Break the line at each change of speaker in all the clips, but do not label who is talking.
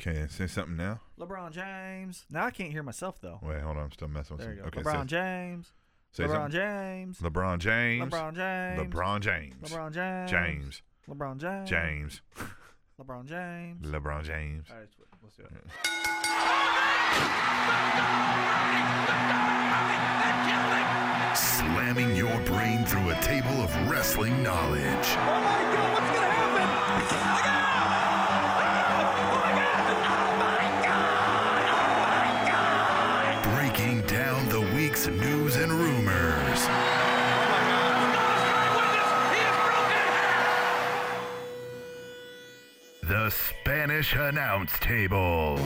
Okay, say something now.
LeBron James. Now I can't hear myself though.
Wait, hold on. I'm still messing with
There you
some-
go.
Okay,
LeBron
say,
James.
say
LeBron
something.
James.
LeBron James.
LeBron James.
LeBron James.
LeBron James.
James.
LeBron James.
James.
LeBron James.
LeBron James.
All right, let's do it.
Slamming your brain through a table of wrestling knowledge. Breaking down the week's news and rumors. The Spanish Announce Table.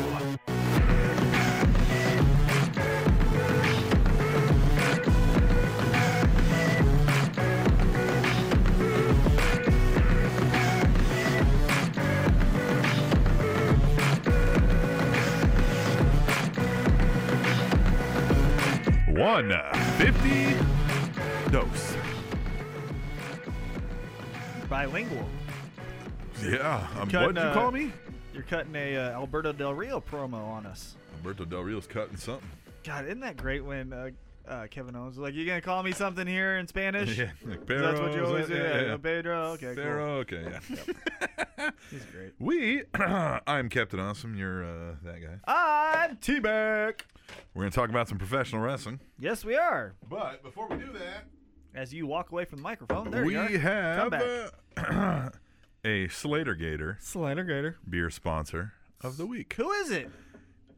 One fifty dose.
Bilingual.
Yeah. Um,
Cutting,
what did you
uh,
call me?
You're cutting a uh, Alberto Del Rio promo on us.
Alberto Del Rio's cutting something.
God, isn't that great when uh, uh, Kevin Owens was like, "You gonna call me something here in Spanish?"
Yeah. Like
That's what
Pharaoh's,
you always do.
yeah, yeah, yeah.
Pedro. Okay,
Pharaoh, okay, yeah.
cool. He's great.
We, I'm Captain Awesome. You're uh, that guy.
I'm T-Back.
We're gonna talk about some professional wrestling.
Yes, we are.
But before we do that,
As you walk away from the microphone, there
we
you are. Come
have
back.
uh, a Slater Gator
Slender Gator.
beer sponsor of the week.
Who is it?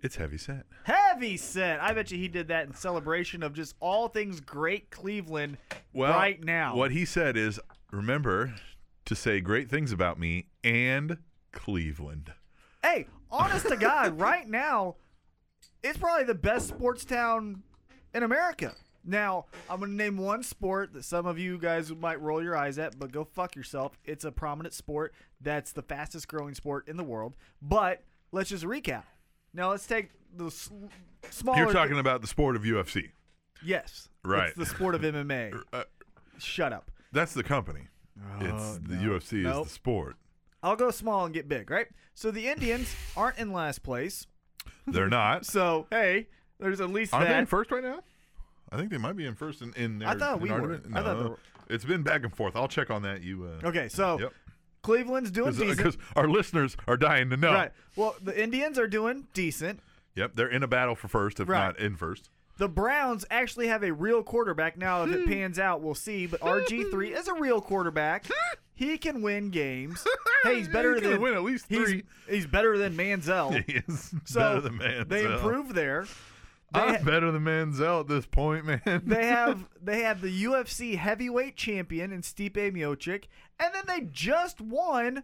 It's heavy set.
Heavy set. I bet you he did that in celebration of just all things great Cleveland
Well,
right now.
what he said is, remember to say great things about me and Cleveland.
Hey, honest to God, right now, it's probably the best sports town in America. Now, I'm going to name one sport that some of you guys might roll your eyes at, but go fuck yourself. It's a prominent sport that's the fastest growing sport in the world. But let's just recap. Now, let's take the sl- smaller.
You're talking about the sport of UFC.
Yes.
Right.
It's the sport of MMA.
uh,
Shut up.
That's the company. it's the UFC
Oh, Nope.
is the sport.
I'll go small and get big, right? So the Indians aren't in last place.
They're not.
So, hey, there's at least
Aren't
that.
they in first right now? I think they might be in first in, in their.
I thought
in
we
our
were.
division.
I thought they
No. it's been back and forth. I'll check on that. You. Uh,
Okay, Oh, so
Yep.
Cleveland's doing decent.
Because our listeners are dying to know.
Right. Well, the Indians are doing decent.
Yep. They're in a battle for first, if
Right.
not in first.
The Browns actually have a real quarterback now. If it
Hmm.
pans out, we'll see. But RG3 is a real quarterback. He can win games. Hey, he's better
He can
than
win at least
he's-
three.
He's, better than Manziel.
He is
So
better than Manziel.
they improve there. They,
I'm
ha-
better than Manziel at this point, man.
they have they have the UFC heavyweight champion in Stipe Miocic, and then they just won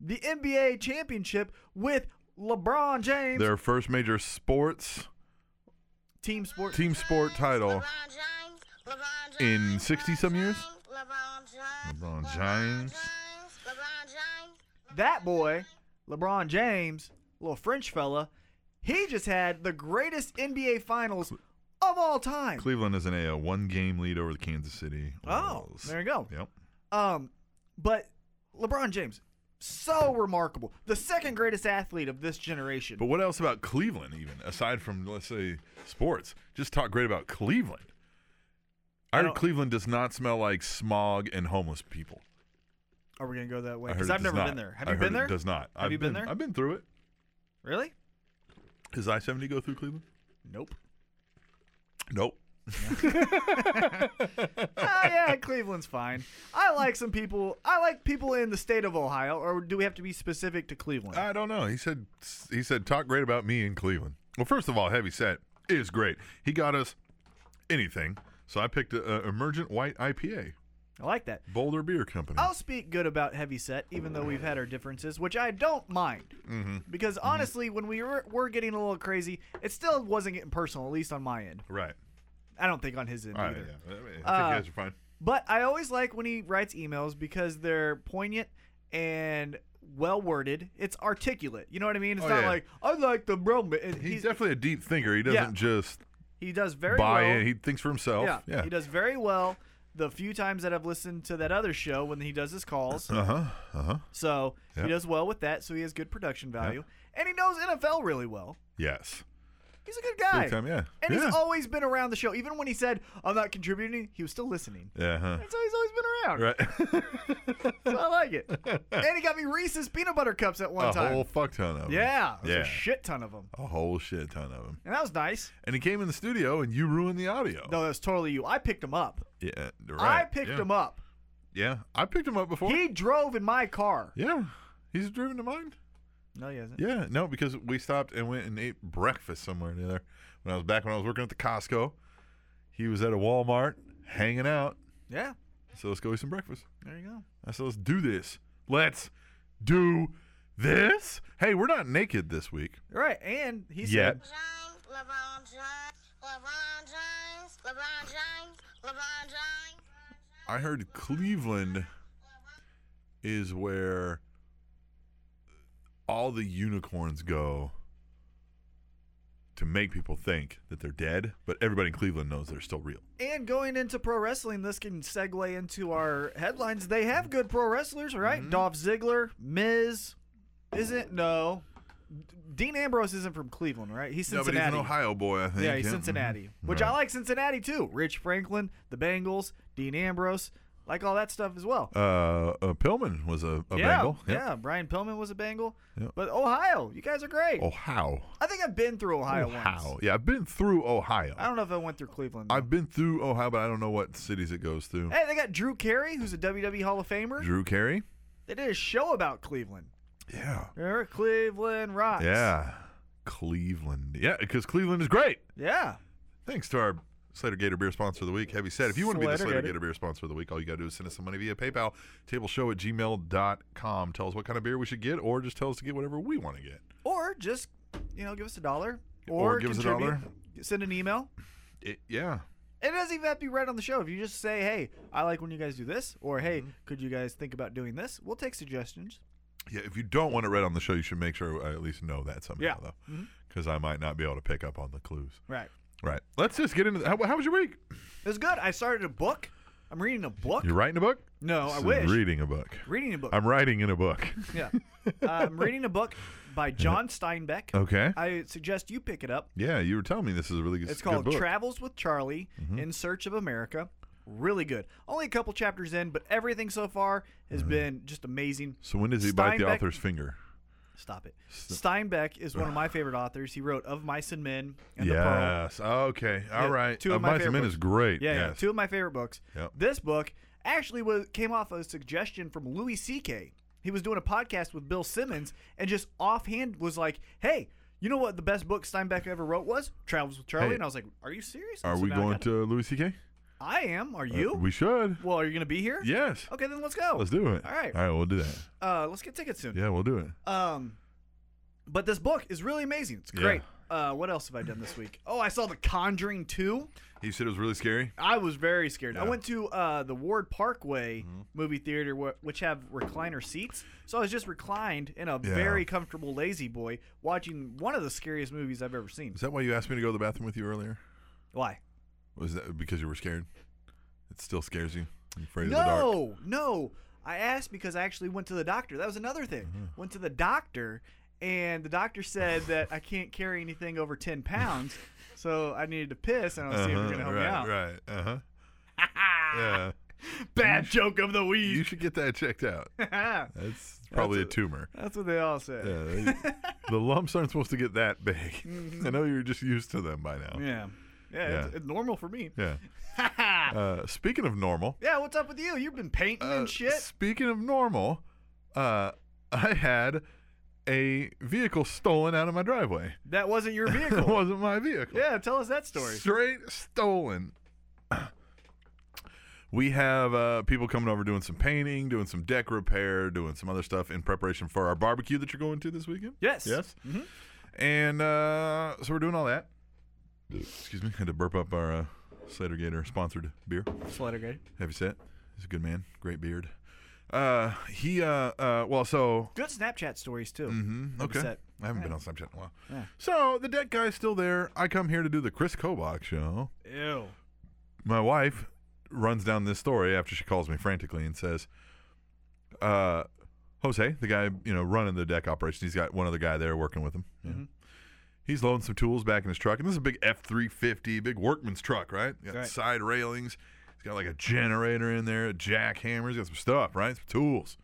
the NBA championship with LeBron James.
Their first major sports
team sport.
team sport title in 60 some years. LeBron James.
that boy, LeBron James, little French fella, he just had the greatest NBA finals of all time.
Cleveland is in a, uh, one game lead over the Kansas City.
Oh,
Royals.
there you go.
Yep.
Um, but LeBron James, so remarkable. The second greatest athlete of this generation.
But what else about Cleveland, even aside from let's say sports? Just talk great about Cleveland. I,
I
heard
don't-
Cleveland does not smell like smog and homeless people.
Are we going to go that way?
I heard
Because
it
I've
does
never
not.
been there. Have
I
you
heard
been there?
It does not.
Have
I've
you been there?
I've been through it.
Really?
Does I seventy go through Cleveland?
Nope.
Nope.
ah, yeah, Cleveland's fine. I like some people. I like people in the state of Ohio, or do we have to be specific to Cleveland?
I don't know. He said he said talk great about me in Cleveland. Well, first of all, heavy set is great. He got us anything. So I picked a, a emergent white IPA,
I like that.
Boulder Beer Company.
I'll speak good about Heavyset, even though we've had our differences, which I don't mind.
Mm-hmm.
Because honestly, when we were, were getting a little crazy, it still wasn't getting personal, at least on my end.
right.
I don't think on his end
All right.
either.
Yeah. I, mean, I think
Uh,
you guys are fine.
But I always like when he writes emails because they're poignant and well worded. It's articulate. You know what I mean? It's
Oh,
not
yeah.
like, I like the bro. And
He's,
he's-
definitely a deep thinker. He doesn't
Yeah.
just
he does very
buy
well.
in. He thinks for himself.
yeah,
Yeah.
he does very well. The few times that I've listened to that other show when he does his calls,
Uh huh. Uh huh.
So
Yeah.
he does well with that. So he has good production value. and he knows NFL really well.
Yes.
He's a good guy.
Big time, yeah.
And
yeah.
he's always been around the show. Even when he said, I'm not contributing, he was still listening.
Yeah, huh?
And so he's always been around.
Right.
So I like it. and he got me Reese's peanut butter cups at one
a
time.
whole fuck ton of them.
yeah. There's
Yeah.
a shit ton of them.
A whole shit ton of them.
And that was nice.
And he came in the studio and you ruined the audio.
No, that was totally you. I picked him up.
Yeah, Oh. right.
I picked
yeah.
him up.
Yeah. I picked him up before.
He drove in my car.
yeah. He's driven to mine.
No, he hasn't.
Yeah, no, because we stopped and went and ate breakfast somewhere near there. When I was back when I was working at the Costco, he was at a Walmart hanging out.
Yeah.
So let's go eat some breakfast.
There you go.
I said, let's do this. Let's do this. Hey, we're not naked this week
All right. And he
yet.
said,
James, LeBron James, LeBron James, LeBron James, LeBron James.
I heard Cleveland is where all the unicorns go to make people think that they're dead, but everybody in Cleveland knows they're still real.
and going into pro wrestling, this can segue into our headlines. They have good pro wrestlers, right?
Mm-hmm.
Dolph Ziggler, Miz, isn't no. Dean Ambrose isn't from Cleveland, right? He's
No, but
Cincinnati.
he's an Ohio boy, I think. Mm-hmm.
yeah, he's Cincinnati, which I like Cincinnati too. Rich Franklin, the Bengals, Dean Ambrose, like all that stuff as well.
Uh, uh, Pillman was a, a
yeah,
Bengal. Yep.
yeah. Brian Pillman was a Bengal,
Yep.
but Ohio, you guys are great.
Ohio.
I think I've been through Ohio
Ohio.
once.
Yeah, I've been through Ohio.
I don't know if I went through Cleveland.
I've been through Ohio, but I don't know what cities it goes through.
Hey, they got Drew Carey, who's a WWE Hall of Famer.
Drew Carey.
They did a show about Cleveland.
Yeah.
Remember Cleveland Rocks?
Yeah. Cleveland. Yeah, because Cleveland is great.
Yeah.
Thanks to our Slater Gator Beer sponsor of the week. Heavy said, if you want to be the
Slater
Slater
Gator.
Gator Beer sponsor of the week, all you got to do is send us some money via PayPal, tableshow at gmail.com. Tell us what kind of beer we should get, or just tell us to get whatever we want to get.
Or just, you know, give us a dollar.
Or give us a
contribute. Send an email.
It, yeah.
It doesn't even have to be read on the show. If you just say, hey, I like when you guys do this, or hey,
Mm-hmm.
could you guys think about doing this? We'll take suggestions.
Yeah, if you don't want it read on the show, you should make sure I at least know that somehow,
Yeah. Mm-hmm.
though, because I might not be able to pick up on the clues.
Right.
Right. Let's just get into the, how, how was your week?
It was good. I started a book. I'm reading a book.
You're writing a book?
no, Oh, I
This is
wish.
Reading a book.
reading a book.
I'm writing in a book.
yeah. Uh, I'm reading a book by John Steinbeck.
Okay.
I suggest you pick it up.
yeah, you were telling me this is a really good.
It's
good
called
book. Mm-hmm.
Travels with Charlie in Search of America. Really good. Only a couple chapters in, but everything so far has
Mm-hmm.
been just amazing.
So when does he bite the
Steinbeck-
author's finger?
Stop it. Steinbeck is one of my favorite authors. He wrote Of Mice and Men and The Pearl.
yes. okay. All
Yeah,
right.
two of
Uh,
my
Mice and
favorite
Men
books.
is great.
Yeah, yeah,
yes.
two of my favorite books.
Yep.
This book actually was, came off a suggestion from Louis C.K. He was doing a podcast with Bill Simmons and just offhand was like, hey, you know what the best book Steinbeck ever wrote was? Travels with Charlie.
Hey.
and I was like, are you serious?
Are
So
we
now I
going
gotta-
to Louis C.K.?
I am. Are you?
We should.
well, are you going to be here?
Yes.
Okay, then let's go.
Let's do it.
All right.
All right. We'll do that.
Uh, let's get tickets soon.
Yeah, we'll do it.
Um, but this book is really amazing. It's
Yeah.
great. Uh, what else have I done this week? Oh, I saw The Conjuring 2.
He said it was really scary.
I was very scared. I
Yeah. Mm-hmm.
went to uh, the Ward Parkway movie theater, wh- which have recliner seats. So I was just reclined in a
Yeah.
very comfortable lazy boy watching one of the scariest movies I've ever seen.
Is that why you asked me to go to the bathroom with you earlier?
Why?
Was that because you were scared? It still scares you. You're afraid of the dark.
No, no. I asked because I actually went to the doctor. That was another thing.
Mm-hmm.
Went to the doctor, and the doctor said that I can't carry anything over 10 pounds. So I needed to piss, and I was seeing if you're
Uh-huh,
gonna
right,
help me out.
Right. Uh huh. yeah.
Bad joke of the
You
week.
should get that checked out.
That's
That's probably
That's
a
a-
tumor.
what they all say.
Yeah, they- Uh, the lumps aren't supposed to get that big.
Mm-hmm.
I know you're just used to them by now.
Yeah. Yeah, It's,
Yeah.
it's normal for me.
Yeah. Uh, speaking of normal,
yeah, what's up with you? You've been painting
uh,
and shit.
speaking of normal, uh, I had a vehicle stolen out of my driveway.
That wasn't your
It
vehicle.
wasn't my vehicle.
yeah, tell us that story.
Straight stolen. We have uh, people coming over doing some painting, doing some deck repair, doing some other stuff in preparation for our barbecue that you're going to this weekend.
Yes.
Yes.
Mm-hmm.
And uh, so we're doing all that. Excuse me, had to burp up our uh, Slater Gator sponsored beer.
Slider guy.
Heavy set. He's a good man. Great beard. Uh, he uh, uh, well, so
Good Snapchat stories too.
mm,
Mm-hmm. Heavy
okay.
set.
I haven't been on Snapchat in a while.
Yeah.
So the deck guy's still there. I come here to do the Chris Kobach show.
Ew.
My wife runs down this story after she calls me frantically and says, uh, Jose, the guy you know running the deck operation, he's got one other guy there working with him. Yeah. He's loading some tools back in his truck, and this is a big F three fifty, big workman's truck, right? Got
Right.
side railings. He's got like a generator in there, a jackhammer. He's got some stuff, right? Some tools,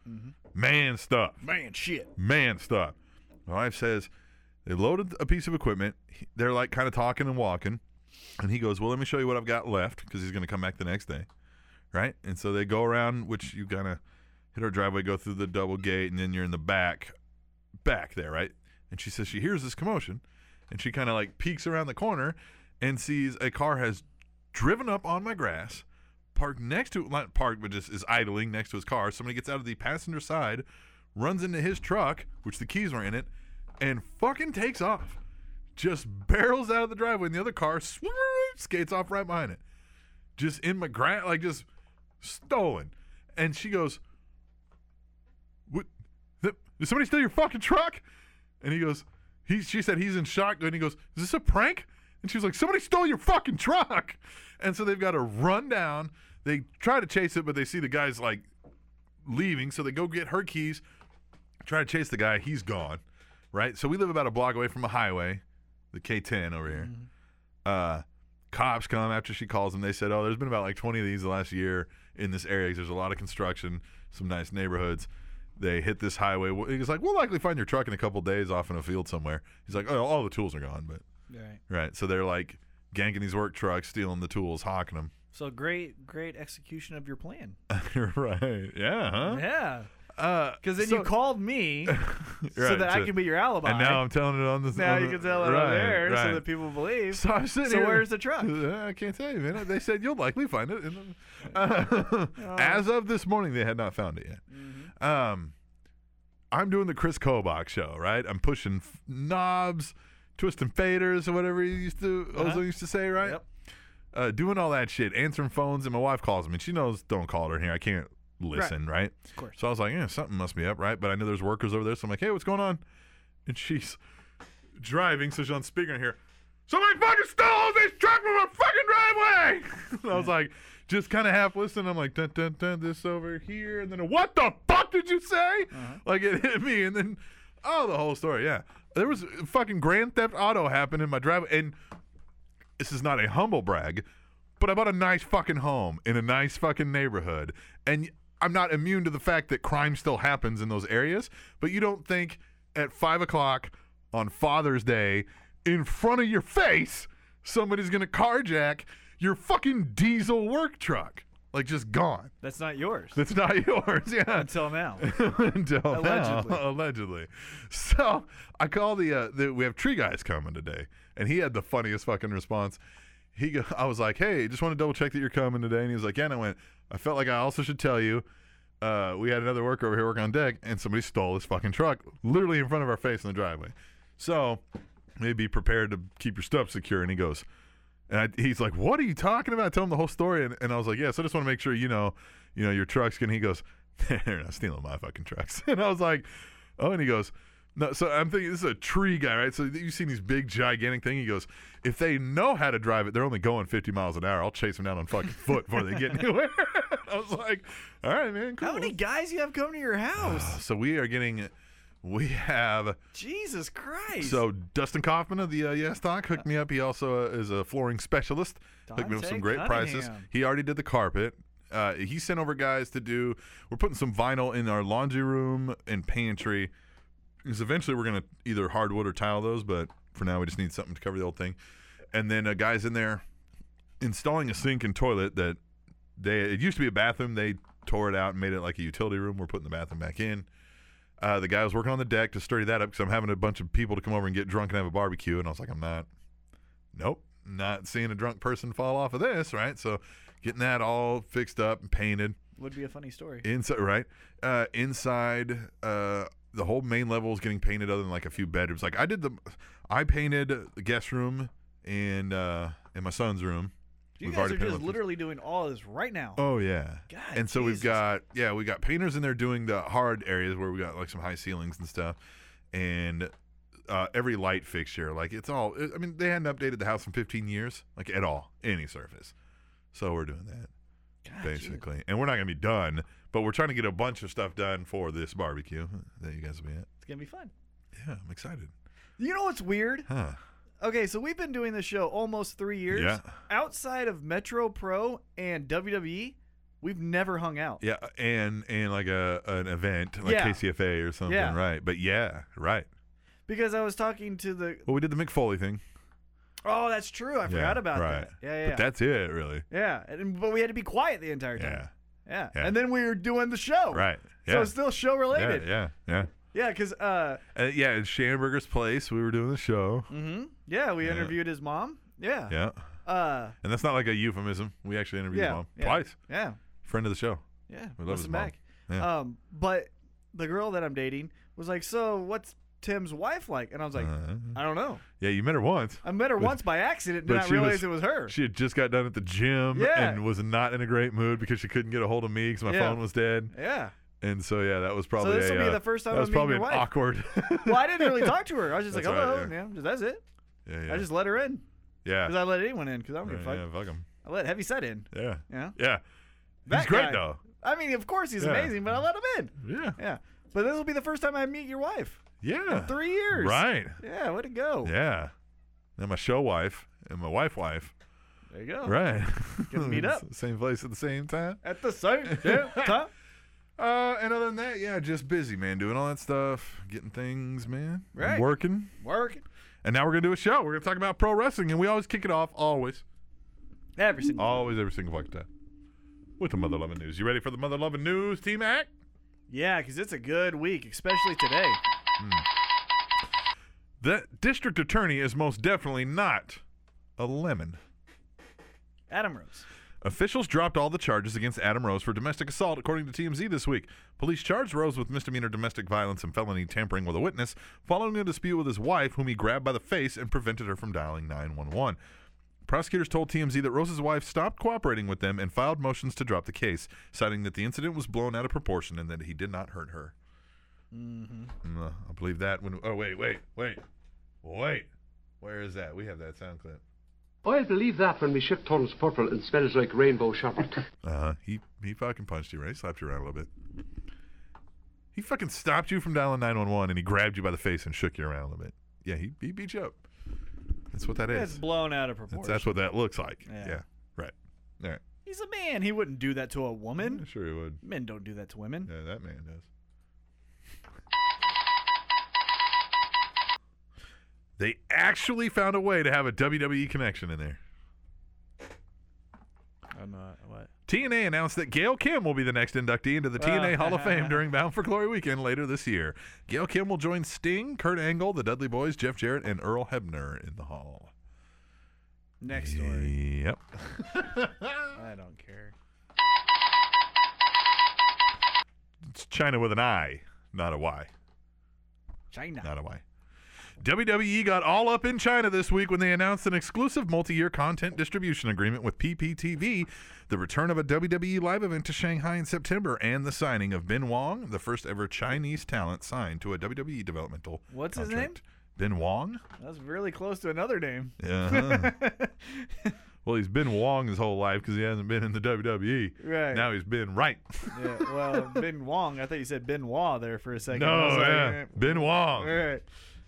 man stuff
Man, shit.
man stuff. My wife says they loaded a piece of equipment. He- They're like kind of talking and walking, and he goes, "Well, let me show you what I've got left," because he's going to come back the next day, right? And so they go around, which you kind of hit our driveway, go through the double gate, and then you're in the back, back there, right? And she says she hears this commotion, and she kind of like peeks around the corner and sees a car has driven up on my grass, parked next to not parked, but just is idling next to his car. Somebody gets out of the passenger side, runs into his truck, which the keys were in it, and fucking takes off. Just barrels out of the driveway, and the other car swoop, skates off right behind it. Just in my grass, like just stolen. And she goes, "What? Th- did somebody steal your fucking truck?" And he goes, "He." She said he's in shock, and he goes, "Is this a prank?" And she was like, "Somebody stole your fucking truck!" And so they've got to run down. They try to chase it, but they see the guy's like leaving, so they go get her keys, try to chase the guy. He's gone, right? So we live about a block away from a highway, the K10 over here. Uh, cops come after she calls them. They said, "Oh, there's been about like 20 of these the last year in this area. 'cause There's a lot of construction, some nice neighborhoods." They hit this highway. Wh- He's like, "We'll likely find your truck in a couple days off in a field somewhere." He's like, "Oh, all the tools are gone." But
Right.
right, so they're like ganking these work trucks, stealing the tools, hawking them.
So great, great execution of your plan.
right? Yeah. Huh?
Yeah,
Uh,
because then you
so-
called me so
Right,
that I
to-
can be your alibi.
And now I'm telling it on this.
Now
on
you
the-
can tell it
right,
on there so
right.
that people believe.
So I'm sitting
So
here-
where's the truck?
Uh, I can't tell you, man. They said you'll likely find it. in the- Uh,
Oh.
as of this morning, they had not found it yet.
Mm-hmm.
Um, I'm doing the Chris Kobach show, right? I'm pushing f- knobs, twisting faders, or whatever he used to Ozone used to say, right?
Uh-huh. Yep.
Uh, doing all that shit, answering phones, and my wife calls me. And she knows don't call her in here. I can't listen, right? Of
course.
So I was like, yeah, something must be up, right? But I know there's workers over there, so I'm like, hey, what's going on? And she's driving, so she's on speaker in here. Somebody fucking stole this truck from our fucking driveway. And I was like, just kind of half listening. I'm like, dun dun dun, this over here, and then what the fuck did you say? Like it hit me, and then oh, the whole story. Yeah, there was fucking Grand Theft Auto happened in my driveway, and this is not a humble brag, but I bought a nice fucking home in a nice fucking neighborhood. And I'm not immune to the fact that crime still happens in those areas, but you don't think at five o'clock on Father's Day, in front of your face, somebody's gonna carjack your fucking diesel work truck. Like just gone.
That's not yours
That's not yours. Yeah.
until now.
Until now.
Allegedly.
Allegedly. So I call the, uh, the we have tree guys coming today, and he had the funniest fucking response. He go, I was like, hey, just want to double check that you're coming today, and he was like, yeah. And I went, I felt like I also should tell you. Uh, we had another worker over here working on deck, and somebody stole his fucking truck, literally in front of our face in the driveway. So, maybe be prepared to keep your stuff secure. And he goes, and I, he's like, "What are you talking about?" I tell him the whole story, and, and I was like, "Yeah, so I just want to make sure you know, you know, your truck's gonna." He goes, "They're not stealing my fucking trucks," and I was like, "Oh," and he goes, "No." So I'm thinking this is a tree guy, right? So you've seen these big gigantic thing. He goes, "If they know how to drive it, they're only going 50 miles an hour. I'll chase them down on fucking foot before they get anywhere." I was like, "All right, man, cool."
How many guys you have come to your house?
so we are getting, we have.
Jesus Christ!
So Dustin Kaufman of the uh, Yes Doc hooked me up. He also uh, is a flooring specialist. hooked me up with some
Dante
great prices.
Cunningham.
He already did the carpet. Uh, he sent over guys to do. We're putting some vinyl in our laundry room and pantry. Because eventually we're gonna either hardwood or tile those, but for now we just need something to cover the whole thing. And then uh, guys in there installing a sink and toilet that they it used to be a bathroom. They tore it out and made it like a utility room. We're putting the bathroom back in. Uh, the guy was working on the deck to sturdy that up because I'm having a bunch of people to come over and get drunk and have a barbecue. And I was like, I'm not, nope, not seeing a drunk person fall off of this, right? So getting that all fixed up and painted
would be a funny story.
inside, right? Uh, inside, uh, the whole main level is getting painted other than like a few bedrooms. Like I did the, I painted the guest room and, uh, in my son's room.
You
We've
guys
already
are
painted
just
up-
literally doing all this right now.
Oh yeah.
God,
and so we've
Jesus.
got yeah, we got painters in there doing the hard areas where we got like some high ceilings and stuff, and uh, every light fixture like it's all. I mean, they hadn't updated the house in 15 years, like at all, any surface. So we're doing that
God, Jesus.
basically, and we're not gonna be done But we're trying to get a bunch of stuff done for this barbecue that you guys will be at.
It's gonna be fun.
Yeah, I'm excited.
You know what's weird?
Huh.
Okay, so we've been doing this show almost three years.
Yeah.
Outside of Metro Pro and WWE, we've never hung out.
Yeah, and and like a an event like
Yeah.
KCFA or something,
Yeah.
right? But yeah, right.
Because I was talking to the.
Well, we did the McFoley thing.
Oh, that's true. I forgot
yeah,
about
right.
that. Yeah, yeah.
But that's it, really.
yeah, and, but we had to be quiet the entire
Yeah,
time. Yeah.
Yeah.
And then we were doing the show.
right. Yeah.
So it's still show
yeah,
related.
yeah, yeah.
Yeah, because uh,
Uh, yeah, at Shanberger's place, we were doing the show.
hmm yeah, we
Yeah.
interviewed his mom. Yeah.
Yeah,
Uh,
and that's not like a euphemism. We actually interviewed
yeah.
his mom
yeah.
twice.
Yeah.
Friend of the show.
Yeah.
We love his
Listen
mom.
back.
Yeah.
Um, but the girl that I'm dating was like, "So what's Tim's wife like?" And I was like,
Uh,
"I don't know.
yeah, you met her once.
I met her
But-
once by accident,
but
did not
she was-
realize it was her."
She had just got done at the gym
Yeah.
and was not in a great mood because she couldn't get a hold of me because my
Yeah.
phone was dead.
yeah.
And so yeah, that was probably
this will
a,
be
uh,
the first time
that was
I'm meeting
probably
your
an
wife.
awkward.
Well, I didn't really talk to her. I was just like,
That's right,
"Hello,
yeah.
yeah, just- that's it."
yeah, yeah,
I just let her in
yeah.
because I let anyone in because I don't
yeah,
give a fuck.
yeah, fuck 'em.
I let Heavy Set in.
Yeah,
Yeah.
yeah.
That
He's great
guy.
though.
I mean, of course he's
Yeah.
amazing, but I let him in.
Yeah,
Yeah. But this will be the first time I meet your wife.
yeah.
Three years.
Right.
Yeah. Way to go.
Yeah. And my show wife and my wife wife.
There you go.
Right.
Gonna meet up.
Same place at the same time.
At the same time.
Uh, and other than that, yeah, just busy, man, doing all that stuff, getting things, man, and
Right.
working.
Working.
And now we're gonna do a show. We're gonna talk about pro wrestling, and we always kick it off, always,
Every single.
always, every single fucking time, with the mother loving news. You ready for the mother loving news, T Mac?
Yeah, because it's a good week, especially today.
The district attorney is most definitely not a lemon.
Adam Rose.
Officials dropped all the charges against Adam Rose for domestic assault, according to TMZ this week. Police charged Rose with misdemeanor domestic violence and felony tampering with a witness following a dispute with his wife, whom he grabbed by the face and prevented her from dialing 911. Prosecutors told TMZ that Rose's wife stopped cooperating with them and filed motions to drop the case, citing that the incident was blown out of proportion and that he did not hurt her. Mm-hmm. I believe that when. Oh, wait, wait, wait, wait. Where is that? We have that sound clip.
I'll believe that when my shift turns purple and smells like rainbow sherbet.
Uh, he he fucking punched you, right? He slapped you around a little bit. He fucking stopped you from dialing nine one one, and he grabbed you by the face and shook you around a little bit. Yeah, he, he beat you up. That's what that
It's
is.
blown out of proportion.
That's, that's what that looks like. Yeah.
Yeah.
Right. All right.
He's a man. He wouldn't do that to a
Yeah,
woman.
sure he would.
Men don't do that to women.
Mm-hmm. Yeah, that man does. They actually found a way to have a WWE connection in there.
I'm not. What?
TNA announced that Gail Kim will be the next inductee into the TNA Hall of Fame during Bound for Glory weekend later this year. Gail Kim will join Sting, Kurt Angle, the Dudley Boys, Jeff Jarrett, and Earl Hebner in the hall.
Next story.
Yep.
I don't care.
It's China with an I, not a Y.
China.
Not a Y. WWE E got all up in China this week when they announced an exclusive multi year content distribution agreement with PPTV, the return of a WWE live event to Shanghai in September, and the signing of Ben Wong, the first ever Chinese talent signed to a WWE developmental.
What's his
contract. Ben Wong?
That's really close to another name.
Yeah. well, he's been Wong his whole life because he hasn't been in the WWE.
Right.
Now he's been right.
Yeah, well, Ben Wong. I thought you said Ben Wah there for a second. I
no,
was like,
yeah.
eh,
Ben Wong.
All right.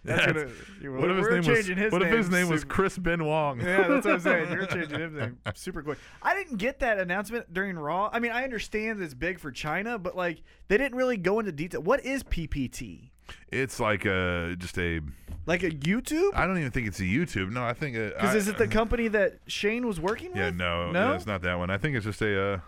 That's
That's-
gonna, you were-
What if his
we're
name was?
changing his
what
name.
if his name was
super-
Chris Ben Wong?
Yeah, that's what I'm saying. You're changing his name super quick. I didn't get that announcement during Raw. I mean, I understand it's big for China, but like they didn't really go into detail. What is PPT?
It's like a just a.
Like a YouTube?
I don't even think it's a YouTube. No, I think a-
Because
I-
is it the company that Shane was working with?
Yeah, no,
no.
it's not that one. I think it's just a uh,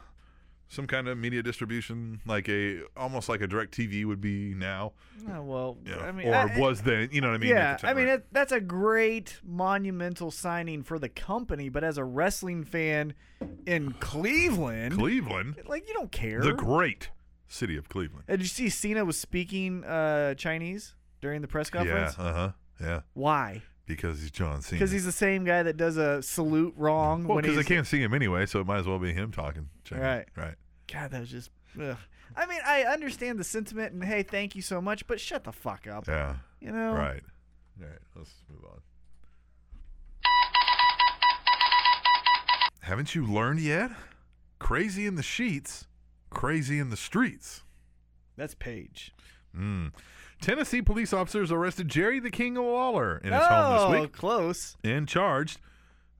some kind of media distribution, like a almost like a Direct TV would be now,
Oh, well,
you know,
I mean,
or
I-
was then. You know what I mean? at
yeah,
the
I
time,
mean
right?
that, that's a great monumental signing for the company, but as a wrestling fan in Cleveland,
Cleveland,
like you don't care.
the great city of Cleveland.
Uh, Did you see Cena was speaking uh, Chinese during the press conference?
Yeah, uh huh. Yeah,
Why?
because he's John Cena.
Because he's the same guy that does a salute wrong
well,
when
because
he's
they can't see him anyway, so it might as well be him talking. Chinese. Right.
God, that was just. Ugh. I mean, I understand the sentiment, and hey, thank you so much, but shut the fuck up.
Yeah.
You know,
Right. All right. Let's move on. Haven't you learned yet? Crazy in the Sheets crazy in the streets.
That's Paige.
Mm. Tennessee police officers arrested Jerry the King Lawler in his home this
oh,
week
close.
and charged,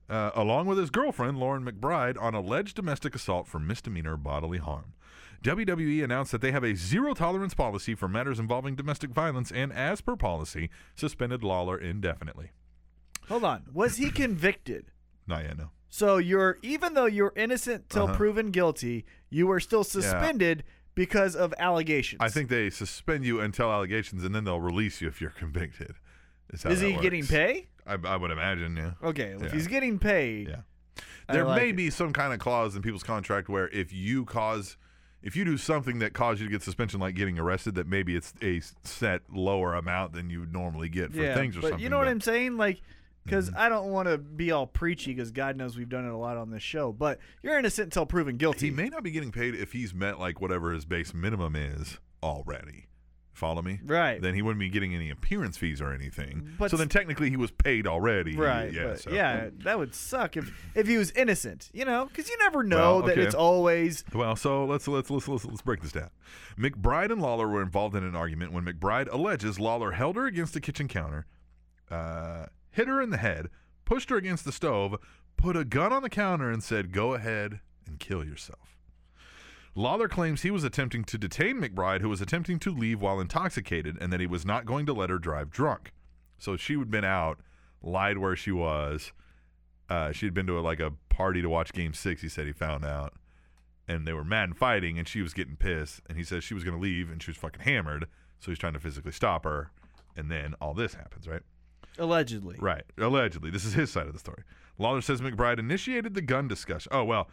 uh, along with his girlfriend Lauren McBride, on alleged domestic assault for misdemeanor bodily harm. WWE announced that they have a zero tolerance policy for matters involving domestic violence and, as per policy, suspended Lawler indefinitely.
Hold on. Was he convicted?
Not yet, no.
So you're even though you're innocent till
Uh-huh.
proven guilty, you are still suspended because of allegations.
I think they suspend you until allegations, and then they'll release you if you're convicted. Is, how
Is
that
he getting
works.
pay?
I, I would imagine, yeah.
Okay, well,
Yeah.
if he's getting pay,
Yeah.
I
There
like
may
it.
be some kind of clause in people's contract where if you cause, if you do something that caused you to get suspension, like getting arrested, that maybe it's a s- set lower amount than you would normally get for
yeah,
things or
but
something.
you know what
but- Mm-hmm.
I'm saying? Like, because I don't want to be all preachy, because God knows we've done it a lot on this show. But you're innocent until proven guilty.
He may not be getting paid if he's met like whatever his base minimum is already. Follow me?
Right.
Then he wouldn't be getting any appearance fees or anything.
But
so then
s-
technically he was paid already.
Right.
Yeah.
Yeah,
so- Mm.
yeah, that would suck if if he was innocent, you know, because you never know
Well,
that
okay.
it's always
Well, so let's let's let's let's let's break this down. McBride and Lawler were involved in an argument when McBride alleges Lawler held her against the kitchen counter, uh, hit her in the head, pushed her against the stove, put a gun on the counter, and said, "Go ahead and kill yourself." Lawler claims he was attempting to detain McBride, who was attempting to leave while intoxicated, and that he was not going to let her drive drunk. So she had been out, lied where she was. Uh, she had been to a, like a party to watch Game Six. He said he found out, and they were mad and fighting, and she was getting pissed. And he says she was going to leave, and she was fucking hammered. So he's trying to physically stop her, and then all this happens, right?
allegedly.
Right. Allegedly. This is his side of the story. Lawler says McBride initiated the gun discussion. Oh, well,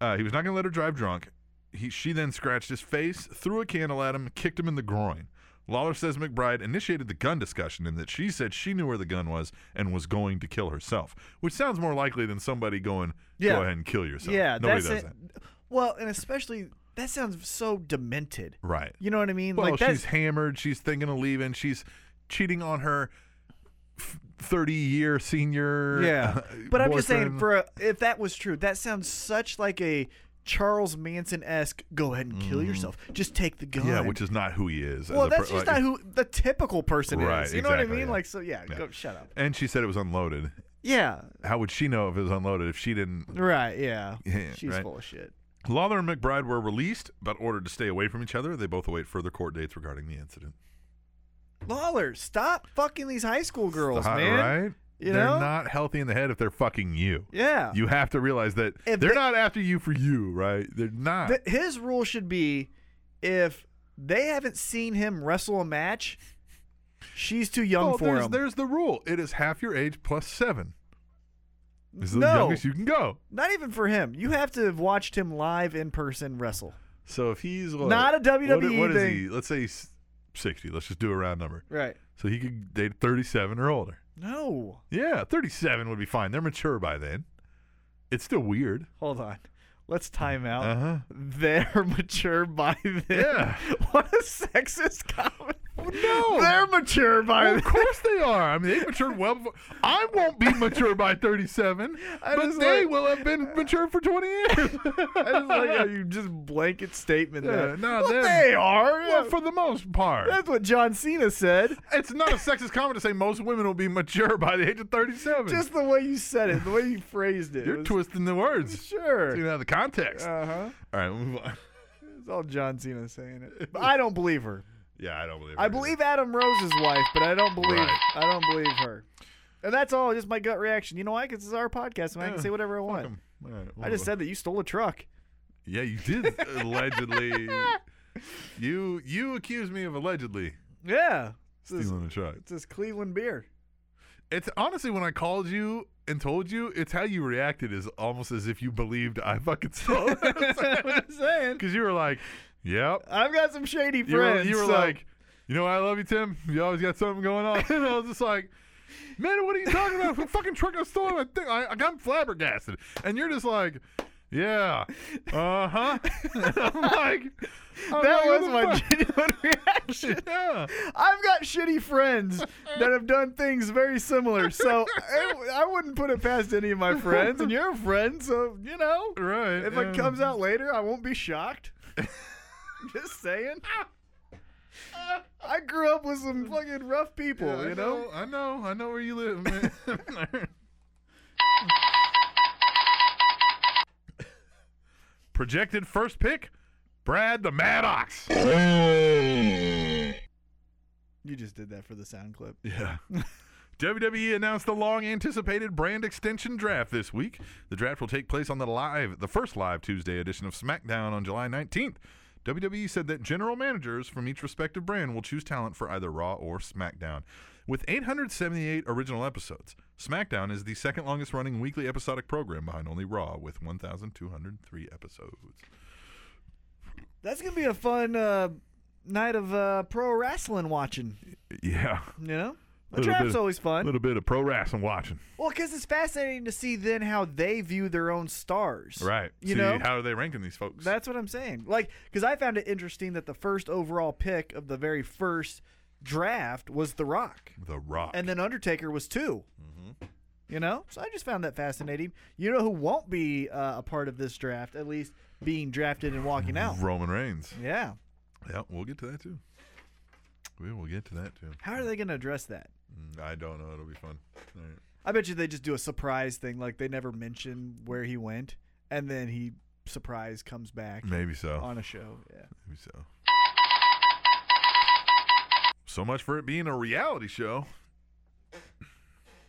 uh, he was not going to let her drive drunk. He, she then scratched his face, threw a candle at him, kicked him in the groin. Lawler says McBride initiated the gun discussion and that she said she knew where the gun was and was going to kill herself, which sounds more likely than somebody going,
Yeah.
go ahead and kill yourself.
yeah,
Nobody
that's
does
it.
that.
Well, and especially that sounds so demented.
Right.
You know what I mean?
Well,
like
she's
that's
hammered. She's thinking of leaving. She's cheating on her thirty-year senior.
yeah. But I'm just saying,
uh, boyfriend.
for a, if that was true, that sounds such like a Charles Manson esque. Go ahead and kill yourself. Just take the gun.
Mm. Yeah, which is not who he is. as
well,
a per-
that's just
like-
not who the typical person
Right,
is. You know what
exactly,
I mean?
yeah.
Like so, yeah.
Yeah.
Go, shut up.
And she said it was unloaded.
Yeah.
How would she know if it was unloaded if she didn't?
Right. Yeah.
Yeah,
She's
right.
full of shit.
Lawler and McBride were released, but ordered to stay away from each other. They both await further court dates regarding the incident.
Lawler, stop fucking these high school girls,
Hot,
man.
Right?
You
they're
know?
not healthy in the head if they're fucking you.
Yeah.
You have to realize that
If
they're
they-
not after you for you, right? They're not.
Th- his rule should be if they haven't seen him wrestle a match, she's too young
Oh,
for
there's,
him.
there's the rule. It is half your age plus seven. This is the
No.
youngest you can go.
Not even for him. You have to have watched him live in person wrestle.
So if he's what,
Not a WWE
what, what is
thing.
he? Let's say he's sixty. Let's just do a round number.
Right.
So he could date thirty-seven or older.
No.
Yeah, 37 would be fine. They're mature by then. It's still weird.
Hold on. Let's time out.
Uh-huh.
They're mature by then.
Yeah.
what a sexist comment.
no.
They're mature by
of
then.
course they are. I mean, they matured well before. I won't be mature by 37,
I
but
just
they
like-
will have been mature for 20 years.
I just like how you just blanket statement
Yeah,
there.
no,
well,
they're-
they are.
well, for the most part.
That's what John Cena said.
It's not a sexist comment to say most women will be mature by the age of 37.
Just the way you said it, the way you phrased it.
You're
was-
twisting the words.
Sure.
You know, the context.
Uh huh.
All right, we'll move on.
It's all John Cena saying it. But I don't believe her.
Yeah, I don't believe it
I
either.
believe Adam Rose's wife, but I don't believe
Right.
I don't believe her. And that's all, just my gut reaction. You know why? Because it's our podcast, and I
Yeah,
can say whatever I want.
Fuck 'em. All right,
I
we'll move
just
on.
said that you stole a truck.
Yeah, you did allegedly. You you accused me of allegedly
Yeah. It's this,
stealing a truck.
it's this Cleveland beer.
It's honestly when I called you and told you, it's how you reacted is almost as if you believed I fucking stole
that's what I'm saying.
Because you were like, "Yep."
I've got some shady
You were,
friends.
you were
so-
like, "You know, I love you, Tim. You always got something going on." And I was just like, "Man, what are you talking about? What fucking truck I stole? I think I, I'm flabbergasted." And you're just like. Yeah. Uh huh. I'm like, I'm
that
like, "Oh, what
was
the
my
fuck?
genuine reaction.
yeah.
I've got shitty friends that have done things very similar, so I, I wouldn't put it past any of my friends. And you're a friend, so you know.
Right.
If
yeah.
it comes out later, I won't be shocked. Just saying. I grew up with some fucking rough people,
Yeah, I
you know?
I know, I know where you live, man. Projected first pick, Brad the Mad Ox.
You just did that for the sound clip.
Yeah. WWE E announced the long-anticipated brand extension draft this week. The draft will take place on the live, the first live Tuesday edition of SmackDown on July 19th. WWE E said that general managers from each respective brand will choose talent for either Raw or SmackDown. With 878 original episodes, SmackDown is the second longest-running weekly episodic program behind only Raw with 1,203 episodes.
That's gonna be a fun uh, night of uh, pro wrestling watching.
Yeah,
You know, the
Little
draft's
bit-
always
a
fun. Well, 'cause
little bit of pro wrestling watching,
Well, because it's fascinating to see then how they view their own stars.
right?
You
See,
know,
how are they ranking these folks?
that's what I'm saying. Like, because I found it interesting that the first overall pick of the very first draft was The Rock,
the Rock.
and then Undertaker was 2
Mm-hmm.
You know, so I just found that fascinating. You know who won't be uh, a part of this draft, at least being drafted and walking out.
Roman Reigns.
Yeah.
Yeah, we'll get to that too. We will get to that too.
How are they going to address that?
Mm, I don't know. It'll be fun. All right.
I bet you they just do a surprise thing, like they never mention where he went, and then he surprise comes back
Maybe so.
on a show. Yeah.
Maybe so. So much for it being a reality show.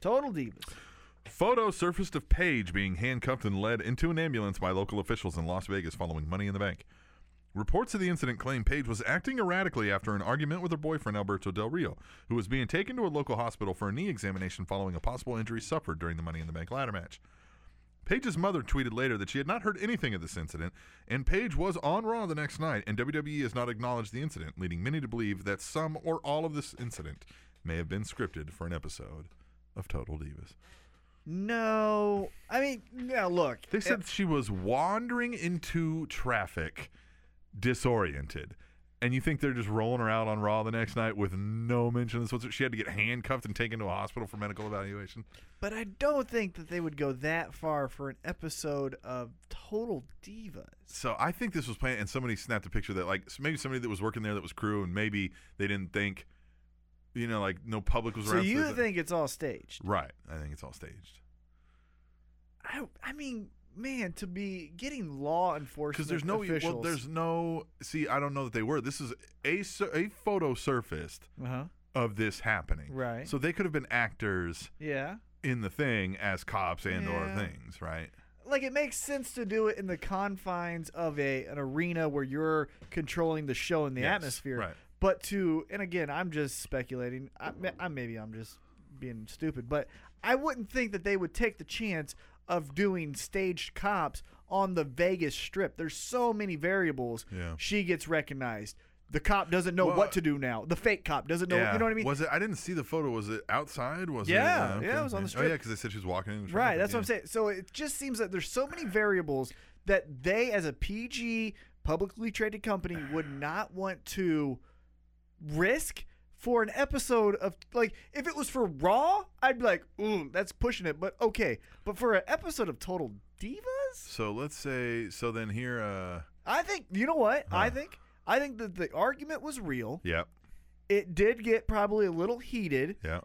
Total divas.
Photo surfaced of Page being handcuffed and led into an ambulance by local officials in Las Vegas following Money in the Bank. Reports of the incident claim Page was acting erratically after an argument with her boyfriend Alberto Del Rio, who was being taken to a local hospital for a knee examination following a possible injury suffered during the Money in the Bank ladder match. Page's mother tweeted later that she had not heard anything of this incident, and Page was on Raw the next night, and WWE has not acknowledged the incident, leading many to believe that some or all of this incident may have been scripted for an episode of Total Divas.
No, I mean, now look. Eh,
They said
it-
she was wandering into traffic, disoriented. And you think they're just rolling her out on Raw the next night with no mention of this whatsoever? She had to get handcuffed and taken to a hospital for medical evaluation.
but I don't think that they would go that far for an episode of Total Divas.
So I think this was planned, and somebody snapped a picture that, like, s- maybe somebody that was working there that was crew, and maybe they didn't think, you know, like, no public was
So
around.
you
they-
think it's all staged?
Right. I think it's all staged.
I, I mean, man, to be getting law enforcement
because there's no e,
officials.
well, there's no see i don't know that they were this is a sur- a photo surfaced
uh-huh.
of this happening
Right.
so they could have been actors
Yeah.
in the thing as cops and
Yeah.
or things right
like it makes sense to do it in the confines of a an arena where you're controlling the show and the
Yes,
atmosphere.
right.
But to and again, I'm just speculating. I, ma- I maybe I'm just being stupid, but I wouldn't think that they would take the chance of doing staged cops on the Vegas Strip. There's so many variables.
Yeah.
She gets recognized. The cop doesn't know
Well,
what to do now. The fake cop doesn't know. You know what I mean?
was it i didn't see the photo was it outside was
Yeah,
it
yeah, it was on the
oh
strip.
yeah because they said she was walking in the
Right,
traffic,
that's what I'm
yeah.
saying. So it just seems that there's so many variables that they, as a PG publicly traded company, would not want to risk for an episode of like if it was for Raw, I'd be like, ooh, that's pushing it, but okay. But for an episode of Total Divas,
so let's say so then here uh
I think you know what I think. I think that the argument was real.
yeah
It did get probably a little heated.
yeah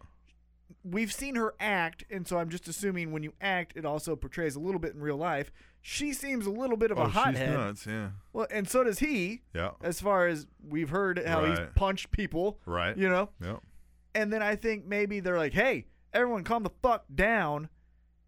we've seen her act, and so I'm just assuming when you act, it also portrays a little bit in real life. She seems a little bit of a
oh she's
hothead.
nuts yeah
Well, and so does he.
yeah
As far as we've heard, how he's
Right.
punched people,
right
you know.
yeah
And then I think maybe they're like, "Hey, everyone, calm the fuck down."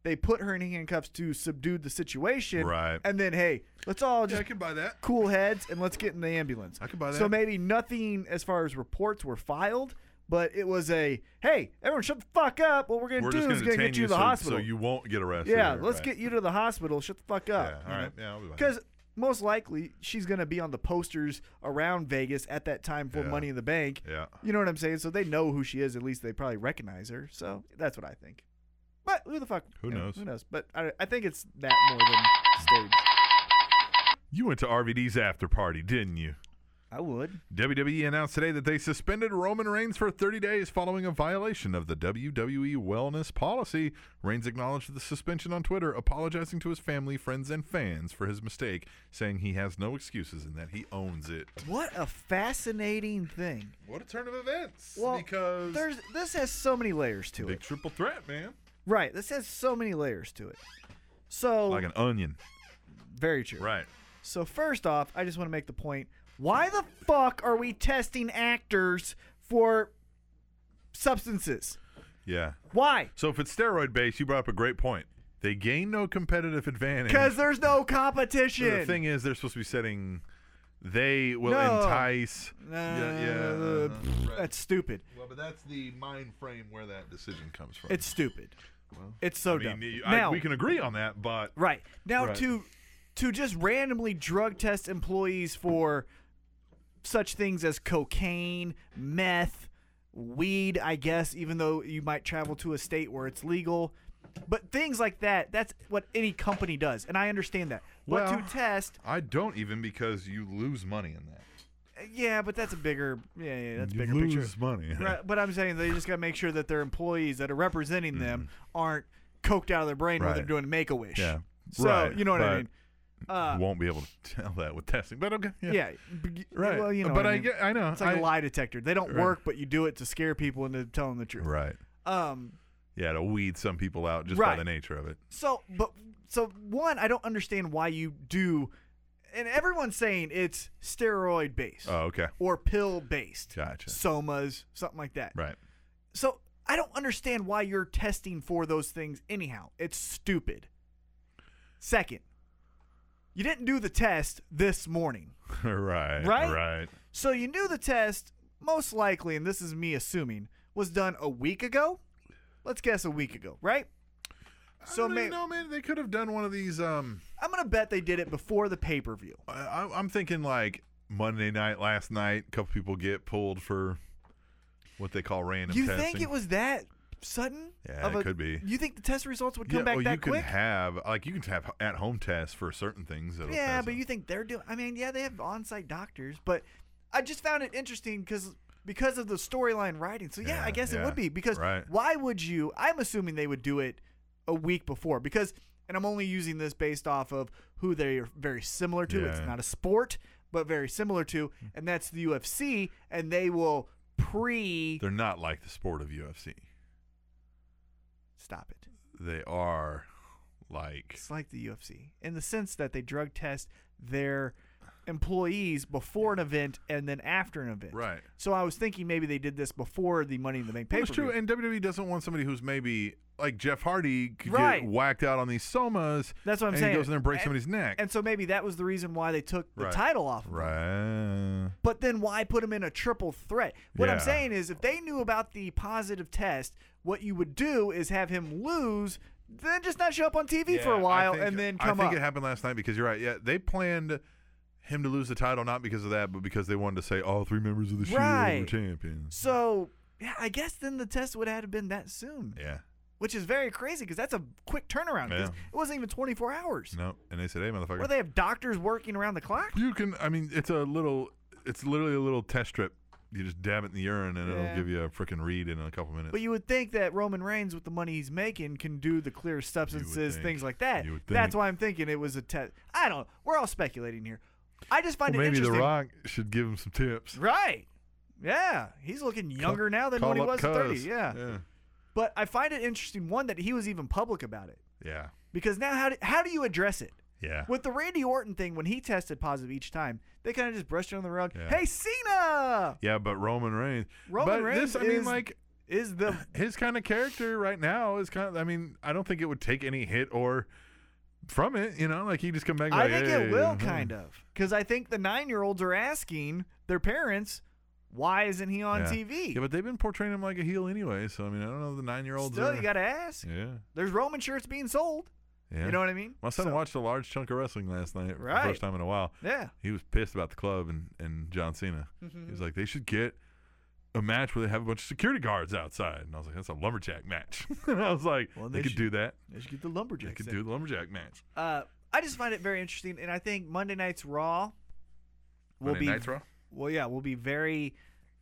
They put her in handcuffs to subdue the situation,
Right.
And then, hey, let's all
yeah i
just
can buy that
cool heads and let's get in the ambulance.
I could buy
So
that.
maybe nothing as far as reports were filed, but it was a hey, everyone shut the fuck up. What we're gonna
we're
do
just
is
gonna
gonna
detain
get you to the
so,
hospital.
so you won't get arrested
yeah,
or-
let's
right.
get you to the hospital. Shut the fuck up.
yeah all right yeah I'll be
Because most likely she's gonna be on the posters around Vegas at that time for
Yeah.
Money in the Bank.
yeah
You know what I'm saying? So they know who she is. At least they probably recognize her. So that's what I think. But who the fuck?
Who
you know,
knows?
Who knows? But I, I think it's that more than staged.
You went to RVD's after party, didn't you?
I would.
WWE E announced today that they suspended Roman Reigns for 30 days following a violation of the WWE wellness policy. Reigns acknowledged the suspension on Twitter, apologizing to his family, friends, and fans for his mistake, saying he has no excuses and that he owns it.
What a fascinating thing.
What a turn of events!
Well,
because
there's this has so many layers to
big
it.
triple threat, man,
Right. This has so many layers to it. So
like an onion,
very true.
right?
So first off, I just want to make the point: Why the fuck are we testing actors for substances?
Yeah.
Why?
So if it's steroid based, you brought up a great point. They gain no competitive advantage
Because there's no
So
competition.
the thing is, they're supposed to be setting. They will
No.
entice.
Uh,
uh-huh.
pff, That's stupid.
Well, but that's the mind frame where that decision comes from.
It's stupid. it's so
I mean,
dumb.
you- I-
now,
we can agree on that, but
right now
Right.
to to just randomly drug test employees for such things as cocaine, meth, weed. I guess even though you might travel to a state where it's legal, but things like that. That's what any company does, and I understand that. But
Well-
to test,
I don't even because you lose money in that.
yeah, but that's a bigger yeah, yeah that's a
you
bigger
lose
picture.
money.
Right, but I'm saying they just got to make sure that their employees that are representing them aren't coked out of their brain while they're
Mm. Right.
doing Make a Wish.
Yeah.
So
Right,
you know what
but
I mean? Uh,
you won't be able to tell that with testing, but okay. Yeah.
yeah. b-
Right.
Well, you know.
but
what
I,
mean.
get, I know.
It's like a
I-
lie detector. They don't
Right.
work, but you do it to scare people into telling the truth.
Right.
Um.
Yeah, to weed some people out just by
Right.
the nature of it.
So, but so one, I don't understand why you do, and everyone's saying it's steroid based
Oh, okay.
or pill based.
Gotcha.
Somas, something like that.
Right.
So I don't understand why you're testing for those things anyhow. It's stupid. Second, you didn't do the test this morning.
right.
Right?
Right.
So you knew the test, most likely, and this is me assuming, was done a week ago. Let's guess a week ago, right? So
So, man,
may-
no, man, they could have done one of these. Um,
I'm going to bet they did it before the pay per view.
I, I- I'm thinking like Monday night, last night, a couple people get pulled for what they call random
You
testing.
think it was that sudden?
Yeah,
of
it
a-
could be.
You think the test results would come
yeah,
back
well,
that
you can
quick?
have like you can have at home tests for certain things. that'll
Yeah,
test
but
them.
you think they're doing? I mean, yeah, they have on-site doctors, but I just found it interesting because because of the storyline writing. So yeah,
Yeah,
I guess it
yeah,
would be because
right.
why would you? I'm assuming they would do it a week before because, and I'm only using this based off of who they are very similar to. It's
Yeah.
not a sport, but very similar to, and that's the UFC, and they will pre
they're not like the sport of UFC.
stop it.
They are like
It's like the UFC in the sense that they drug test their employees before an event and then after an event.
Right.
So I was thinking maybe they did this before the Money in the Bank
Well,
pay
It's
per
true,
view.
and WWE doesn't want somebody who's maybe like Jeff Hardy could
Right.
get whacked out on these somas.
That's what I'm
and
saying.
He goes in there and breaks
And-
somebody's neck.
And so maybe that was the reason why they took the
Right.
title off. of it.
right.
But then why put them in a triple threat? What I'm
Yeah.
saying is if they knew about the positive test, what you would do is have him lose, then just not show up on TV for
Yeah,
a
I
while
think-
and then come
I think
up.
it happened last night because you're right. Yeah, they planned him to lose the title not because of that, but because they wanted to say all three members of the Shield were
Right.
champions.
so yeah, I guess then the test would have been that soon.
Yeah.
which is very crazy because that's a quick turnaround. 'cause
Yeah.
It wasn't even 24 hours.
No. And they said, "Hey, motherfucker,
Where they have doctors working around the clock.
you can." I mean, it's a little. It's literally a little test strip. You just dab it in the urine, and
Yeah.
it'll give you a freaking read in a couple minutes.
But you would think that Roman Reigns, with the money he's making, can do the clear substances,
think.
things like that.
You would
That's
think.
why I'm thinking it was a test. I don't. We're all speculating here. I just find
Well,
it
maybe The
interesting.
Rock should give him some tips.
Right. Yeah, he's looking younger now than
Call
when he
up
was at 30.
Cuz.
Yeah.
yeah.
But I find it interesting one that he was even public about it
Yeah.
because now how do, how do you address it?
Yeah.
With the Randy Orton thing, when he tested positive each time, they kind of just brushed it on the rug.
Yeah.
Hey, Cena!
Yeah, but Roman Reigns.
Roman
but
Reigns
this, I mean,
is-
like
is the
his kind of character right now is kind of. I mean, I don't think it would take any hit or from it. You know, like he just come back. And be
I
like,
think
hey,
it will
mhm."
kind of because I think the nine year olds are asking their parents why isn't he on
Yeah.
TV?
Yeah, but they've been portraying him like a heel anyway. So I mean, I don't know the nine year olds.
Still,
are,
you gotta ask.
Yeah.
There's Roman shirts being sold.
Yeah.
You know what I mean?
My son
So-
watched a large chunk of wrestling last night. for
Right.
The first time in a while.
Yeah,
He was pissed about the club and, and John Cena. He
Mm-hmm.
was like, they should get a match where they have a bunch of security guards outside. And I was like, that's a lumberjack match. and I was like,
Well,
they,
they
could
should-
do that.
they should get the
They
lumberjack.
could do the lumberjack match.
uh, I just find it very interesting, and I think Monday night's Raw will
Monday
be
Night's Raw?
well, yeah, will be very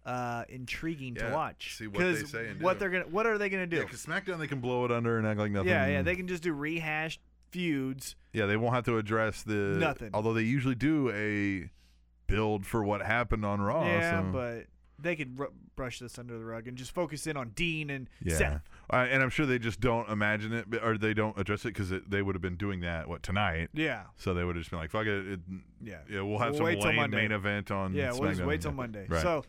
uh, intriguing
Yeah,
to watch.
see what they
'Cause
say and
what
do.
they're gonna what are they gonna do?
Yeah, because SmackDown they can blow it under and act like nothing.
yeah, yeah, they can just do rehashed feuds.
Yeah, they won't have to address the
Nothing.
Although they usually do a build for what happened on Raw.
yeah,
so-
but they could r- brush this under the rug and just focus in on Dean and
yeah,
Seth.
Uh, and I'm sure they just don't imagine it b- or they don't address it because they would have been doing that what tonight.
Yeah,
So they would have just been like, "Fuck it, it
Yeah.
yeah, we'll have
We'll
some
wait till
lame
Monday.
main event on
yeah. We'll just
SmackDown."
wait till Monday.
Right.
So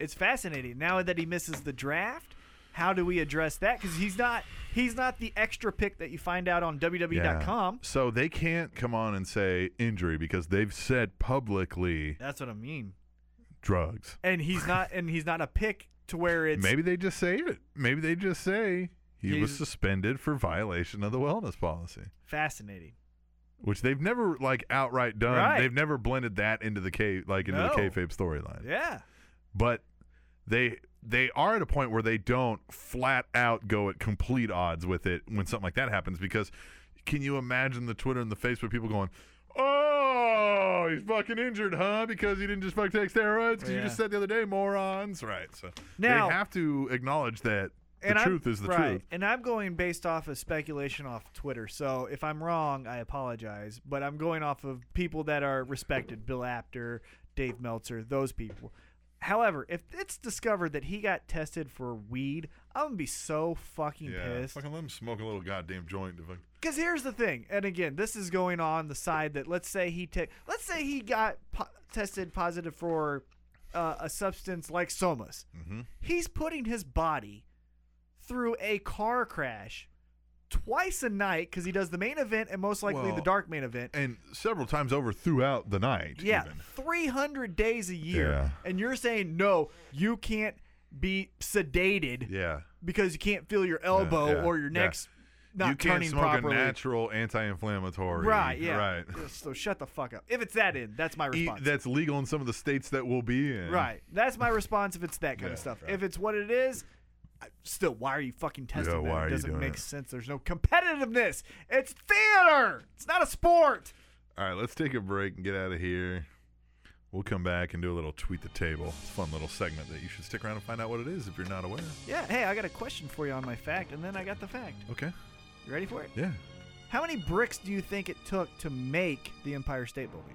it's fascinating. Now that he misses the draft, how do we address that? Because he's not he's not the extra pick that you find out on E
Yeah.
WWE.com.
So they can't come on and say injury because they've said publicly
That's what I mean.
drugs.
And he's not and he's not a pick to where it's
Maybe they just say it. Maybe they just say he was
He's-
suspended for violation of the wellness policy,
fascinating.
which they've never like outright done.
Right.
They've never blended that into the K like into
No.
the kayfabe storyline.
Yeah.
But they they are at a point where they don't flat out go at complete odds with it when something like that happens because can you imagine the Twitter and the Facebook people going, "Oh, he's fucking injured, huh? Because he didn't just fucking take steroids." Because you
Yeah.
just said the other day, morons, right? So
Now-
they have to acknowledge that the
and I'm-
truth is the
right,
truth.
And I'm going based off of speculation off Twitter. So if I'm wrong, I apologize. But I'm going off of people that are respected Bill Apter, Dave Meltzer, those people. However, if it's discovered that he got tested for weed, I'm going to be so fucking pissed.
fucking let him smoke a little goddamn joint. To fuck-
Because here's the thing, and again, this is going on the side that let's say he ta- let's say he got po- tested positive for uh, a substance like somas.
mm-hmm.
He's putting his body through a car crash twice a night because he does the main event and most likely
Well,
the dark main event.
and several times over throughout the night.
Yeah,
even.
300 days a year,
Yeah.
and you're saying no, you can't be sedated
yeah.
because you can't feel your elbow
yeah,
or your
yeah.
neck's not
you can't
turning
smoke
properly.
a natural anti-inflammatory.
Right, yeah.
Right.
So shut the fuck up. If it's that in, that's my
E-
response.
that's legal in some of the states that we'll be in.
right. That's my response if it's that kind
Yeah,
of stuff.
right.
If it's what it is, I, still, why are you fucking testing
Yeah,
that?
why are
it
you
doesn't
doing
make
it?
sense. There's no competitiveness. It's theater. It's not a sport.
All right, let's take a break and get out of here. We'll come back and do a little tweet the table. It's a fun little segment that you should stick around and find out what it is if you're not aware.
Yeah, hey, I got a question for you on my fact, and then I got the fact.
Okay.
You ready for it?
Yeah.
How many bricks do you think it took to make the Empire State Building?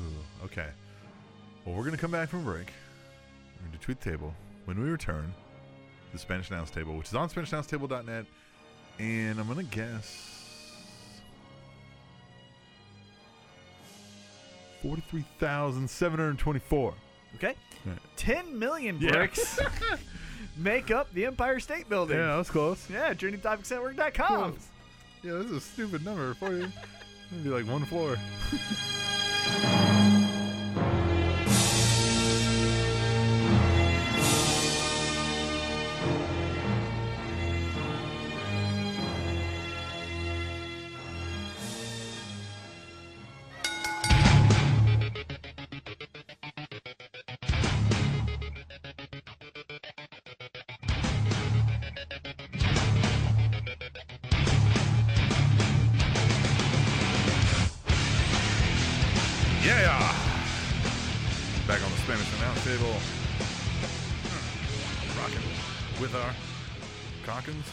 Ooh, okay. Well, we're going to come back from break. We're going to tweet the table. When we return, the Spanish Announce Table, which is on SpanishAnnounceTable.net. And I'm going to guess 43,724.
Okay?
Right.
10 million
Yeah.
bricks make up the Empire State Building.
Yeah, that was close.
Yeah, journeytopicsetwork.com.
Yeah, this is a stupid number for you. It'd be like one floor. Yeah. Back on the Spanish announce table. Hmm. Rocking with our Conkins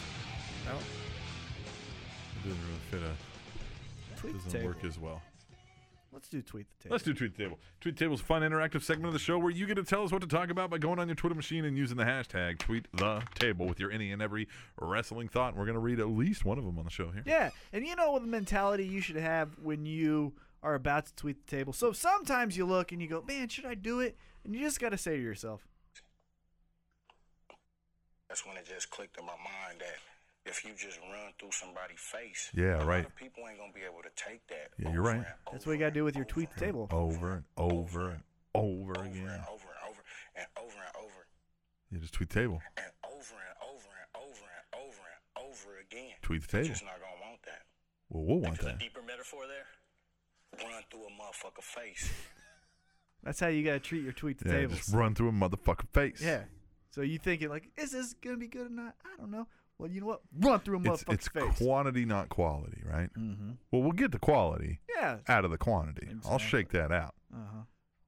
out. It doesn't really fit a
Tweet the
doesn't
table.
work as well.
Let's do tweet the table.
Let's do Tweet the Table. Tweet the Table is a fun interactive segment of the show where you get to tell us what to talk about by going on your Twitter machine and using the hashtag Tweet the Table with your any and every wrestling thought. We're gonna read at least one of them on the show here.
yeah, and you know what the mentality you should have when you are about to tweet the table. So sometimes you look and you go, "Man, should I do it?" And you just got to say to yourself,
That's when it just clicked in my mind that if you just run through somebody's face,
Yeah,
a lot
right.
of people ain't gonna be able to take that.
Yeah, you're
over
right.
and
"That's
over
what you got to
and
do with your
over
tweet
and
the table."
Over and over and over
over
again.
and over and over and over and over
Yeah, just tweet the table.
and over and over and over and over and over again.
Tweet the
You're
table.
just not gonna want that.
Well, we'll want
There's a
that.
deeper metaphor there. Run through a motherfucker face.
That's how you got to treat your tweet the
Yeah,
tables.
just run through a motherfucking face.
Yeah. So you thinking like, "Is this gonna be good or not?" I don't know. Well, you know what? Run through a
It's,
motherfucker's
it's
face. Mm-hmm.
quantity, not quality, right? Well, we'll get the quality
yeah.
Ah. out of the quantity. I'll
Exactly.
shake that out.
Uh huh.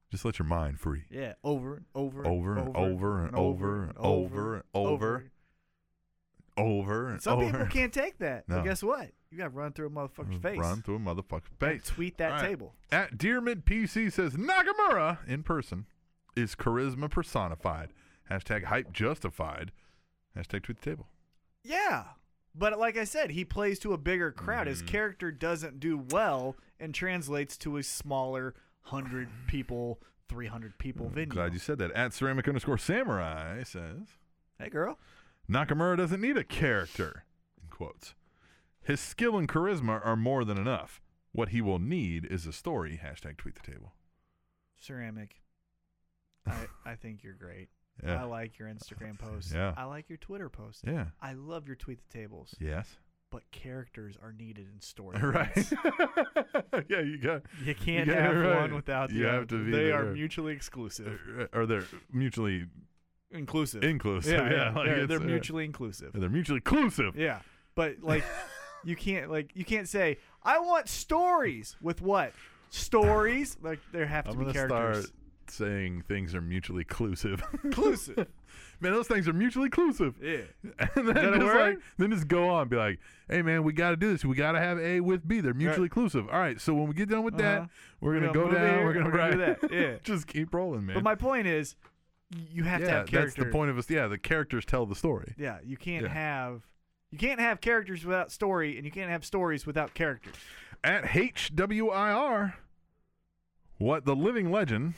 Just let your mind free.
Yeah, over and over and
Over and over and over and over and over Over and
Some
over.
people can't take that.
No.
But guess what? You got to run through a motherfucker's face.
Run through a motherfucker's face.
tweet that
All right.
table.
At Dearmid PC says Nakamura in person is charisma personified. Hashtag hype justified. Hashtag tweet the table.
Yeah. But like I said, he plays to a bigger crowd.
Mm-hmm.
His character doesn't do well and translates to a smaller 100 people, 300 people
I'm
venue.
Mm, glad you said that. At ceramic underscore samurai says
hey, girl.
Nakamura doesn't need a character. In quotes. His skill and charisma are more than enough. What he will need is a story. Hashtag tweet the table.
Ceramic. I, I think you're great.
Yeah.
I like your Instagram posts.
Yeah.
I like your Twitter posts.
yeah.
I love your tweet the tables.
Yes.
But characters are needed in story.
Right.
points.
yeah, you got.
You can't
Yeah,
have
right.
one without the
You
other.
have to be
they
the
are
other.
mutually exclusive.
Or they're mutually
Inclusive.
inclusive.
Yeah,
Yeah,
yeah,
like
they're,
it's,
they're
uh,
mutually inclusive.
They're mutually inclusive.
Yeah, but like, you can't like you can't say I want stories with what stories like there have to
I'm
be
gonna
characters.
start saying things are mutually inclusive.
Inclusive.
man, those things are mutually inclusive.
Yeah.
And then
that a
just like,
word?
then just go on, be like, "Hey, man, we got to do this. We got to have A with B. They're mutually inclusive. All right. So when we get done with
Uh-huh.
that, we're gonna,
gonna
go
move
down.
here,
we're gonna,
we're gonna do
right-
that. Yeah.
just keep rolling, man.
But my point is, you have
yeah,
to have
that's
characters.
the point of us. Yeah, the characters tell the story.
Yeah, you can't
Yeah.
have you can't have characters without story, and you can't have stories without characters.
at HWIR. What the living legend,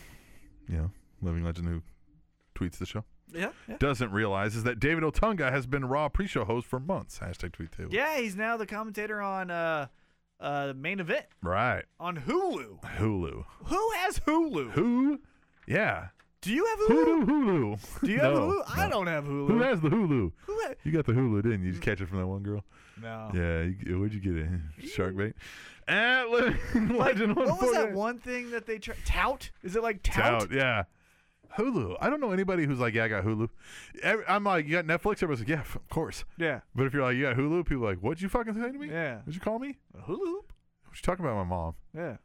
you know, living legend who tweets the show,
Yeah. Yeah.
doesn't realize is that David Otunga has been Raw pre show host for months. Hashtag tweet table.
Yeah, he's now the commentator on uh uh main event
Right.
on Hulu.
Hulu.
Who has Hulu?
Who? Yeah.
Do you have Hulu?
Hulu, Hulu.
Do you have
No,
Hulu? I
no.
don't have Hulu.
Who has the Hulu?
Who ha-
You got the Hulu, didn't you? You just catch it from that one girl.
no.
Yeah, you, where'd Oh. you get it? Shark bait. At Living
Like,
Legend
what was
148.
that one thing that they tried? Tout? Is it like tout?
Tout, yeah. Hulu. I don't know anybody who's like, yeah, I got Hulu. Every- I'm like, you got Netflix? Everybody's like, yeah, f- of course.
Yeah.
But if you're like, you got Hulu, people are like, what'd you fucking say to me?
Yeah.
What'd you call me?
Hulu.
What you talking about, my mom?
Yeah.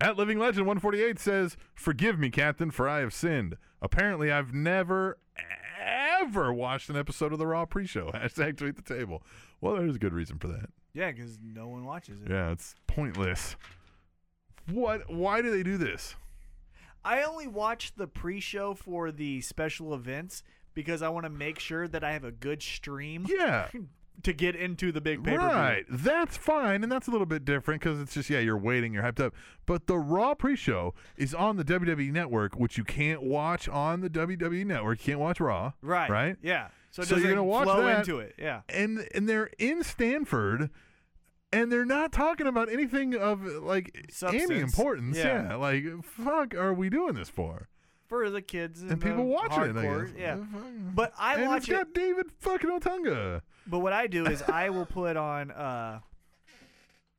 At Living Legend 148 says, forgive me, Captain, for I have sinned. Apparently, I've never, ever watched an episode of the Raw pre show. Hashtag tweet the table. Well, there's a good reason for that.
Yeah, because no one watches it.
Yeah, it's pointless. What? Why do they do this?
I only watch the pre-show for the special events because I want to make sure that I have a good stream
Yeah.
to get into the big pay-per-view.
Right. That's fine. And that's a little bit different because it's just, yeah, you're waiting, you're hyped up. But the Raw pre show is on the WWE network, which you can't watch on the WWE network. You can't watch Raw.
Right.
Right?
Yeah. So it
So you're
doesn't
gonna watch
flow
that.
into it. Yeah.
And, and they're in Stanford and they're not talking about anything of like any
Substance.
importance.
Yeah.
Like, fuck, are we doing this for?
For the kids and,
And
the
people watching
hardcore,
it. I guess.
Yeah.
Fuck.
But I
and
watch
it's
it.
got David fucking Otunga.
But what I do is I will put on uh,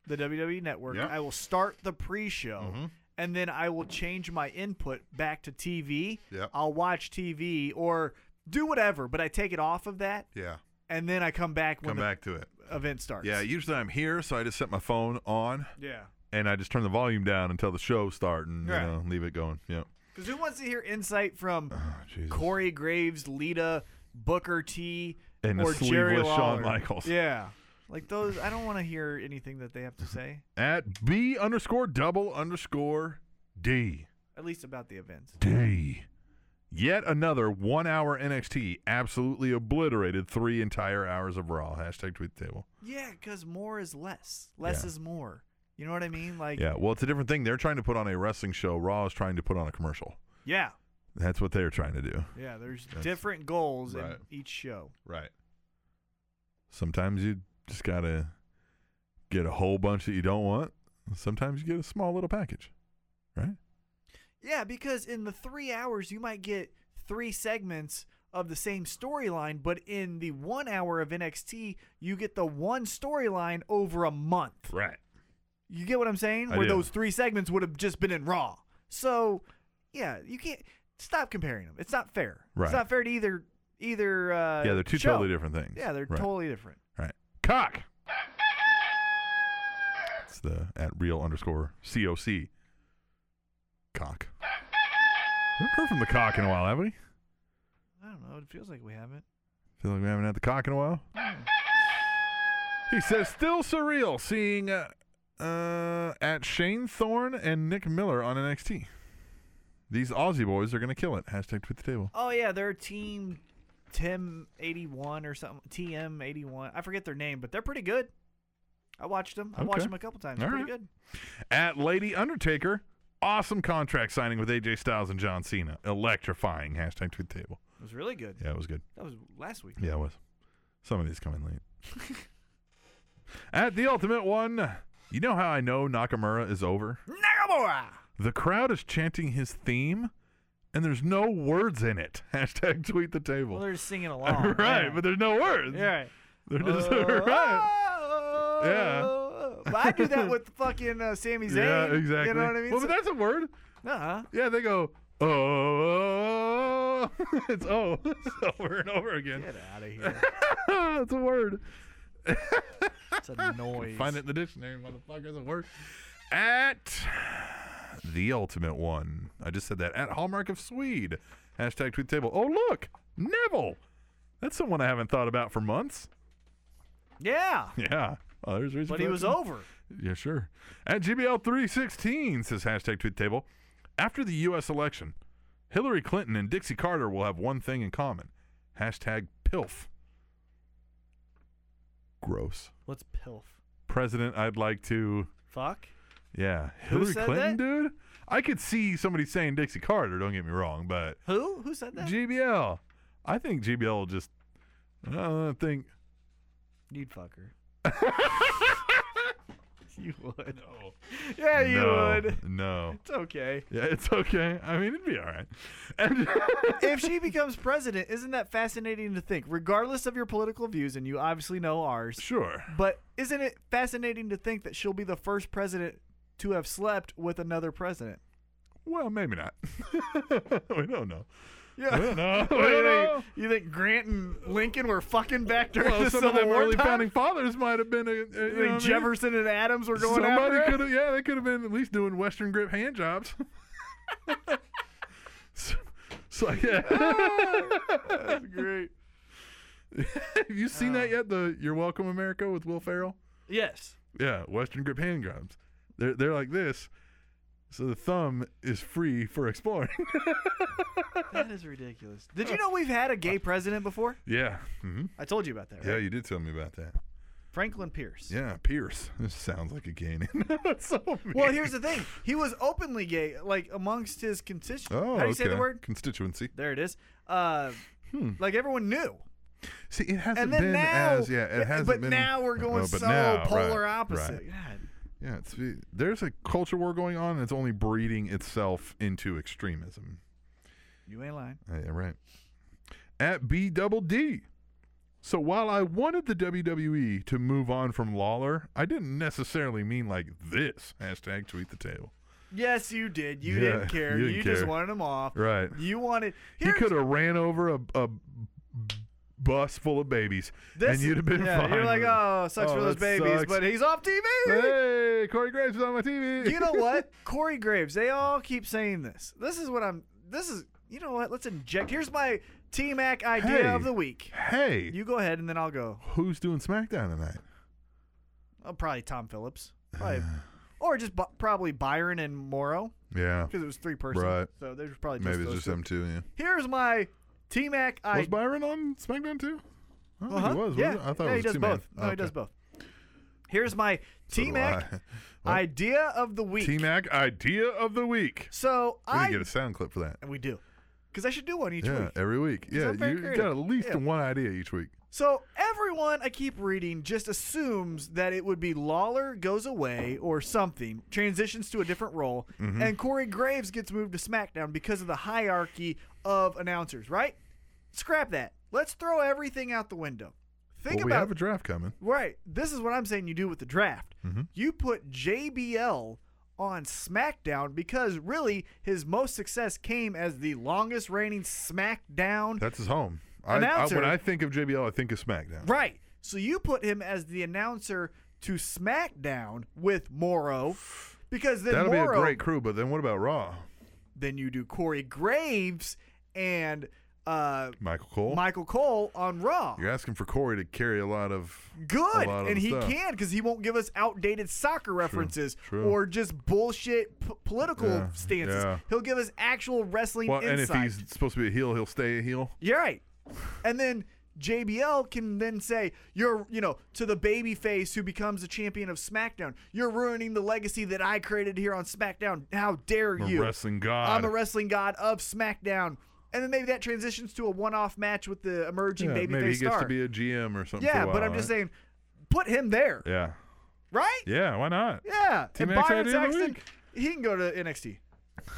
the WWE Network.
Yeah. Mm-hmm.
I will start the pre-show, and then I will change my input back to TV.
Yeah.
I'll watch TV or do whatever, but I take it off of that,
Yeah.
and then I come back when
Come
the
back to it.
event starts.
Yeah, usually I'm here, so I just set my phone on.
yeah.
and I just turn the volume down until the show's starting.
Right.
You know, leave it going. Yeah.
Because who wants to hear insight from
Oh, Jesus.
Corey Graves, Lita, Booker T,
And the
or Jerry
sleeveless Shawn
Lawler?
Michaels.
Yeah. Like those, I don't want to hear anything that they have to say,
At B underscore double underscore D.
at least about the events.
D. Yet another one hour NXT absolutely obliterated three entire hours of Raw. Hashtag tweet the table.
Yeah, because more is less. Less
Yeah.
is more. You know what I mean? Like,
Yeah. Well, it's a different thing. They're trying to put on a wrestling show. Raw is trying to put on a commercial.
yeah,
That's what they're trying to do.
yeah, There's different goals
Right.
in each show.
Right. Sometimes you just got to get a whole bunch that you don't want. Sometimes you get a small little package. Right?
Yeah, because in the three hours you might get three segments of the same storyline, but in the one hour of NXT you get the one storyline over a month.
Right.
You get what I'm saying?
I
Where
do.
those three segments would have just been in Raw. So, yeah, you can't stop comparing them. It's not fair.
Right.
It's not fair to either either. Uh,
yeah, they're two
show.
totally different things.
Yeah, they're
right.
totally different.
Right. Cock. It's the at real underscore coc Cock. We haven't heard from the cock in a while, have we?
I don't know. It feels like we haven't.
Feel like we haven't had the cock in a while. He says, still surreal seeing uh, uh, at Shane Thorne and Nick Miller on NXT. These Aussie boys are going to kill it. Hashtag tweet the table.
Oh yeah, they're Team Tim eighty one or something. TM eighty one. I forget their name, but they're pretty good. I watched them. I
Okay.
watched them a couple times.
All
They're pretty
right.
good.
At Lady Undertaker, awesome contract signing with AJ Styles and John Cena. Electrifying. Hashtag tweet the table.
It was really good.
Yeah, it was good.
That was last week.
Yeah, it was. Some of these come in late. At the ultimate one, you know how I know Nakamura is over?
Nakamura.
The crowd is chanting his theme, and there's no words in it. Hashtag tweet the
Well,
table.
they're just singing along.
right,
yeah.
but there's no words.
yeah. Right.
They're just right.
Oh,
Yeah.
But I do that with fucking uh, Sami Zayn.
Yeah, exactly.
You know what I mean?
Well, but that's a word.
uh
Yeah, they go, oh, it's oh, over and over again.
Get out of here.
it's a word.
It's a noise.
Find it in the dictionary, motherfucker. It's a word. At the ultimate one. I just said that. At Hallmark of Swede. Hashtag tweet table. Oh, look. Neville. That's someone I haven't thought about for months.
Yeah.
Yeah. Well, there's a reason
But
for
he
that
was
too.
over.
Yeah, sure. At GBL316 says hashtag tweet table. After the U.S. election, Hillary Clinton and Dixie Carter will have one thing in common hashtag PILF. Gross.
What's pilf?
President, I'd like to.
Fuck.
Yeah.
Who
Hillary
said
Clinton,
that?
dude? I could see somebody saying Dixie Carter, don't get me wrong, but
Who? Who said that?
GBL. I think GBL will just. I don't think.
You'd fuck her. you would. Yeah, you
no,
would.
No.
It's okay.
Yeah, it's okay. I mean, it'd be all right. And-
If she becomes president, isn't that fascinating to think? Regardless of your political views, and you obviously know ours,
Sure.
but isn't it fascinating to think that she'll be the first president to have slept with another president?
Well, maybe not. we don't know.
Yeah.
We don't know. We
What do you
don't know.
think? You think Grant and Lincoln were fucking back during
Well,
the
some
Civil
of them
War
early
time?
founding fathers might have been a, a you know
You
what I
think
mean?
Jefferson and Adams were going
Somebody
after
could
it?
have, yeah, they could have been at least doing Western grip hand jobs. so, so, yeah, Ah, that's great. Ah. have you seen that yet? The "You're Welcome, America" with Will Ferrell.
Yes.
Yeah, Western grip hand jobs. They're they're like this. So the thumb is free for exploring.
That is ridiculous. Did you know we've had a gay president before?
yeah. hmm
I told you about that, right?
Yeah, you did tell me about that.
Franklin Pierce.
Yeah, Pierce. This sounds like a gay name. That's so mean.
Well, here's the thing. He was openly gay, like amongst his constituents.
oh,
How do you say the
okay.
word?
constituency.
There it is. Uh, Like everyone knew.
See, it hasn't
And then
been
now,
as yeah, it hasn't
but
been.
now we're going
Oh, but
so
now, right,
polar
right.
opposite. God.
Yeah, it's there's a culture war going on, and it's only breeding itself into extremism.
You ain't lying.
Uh, Yeah, right. At B double D. So while I wanted the WWE to move on from Lawler, I didn't necessarily mean like this. Hashtag tweet the table.
Yes, you did. You
Yeah,
didn't care.
you
You,
didn't
just
care.
wanted him off.
Right.
You wanted.
he
here's-
could have ran over a, a bus full of babies,
this-
and you'd have been
yeah,
fine.
You're like,
with it.
oh, sucks for
Oh,
those
that
babies,
sucks.
but he's off TV.
hey, Corey Graves is on my TV.
you know what? Corey Graves, they all keep saying this. This is what I'm. This is. You know what? Let's inject. Here's my T Mac idea
Hey.
of the week.
hey,
You go ahead and then I'll go.
who's doing SmackDown tonight?
Oh, probably Tom Phillips. Probably, or just bu- probably Byron and Morrow
Yeah,
because it was three person.
Right.
So there's probably just
maybe it's
those
just
two.
them two. Yeah.
Here's my T Mac idea.
was Byron on SmackDown too? I don't
Uh-huh.
think he was. was
yeah.
he? I thought
yeah,
it was
he does
two-man.
both. No,
Okay.
he does both. Here's my
So do
T Mac
I. Well,
idea of the week.
T-Mac idea of the week.
So
We need
I
to get a sound clip for that.
and we do because I should do one each
yeah,
week.
every week. Yeah,
I'm very
you got
creative.
at least
Yeah.
one idea each week.
So everyone I keep reading just assumes that it would be Lawler goes away or something, transitions to a different role,
Mm-hmm.
and Corey Graves gets moved to SmackDown because of the hierarchy of announcers, right? Scrap that. Let's throw everything out the window. Think
well, we
about
have a draft coming.
Right. This is what I'm saying you do with the draft.
Mm-hmm.
You put JBL on SmackDown because really his most success came as the longest reigning SmackDown
That's his home. I, I,
Announcer.
when I think of JBL, I think of SmackDown.
Right. So you put him as the announcer to SmackDown with Morrow because then
That'll
Morrow
be a great crew, but then what about Raw?
Then you do Corey Graves and uh,
Michael Cole.
Michael Cole on Raw.
You're asking for Corey to carry a lot of
Good,
a lot of
and
the
he
stuff.
can because he won't give us outdated soccer references
true.
or just bullshit p- political
Yeah,
stances.
yeah.
He'll give us actual wrestling
Well, and
insight.
if he's supposed to be a heel, he'll stay a heel.
You're right. And then JBL can then say, you're, you know, to the baby face who becomes the champion of SmackDown, you're ruining the legacy that I created here on SmackDown. How dare
I'm a
you?
wrestling god.
I'm a wrestling god of SmackDown. And then maybe that transitions to a one off match with the emerging
Yeah,
babyface
maybe he gets
star.
to be a GM or something. for
yeah,
a
but
while,
I'm just
right?
saying, put him there,
Yeah,
right?
yeah. Why not?
Yeah.
Team
and
NXT
Byron
idea of the
Saxton,
week.
he can go to NXT.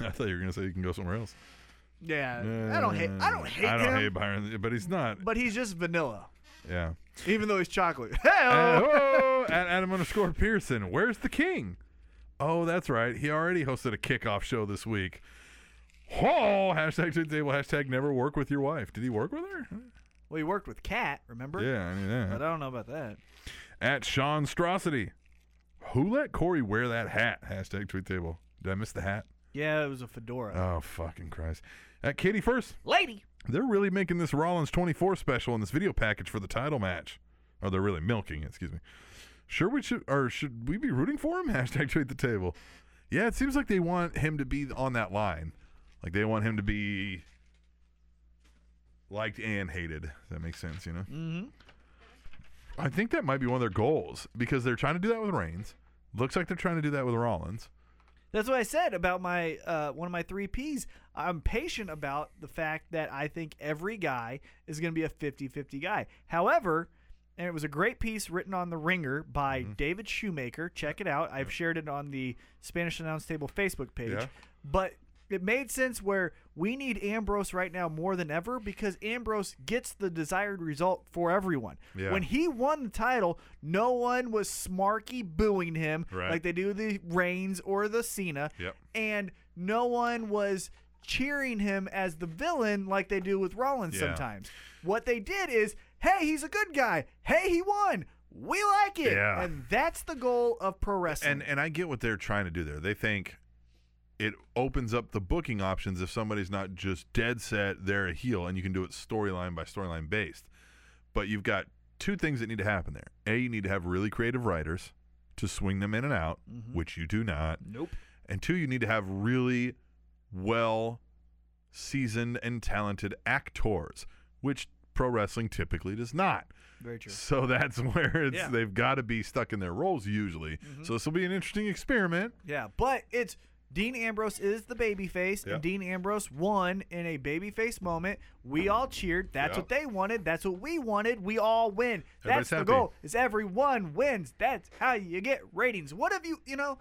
I thought you were gonna say you can go somewhere else. Uh,
Yeah. I don't hate I don't hate
I don't
him.
hate Byron, but he's not.
but he's just vanilla.
Yeah.
Even though he's chocolate.
Uh,
Hey-oh.
oh, at Adam underscore Pearson, where's the king? Oh, that's right. He already hosted a kickoff show this week. Oh, hashtag Tweet table, hashtag never work with your wife. Did he work with her?
Well, he worked with Cat, remember?
Yeah, I knew that.
But I don't know about that.
At Sean Strosity, who let Corey wear that hat? Hashtag tweet table. Did I miss the hat?
Yeah, it was a fedora.
Oh, fucking Christ. At Katie First,
Lady.
they're really making this Rollins 24 special in this video package for the title match. Oh, they're really milking it, excuse me. Sure, we should, or should we be rooting for him? Hashtag tweet the table. Yeah, it seems like they want him to be on that line. Like they want him to be liked and hated. If that makes sense, you know? Mm-hmm. I think that might be one of their goals because they're trying to do that with Reigns. Looks like they're trying to do that with Rollins.
That's what I said about my uh, one of my three P's. I'm patient about the fact that I think every guy is going to be a 50 50 guy. However, and it was a great piece written on The Ringer by
Mm-hmm.
David Shoemaker. Check it out. I've shared it on the Spanish Announce Table Facebook page.
Yeah.
But it made sense where we need Ambrose right now more than ever because Ambrose gets the desired result for everyone.
Yeah.
When he won the title, no one was smarky booing him
Right.
like they do the Reigns or the Cena.
Yep.
And no one was cheering him as the villain like they do with Rollins
Yeah.
sometimes. What they did is, hey, he's a good guy. Hey, he won. We like it.
Yeah.
And that's the goal of pro wrestling.
and and I get what they're trying to do there. They think it opens up the booking options if somebody's not just dead set they're a heel, and you can do it storyline by storyline based. But you've got two things that need to happen there. A, you need to have really creative writers to swing them in and out, which you do not.
nope.
And two, you need to have really well seasoned and talented actors, which pro wrestling typically does not.
Very true.
So that's where it's
Yeah. Mm-hmm.
they've got to be stuck in their roles usually. So this will be an interesting experiment.
Yeah, but it's Dean Ambrose is the babyface,
Yeah.
and Dean Ambrose won in a babyface moment. We all cheered. That's
Yeah.
what they wanted. That's what we wanted. We all win.
Everybody's
That's the
happy.
goal. Is everyone wins. That's how you get ratings. What if you, you know,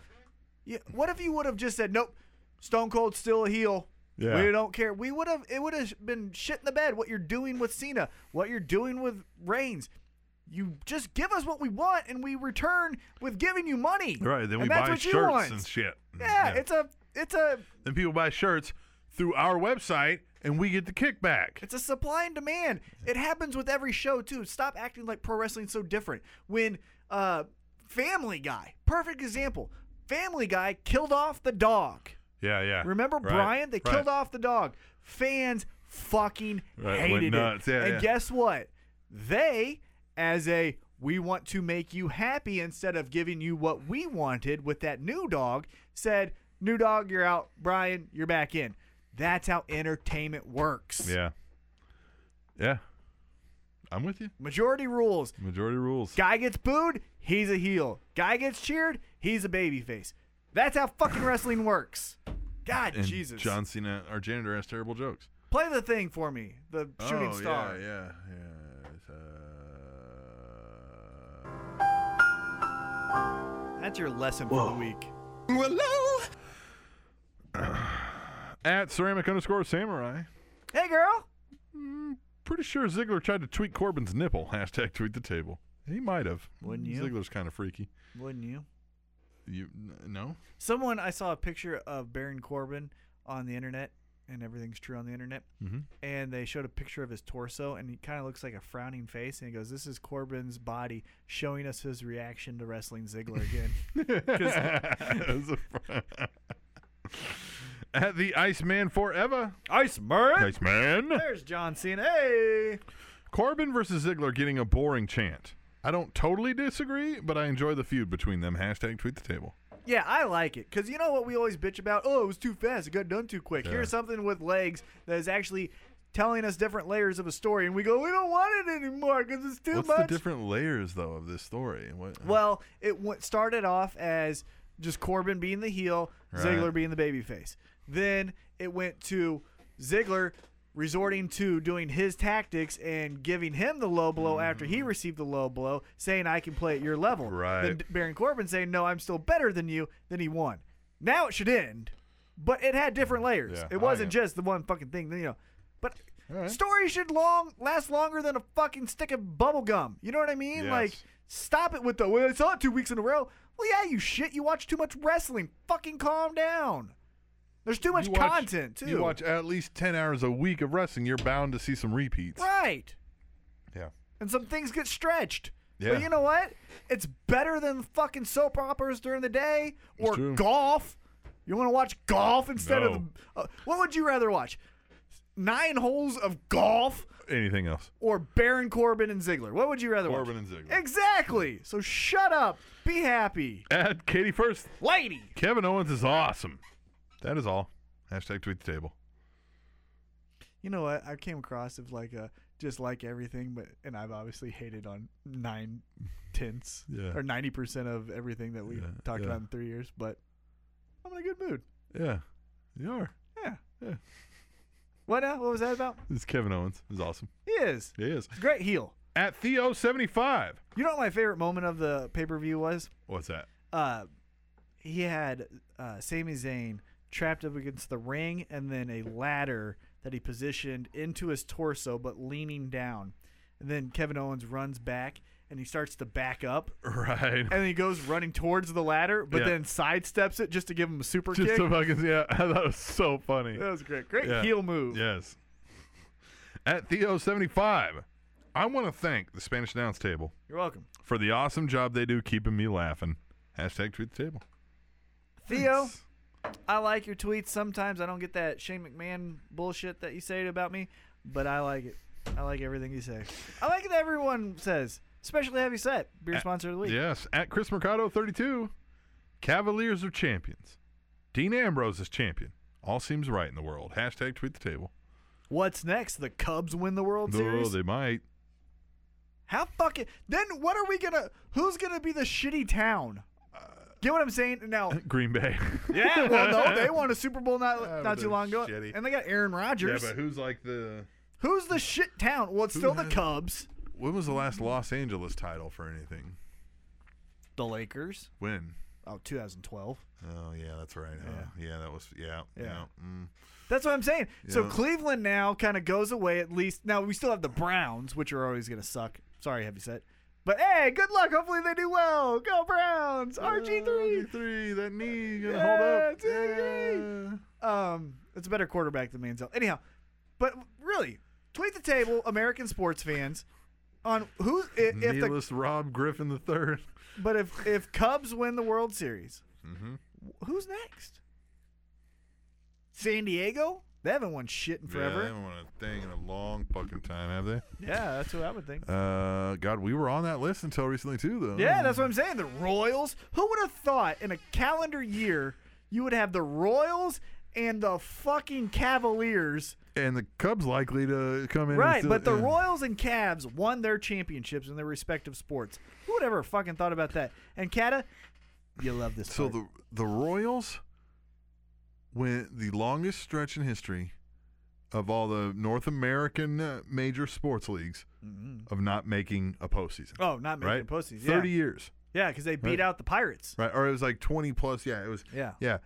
you, what if you would have just said, nope, Stone Cold's still a heel.
Yeah.
We don't care. We would have. It would have been shit in the bed. What you're doing with Cena. What you're doing with Reigns. You just give us what we want, and we return with giving you money.
Right. Then we
And that's
buy
what you
shirts
want.
and shit. Mm,
Yeah, it's a it's a
then people buy shirts through our website and we get the kickback.
it's a supply and demand. It happens with every show too. Stop acting like pro wrestling's so different. When uh Family Guy, perfect example. Family Guy killed off the dog.
Yeah, yeah.
Remember
Right,
Brian? They
right.
killed off the dog. Fans fucking
Right, went
hated
nuts.
it.
Yeah,
and
yeah.
guess what? They, as a we want to make you happy instead of giving you what we wanted with that new dog, said, New dog, you're out. Brian, you're back in. That's how entertainment works.
Yeah. Yeah. I'm with you.
Majority rules.
Majority rules.
Guy gets booed, he's a heel. Guy gets cheered, he's a babyface. That's how fucking wrestling works. God,
and
Jesus.
John Cena, our janitor, has terrible jokes.
Play the thing for me. The shooting
oh,
star.
Yeah, yeah, yeah. It's, uh,
That's your lesson for the week.
At ceramic underscore samurai.
Hey, girl.
Pretty sure Ziggler tried to tweak Corbin's nipple. Hashtag tweet the table. He might have.
Wouldn't you?
Ziggler's kind of freaky.
Wouldn't you?
You n- no?
Someone I saw a picture of Baron Corbin on the internet, and everything's true on the internet. Mm-hmm. And they showed a picture of his torso, and he kind of looks like a frowning face. And he goes, "This is Corbin's body showing us his reaction to wrestling Ziggler again."
It was a fr- At the Iceman Forever.
Ice Murray.
Iceman.
There's John Cena. Hey.
Corbin versus Ziggler getting a boring chant. I don't totally disagree, but I enjoy the feud between them. Hashtag tweet the table.
Yeah, I like it because you know what we always bitch about. Oh, it was too fast. It got done too quick. Here's something with legs that is actually telling us different layers of a story, and we go, we don't want it anymore because it's too
What's
much.
the different layers though of this story? What, uh,
Well, it w- started off as just Corbin being the heel, Ziggler
Right.
being the babyface. Then it went to Ziggler resorting to doing his tactics and giving him the low blow after he received the low blow, saying, I can play at your level. Then
Mm-hmm. Right.
Baron Corbin saying, No, I'm still better than you. Then he won. Now it should end, but it had different layers.
Mm-hmm. Yeah, I
it wasn't
get
just the one fucking thing, you know. But
right.
story should long last longer than a fucking stick of bubble gum. You know what I mean?
Yes.
Like Stop it with the well, it's not two weeks in a row. Well, yeah, you shit. You watch too much wrestling. Fucking calm down. There's too much
You watch-
content too.
You watch at least ten hours a week of wrestling. You're bound to see some repeats.
right,
Yeah.
and some things get stretched.
Yeah.
But you know what? It's better than fucking soap operas during the day or
true.
golf. You want to watch golf instead of
No.
uh, what would you rather watch? Nine holes of golf
Anything else?
or Baron Corbin and Ziggler? What would you rather watch?
Corbin and Ziggler.
Exactly. So shut up. Be happy,
At Katie first.
lady.
Kevin Owens is awesome. That is all. Hashtag tweet the table.
You know what? I came across of like a just like everything, but and I've obviously hated on nine tenths
Yeah.
or ninety percent of everything that we
Yeah,
talked
yeah.
about in three years. But I'm in a good mood.
Yeah, you are.
Yeah.
Yeah.
What now? What was that about?
It's Kevin Owens. It's awesome.
He is
He is.
great heel.
At Theo seventy five.
You know what my favorite moment of the pay per view was?
What's that?
Uh, he had uh, Sami Zayn trapped up against the ring and then a ladder that he positioned into his torso but leaning down. And then Kevin Owens runs back and he starts to back up
Right.
and he goes running towards the ladder but
Yeah.
then sidesteps it just to give him a super
Just
kick.
so fucking yeah. I thought it was so funny.
that was great. Great
Yeah.
heel move.
Yes. At Theo75, I want to thank the Spanish Announce Table
You're welcome.
for the awesome job they do keeping me laughing. Hashtag tweet the table.
Theo, I like your tweets. Sometimes I don't get that Shane McMahon bullshit that you say about me, but I like it. I like everything you say. I like it that everyone says, especially Heavy Set, beer sponsor of the week.
Yes. At Chris Mercado 32, Cavaliers are champions. Dean Ambrose is champion. All seems right in the world. Hashtag tweet the table.
What's next? The Cubs win the World
Though
Series?
they might.
How fucking. Then what are we gonna. Who's gonna be the shitty town? Get what I'm saying? Now.
Green Bay.
Yeah, well, no, they won a Super Bowl
Ah,
not, not
but
too long ago.
they're shitty.
And they got Aaron Rodgers.
who's like the.
Who's the shit town? Well, it's
Who
still the
has-
Cubs.
When was the last Los Angeles title for anything?
The Lakers.
When?
Oh, 2012.
Oh, yeah, that's right. huh? Yeah, that was. Yeah. Yeah. mm.
That's what I'm saying. So
Yeah.
Cleveland now kind of goes away at least. Now we still have the Browns, which are always going to suck. Sorry, heavy set. But hey, good luck. Hopefully they do well. Go Browns. RG3.
three. That knee gonna
Yeah,
hold up.
it's okay. Um, it's a better quarterback than Manziel. Anyhow, but really, tweet the table, American sports fans, on who i- if
Yeah.
the
Needless Rob Griffin the third.
but if if Cubs win the World Series,
Mm-hmm.
wh- who's next? San Diego. They haven't won shit in
Yeah, they
forever.
haven't won a thing in a long fucking time, have they?
yeah that's what I would think.
Uh, God, we were on that list until recently too, though.
Yeah, that's what I'm saying. The Royals. Who would have thought in a calendar year you would have the Royals and the fucking Cavaliers?
And the Cubs likely to come in. and
Right,
still-
but the
yeah.
Royals and Cavs won their championships in their respective sports. Who would ever fucking thought about that? And Kata, you love this.
So
part.
the the Royals went the longest stretch in history of all the North American uh, major sports leagues of not making a postseason.
Mm-hmm. oh, not making
right,
postseason. Yeah,
Thirty years.
yeah, because they beat
Right.
out the Pirates.
right? Or it was like 20 plus. Yeah, it was.
Yeah.
Yeah.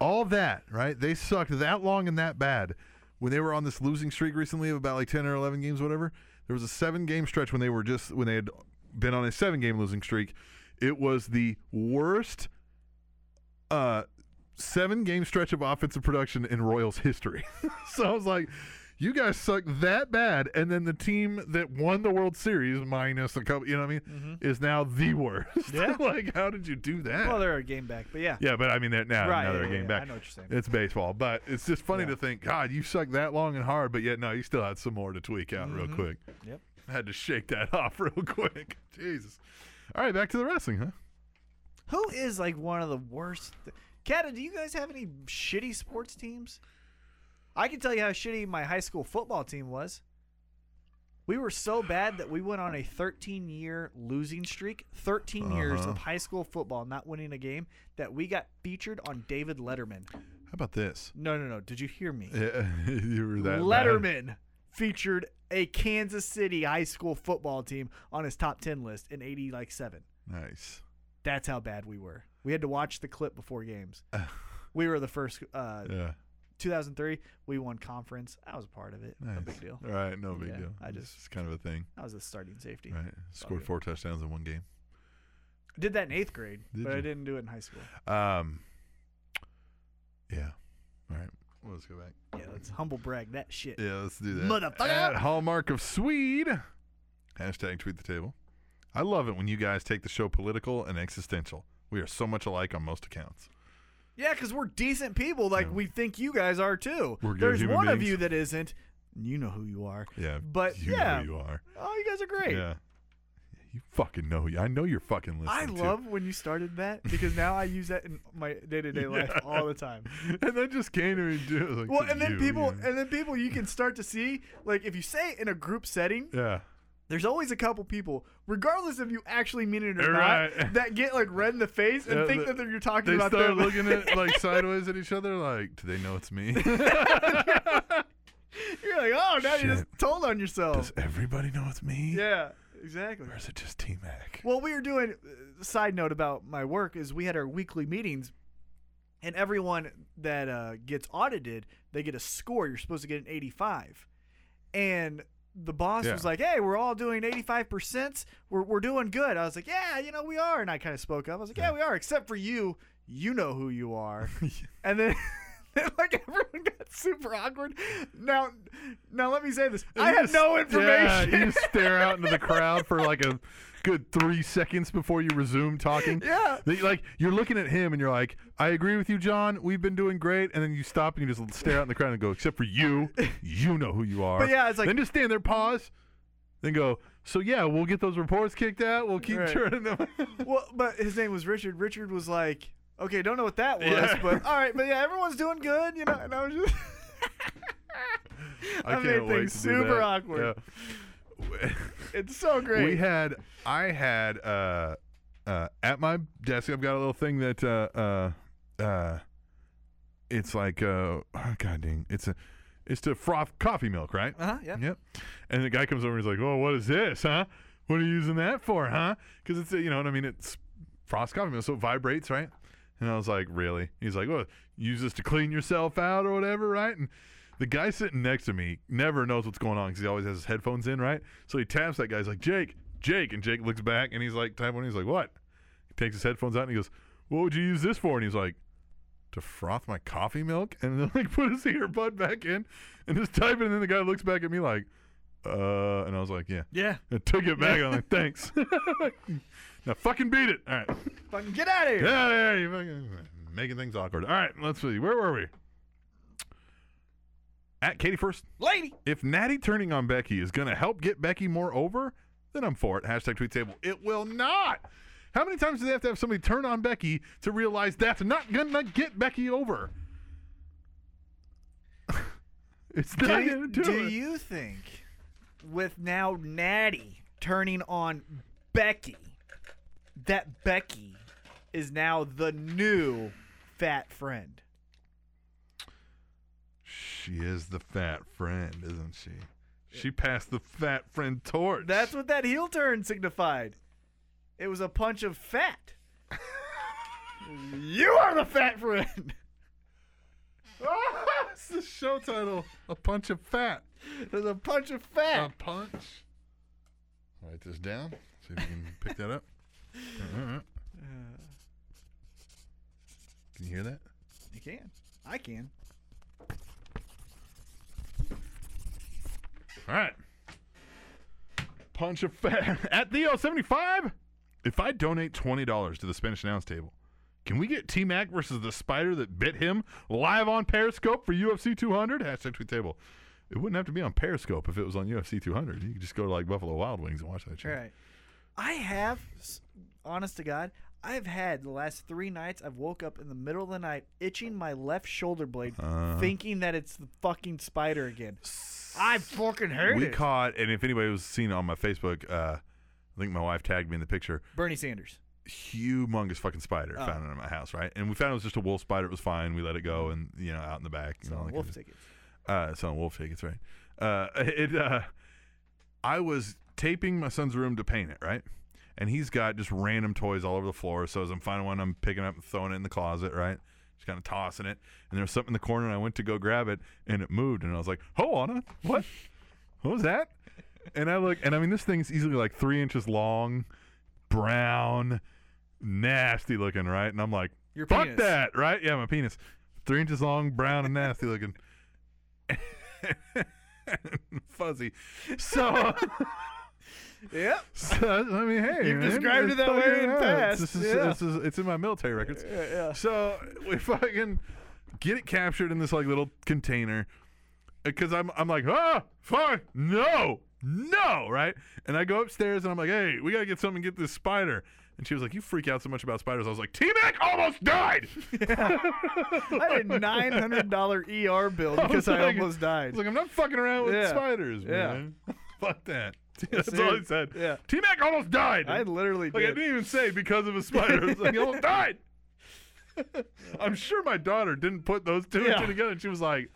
All that, right? They sucked that long and that bad. When they were on this losing streak recently of about like 10 or 11 games, whatever, there was a seven game stretch when they were just, when they had been on a seven game losing streak. It was the worst uh, seven game stretch of offensive production in Royals history. so I was like, you guys suck that bad, and then the team that won the World Series minus a couple, you know what I mean, is now the worst.
Mm-hmm. Yeah.
like how did you do that?
Well, they're a game back, but yeah.
yeah, but I mean they're now,
Right,
now
yeah,
they're
yeah,
getting
yeah,
back.
I know what you're saying.
It's baseball, but it's just funny
Yeah.
to think, God, you sucked that long and hard, but yet no, you still had some more to tweak out real quick.
Mm-hmm. Yep.
I had to shake that off real quick. Jesus. All right, back to the wrestling, huh?
Who is like one of the worst? Th- Kata, do you guys have any shitty sports teams? I can tell you how shitty my high school football team was. We were so bad that we went on a 13 year losing streak, 13 years
Uh-huh.
of high school football not winning a game, that we got featured on David Letterman.
How about this?
No, no, no. Did you hear me?
Yeah, you were that bad.
Letterman featured a Kansas City high school football team on his top 10 list in 80 like 7.
Nice.
That's how bad we were. We had to watch the clip before games. we were the first uh,
Yeah.
2003. We won conference. I was a part of it.
Nice.
No big deal.
All right, no big
Yeah,
deal.
I
It's
just-
it's kind of a thing.
I was a starting safety.
Right. Scored
good.
four touchdowns in one game.
I did that in eighth grade,
Did
but I
you?
didn't do it in high school.
Um Yeah. All right. Well, let's go back.
Yeah, let's humble brag that shit.
Yeah, let's do that.
Motherfucker.
At Hallmark of Swede. Hashtag tweet the table. I love it when you guys take the show political and existential. We are so much alike on most accounts.
Yeah, because we're decent people, like we think you guys are too.
We're good
There's
human
one of
beings.
you that isn't. You know who you are.
Yeah.
but
you know
yeah,
who you are.
oh, you guys are great.
Yeah. You fucking know. who you- I know you're fucking listening.
I
too.
love when you started that because now I use that in my day to day life all the time.
and that just came to me. Too. Like,
Well, and then
you,
people,
you.
and then people, you can start to see, like, if you say it in a group setting,
yeah.
there's always a couple people, regardless if you actually mean it or
Right.
not, that get like red in the face and
Yeah,
think
the-
that you're talking
They
about
start
them.
looking at like sideways at each other. Like, do they know it's me?
you're like, oh, now you just
Shit.
told on yourself.
Does everybody know it's me?
yeah, exactly.
Or is it just T Mac?
Well, we were doing. uh, Side note about my work is we had our weekly meetings, and everyone that uh, gets audited, they get a score. You're supposed to get an 85, and the boss
Yeah.
was like, "Hey, we're all doing 85 percent. We're we're doing good." I was like, "Yeah, you know we are," and I kind of spoke up. I was like, "Yeah, we are, except for you. You know who you are," and then. then, Like everyone got super awkward. Now, now let me say this: I
You
had
just-
no
yeah,
information.
you just stare out into the crowd for like a good three seconds before you resume talking.
Yeah.
They- like you're looking at him and you're like, "I agree with you, John. We've been doing great." And then you stop and you just stare out in the crowd and go, "Except for you, you know who you are."
But yeah, it's like-
then just stand there, pause, then go. So yeah, we'll get those reports kicked out. We'll keep
Right.
turning them.
Well, but his name was Richard. Richard was like, okay, don't know what that was,
Yeah.
but all right, but yeah, everyone's doing good, you know. And I was just,
I,
I
can't
made
wait
things
to do
super
that.
awkward.
Yeah.
it's so great.
We had, I had, uh, uh, at my desk, I've got a little thing that, uh, uh, uh, it's like, uh, oh, god dang, it's a, it's to froth coffee milk, right?
uh-huh, yeah.
Yep. And the guy comes over and he's like, "Oh, what is this, huh? What are you using that for, huh? Because it's a- you know what I mean. It's frost coffee milk, so it vibrates, right?" And I was like, "Really?" He's like, "Well, use this to clean yourself out or whatever, right?" And the guy sitting next to me never knows what's going on because he always has his headphones in, right? So he taps that guy. He's like, "Jake, Jake," and Jake looks back and he's like, "Type one." He's like, "What?" He takes his headphones out and he goes, "What would you use this for?" And he's like, to froth my coffee milk and then like put his earbud back in and just type it and then the guy looks back at me like uh and i was like yeah
Yeah.
I took it back i'm like thanks now fucking beat it all right
Fucking get out of here.
yeah yeah you fucking making things awkward all right let's see where were we at katie first
Lady.
if natty turning on becky is gonna help get becky more over then i'm for it hashtag tweet table it will not how many times do they have to have somebody turn on becky to realize that's not gonna get becky over it's not
Do
gonna
you,
do,
do
it.
you think, with now Natty turning on Becky, that Becky is now the new fat friend?
she is the fat friend isn't she she passed the fat friend torch
That's what that heel turn signified. It was a punch of fat. you are the fat friend.
that's the show title a punch of fat
It was a punch of
a
fat.
Uh, punch write this down see if you can pick that up All right. can you hear that
You can. I can.
All right. Punch a fat at Theo seventy five. If I donate twenty dollars to the Spanish announce table, can we get T Mac versus the spider that bit him live on Periscope for UFC two hundred? Hashtag tweet table. It wouldn't have to be on Periscope if it was on UFC two hundred. You could just go to like Buffalo Wild Wings and watch that shit.
All right. I have, s- honest to God, I've had the last three nights. I've woke up in the middle of the night itching my left shoulder blade,
Uh-huh.
thinking that it's the fucking spider again. I fucking heard
We
it.
caught, and if anybody was seen on my Facebook, uh, I think my wife tagged me in the picture.
Bernie Sanders.
humongous fucking spider found it in my house, right? And we found it was just a wolf spider. It was fine. We let it go, and you know, out in the back, you know,
Selling
like
wolf
it-
tickets.
Uh, selling wolf tickets, right? Uh, it. Uh, I was taping my son's room to paint it, right? And he's got just random toys all over the floor. So as I'm finding one, I'm picking up and throwing it in the closet, right? Just kind of tossing it. And there was something in the corner, and I went to go grab it, and it moved, and I was like, "Hold on, what? what was that?" And I look, and I mean, this thing's easily like three inches long, brown, nasty looking, right? And I'm like,
Your
"Fuck
penis.
that, right? Yeah, my penis, three inches long, brown, and nasty looking." fuzzy. So,
Yep.
so, I mean, hey,
You've
man,
described
it's
it that way
fucking-
in
yeah,
past,
This is,
yeah.
this is, it's in my military records.
yeah.
So we fucking get it captured in this like little container because I'm I'm like ah fuck no no right, and I go upstairs and I'm like hey we gotta get something to get this spider. And she was like, "You freak out so much about spiders." I was like, "T-Mac almost died."
I had a nine hundred dollar ER bill because I,
like-
almost
I
died.
was like, I'm not fucking around with
Yeah.
spiders,
Yeah.
man. Fuck that. That's all he
dude.
said.
Yeah.
T Mac almost died.
I literally
like I
did.
didn't even say because of a spider. I was like, he almost died. I'm sure my daughter didn't put those two and
Yeah.
two together. And she was like,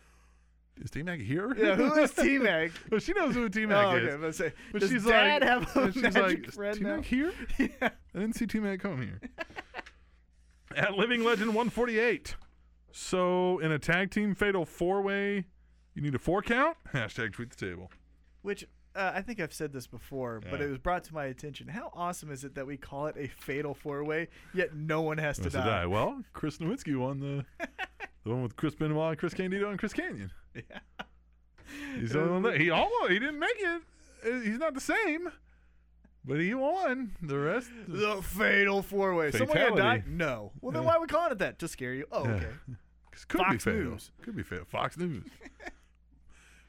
Is T Mac here?
yeah, who is T Mac?
Well, she knows who T Mac
Oh,
is.
okay. Let's say,
But
does
she's
Dad
like,
have a
and she's
magic
like,
friend
T Mac
now?
here? I didn't see T Mac come here. At Living Legend 148. So in a tag team fatal four way, you need a four count? Hashtag tweet the table.
Which uh, I think I've said this before, but
Yeah.
it was brought to my attention. How awesome is it that we call it a fatal four way, yet no one has to
Wants to
die?
die. Well, Chris Nowitzki won the the one with Chris Benoit, Chris Candido, and Chris Canyon. Yeah. He's the only one that he almost he didn't make it. Uh, He's not the same. But he won. The rest
The fatal four way. Someone gonna die?
Fatality.
No. Well, then why are we calling it that? To scare you? Oh, okay.
could be
Fox
fatal.
News.
Could be fatal. Fox News.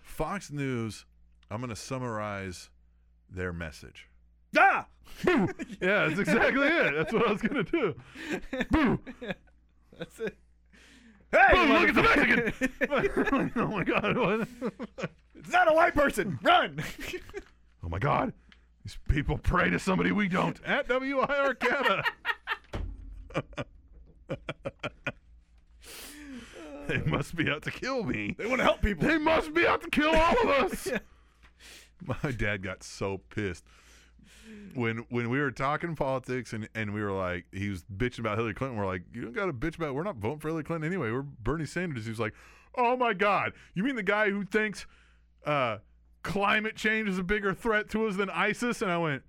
Fox News. I'm going to summarize their message.
Ah!
Yeah, that's exactly it. That's what I was gonna do. Boo!
That's it. Hey,
Boo! Look at the
motherfucker,
Mexican! oh my god! what-
it's not a white person. Run!
Oh my god! These people pray to somebody we don't. At WIR Canada. they must be out to kill me.
they want to help people.
They must be out to kill all of us. My dad got so pissed when when we were talking politics and, and we were like he was bitching about Hillary Clinton. We're like, you don't got to bitch about. We're not voting for Hillary Clinton anyway. We're Bernie Sanders. He was like, oh my god, you mean the guy who thinks uh, climate change is a bigger threat to us than ISIS? And I went.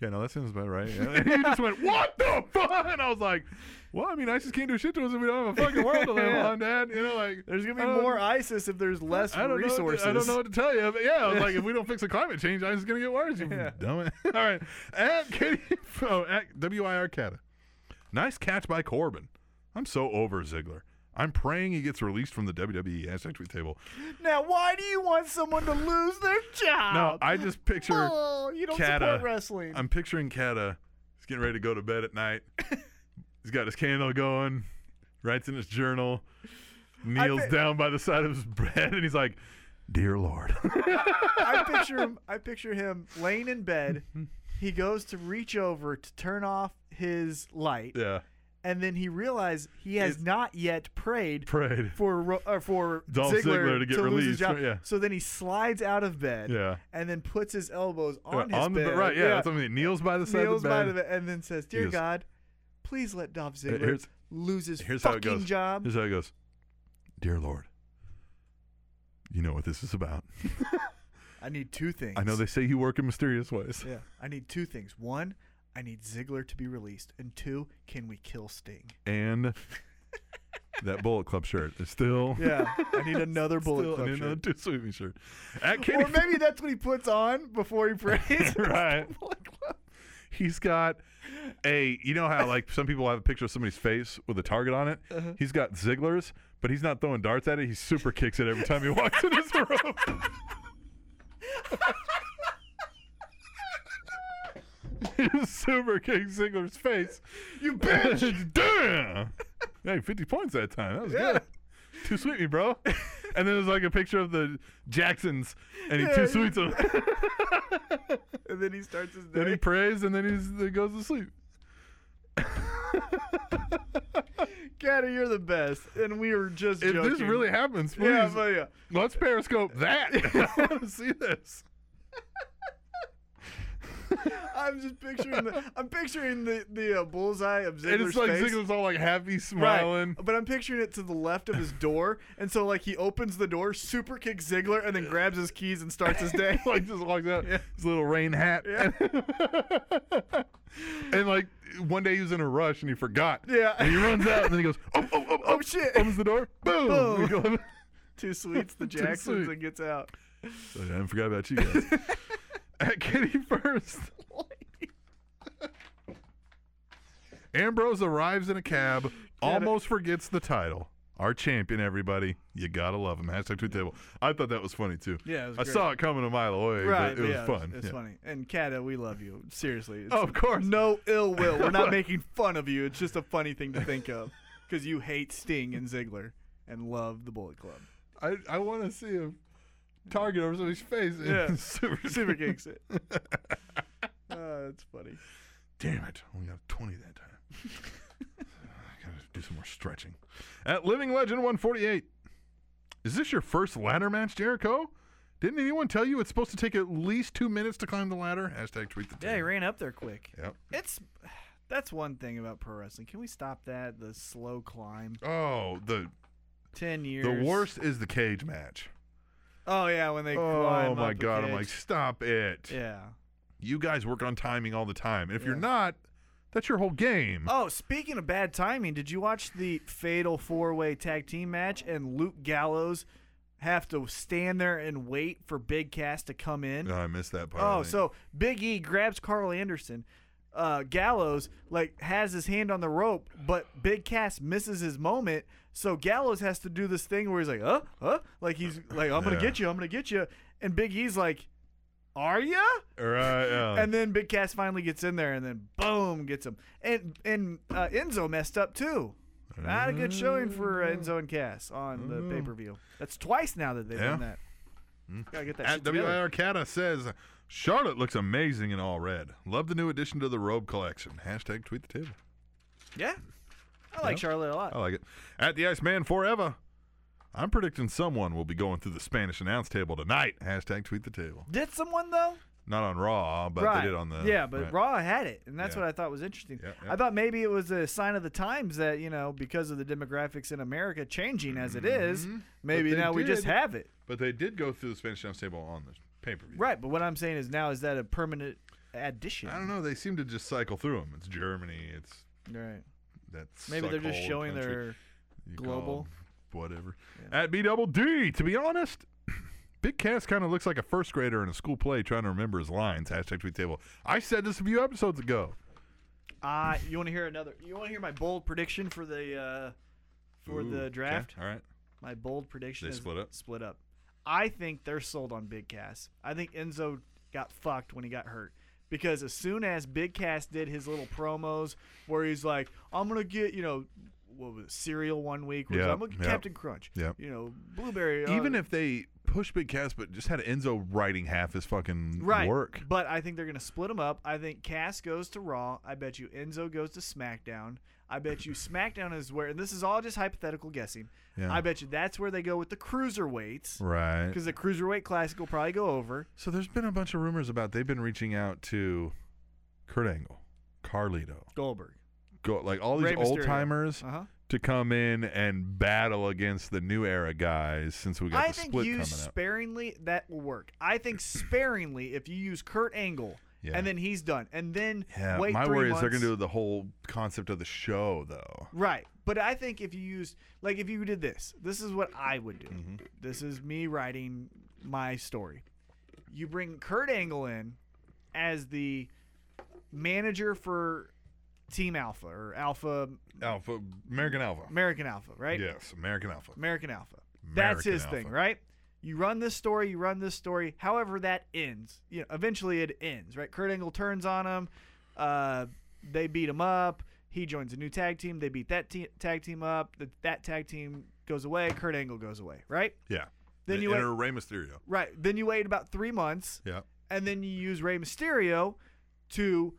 Yeah, no, that sounds about right. Yeah. And he just went, "What the fuck?" And I was like, "Well, I mean, ISIS can't do shit to us if we don't have a fucking world to live
Yeah.
on, Dad. You know, like
There's gonna
I
be
don't-
more ISIS if there's less
I don't
resources.
Know what to, I don't know what to tell you, but yeah, I was like, if we don't fix the climate change, I'm just gonna get worse. You dumb. All right, at Katie, oh, at WIR Cata. Nice catch by Corbin. I'm so over Ziggler. I'm praying he gets released from the WWE hashtag tweet table.
Now, why do you want someone to lose their job?
No, I just picture
Oh, you don't
Kata.
support wrestling.
I'm picturing Kata. He's getting ready to go to bed at night. He's got his candle going, writes in his journal, kneels
bet-
down by the side of his bed, and he's like, "Dear Lord."
I picture him. I picture him laying in bed. He goes to reach over to turn off his light,
yeah,
and then he realizes he has not yet prayed
prayed.
for Ro- or for
Dolph
Ziggler,
Ziggler to get
lose his
released,
job.
yeah.
So then he slides out of bed,
Yeah.
and then puts his elbows on
Yeah,
his
the
bed,
bed, right? Yeah, that's what I mean. Kneels by the side
kneels
of the
by
bed.
the bed, and then says, "Dear
goes-
God, please let Dolph Ziggler
here's-
lose his
Here's how it
fucking
goes.
job."
Here's how it goes. Dear Lord, you know what this is about.
I need two things.
I know they say you work in mysterious ways.
Yeah, I need two things. One, I need Ziggler to be released, and two, can we kill Sting?
And that Bullet Club shirt is still.
Yeah, I need another bullet
Still,
club
I need another
shirt.
Too Sweet Me shirt. At Katy
Or maybe that's what he puts on before he prays.
right. He's got a you know how like some people have a picture of somebody's face with a target on it.
Uh-huh.
He's got Ziggler's, but he's not throwing darts at it. He super kicks it every time he walks in his room. He super kicks Ziggler's face. You bitch! Damn. Hey, fifty points that time. That was
Yeah.
good. Too sweet me, bro. And then there's like a picture of the Jacksons, and he
Yeah,
too
he-
sweets them.
and then he starts his
Then he
day.
prays and then he's, he goes to sleep.
Caddy, you're the best. And we were just
If
joking.
this really happens, please,
Yeah, but yeah.
let's periscope that. I want to see this.
I'm just picturing the I'm picturing the the uh, bullseye of Ziggler's
and it's like
face.
Ziggler's all like happy,
Right.
smiling.
But I'm picturing it to the left of his door, and so like he opens the door, super kicks Ziggler, and then grabs his keys and starts his day.
like just like that.
Yeah.
His little rain hat.
Yeah.
and like one day he was in a rush and he forgot.
Yeah.
And he runs out and then he goes, oh, oh, oh,
Oh, shit.
Opens the door. Boom.
Boom.
We go-
Two sweets, the
Too
Jacksons,
sweet.
and gets out.
I didn't forget about you guys. At Kitty First. Ambrose arrives in a cab, almost forgets the title. Our champion, everybody. You gotta love him. Hashtag tweet table. I thought that was funny too.
Yeah, it was
I
great.
saw it coming a mile away,
Right,
but it was
yeah,
fun.
It's
Yeah.
funny. And Kata, we love you. Seriously. It's
Oh, of course.
No ill will. We're not making fun of you. It's just a funny thing to think of because you hate Sting and Ziggler and love the Bullet Club.
I, I want to see him target over somebody's face. and
Yeah.
super,
Super kicks it. Uh, that's funny.
Damn it. Only got 20 that time. I gotta do some more stretching. At Living Legend 148. Is this your first ladder match, Jericho? Didn't anyone tell you it's supposed to take at least two minutes to climb the ladder? Hashtag tweet the
Yeah, he
team.
ran up there quick.
Yep.
It's that's one thing about pro wrestling. Can we stop that? The slow climb.
Oh, the
Ten years.
the worst is the cage match.
Oh yeah, when they climb.
Oh
up
my
a
god, I'm like,
pitch.
stop it.
Yeah.
You guys work on timing all the time. And if you're
Yeah.
not, that's your whole game.
Oh, speaking of bad timing, did you watch the fatal four way tag team match and Luke Gallows have to stand there and wait for Big Cass to come in?
No, I missed that part. I
Oh,
think.
so Big E grabs Carl Anderson. Uh, Gallows like has his hand on the rope, but Big Cass misses his moment. So Gallows has to do this thing where he's like, "Uh, huh?" Like he's like, "I'm gonna
Yeah.
get you, I'm gonna get you," and Big E's like, "Are ya?"
Right, yeah.
And then Big Cass finally gets in there, and then boom, gets him. And and uh, Enzo messed up too. Not a good showing for uh, Enzo and Cass on the pay per view. That's twice now that they've done
Mm-hmm. Yeah. Mm-hmm.
that. Gotta get that
At
shit together.
WIR Cata says, Charlotte looks amazing in all red. Love the new addition to the robe collection. Hashtag tweet the table.
Yeah, I like
Yeah. Oh.
Charlotte a lot.
I like it. At the Iceman Forever. I'm predicting someone will be going through the Spanish announce table tonight. Hashtag tweet the table.
Did someone though?
Not on Raw, but
right.
they did on the.
yeah, but
right.
Raw had it, and that's
Yeah.
what I thought was interesting.
Yeah, yeah.
I thought maybe it was a sign of the times that you know because of the demographics in America changing as it is,
Mm-hmm.
maybe
they
now we just
did.
have it.
But they did go through the Spanish announce table on the pay per view.
Right, but what I'm saying is now is that a permanent addition?
I don't know. They seem to just cycle through them. It's Germany. It's
Right,
that.
maybe they're just
suckhole
showing
country.
their
You call
global.
'em whatever. At B double D, to be honest, Big Cass kind of looks like a first grader in a school play trying to remember his lines. Hashtag tweet table. I said this a few episodes ago.
Uh, you want to hear another? You want to hear my bold prediction for the uh, for
Ooh,
the
okay,
draft?
All right.
My bold prediction
They
is
split up?
Split up. I think they're sold on Big Cass. I think Enzo got fucked when he got hurt because as soon as Big Cass did his little promos where he's like, "I'm gonna get you know." What was it, cereal one week? Was,
Yeah,
I'm gonna get
yeah,
Captain Crunch.
yeah.
You know, blueberry.
Even
uh,
if they push Big Cass, but just had Enzo writing half his fucking
right,
work.
But I think they're gonna split them up. I think Cass goes to Raw. I bet you Enzo goes to SmackDown. I bet you SmackDown is where. And this is all just hypothetical guessing.
Yeah.
I bet you that's where they go with the cruiserweights.
Right.
because the cruiserweight classic will probably go over.
So there's been a bunch of rumors about they've been reaching out to Kurt Angle, Carlito,
Goldberg,
go, like all these
Rey Mysterio.
old timers
Uh huh.
to come in and battle against the new era guys since we got
I
the
think
split coming
use
up.
sparingly that will work. I think sparingly if you use Kurt Angle
Yeah.
and then he's done, and then
Yeah,
wait
my
three
worry
months.
is they're gonna do the whole concept of the show though.
right. But I think if you used, like, if you did this, this is what I would do. This is me writing my story. You bring Kurt Angle in as the manager for Team Alpha or Alpha
Alpha, American Alpha.
American Alpha, right?
Yes, American Alpha.
American Alpha. That's
American
his thing,
Alpha.
right? You run this story, you run this story. However, that ends. You know, eventually it ends, right? Kurt Angle turns on him. Uh, they beat him up. He joins a new tag team. They beat that te- tag team up. Th- that tag team goes away. Kurt Angle goes away, right?
Yeah.
Then
They
you went-
enter Rey Mysterio.
Right. Then you wait about three months,
Yeah.
and then you use Rey Mysterio to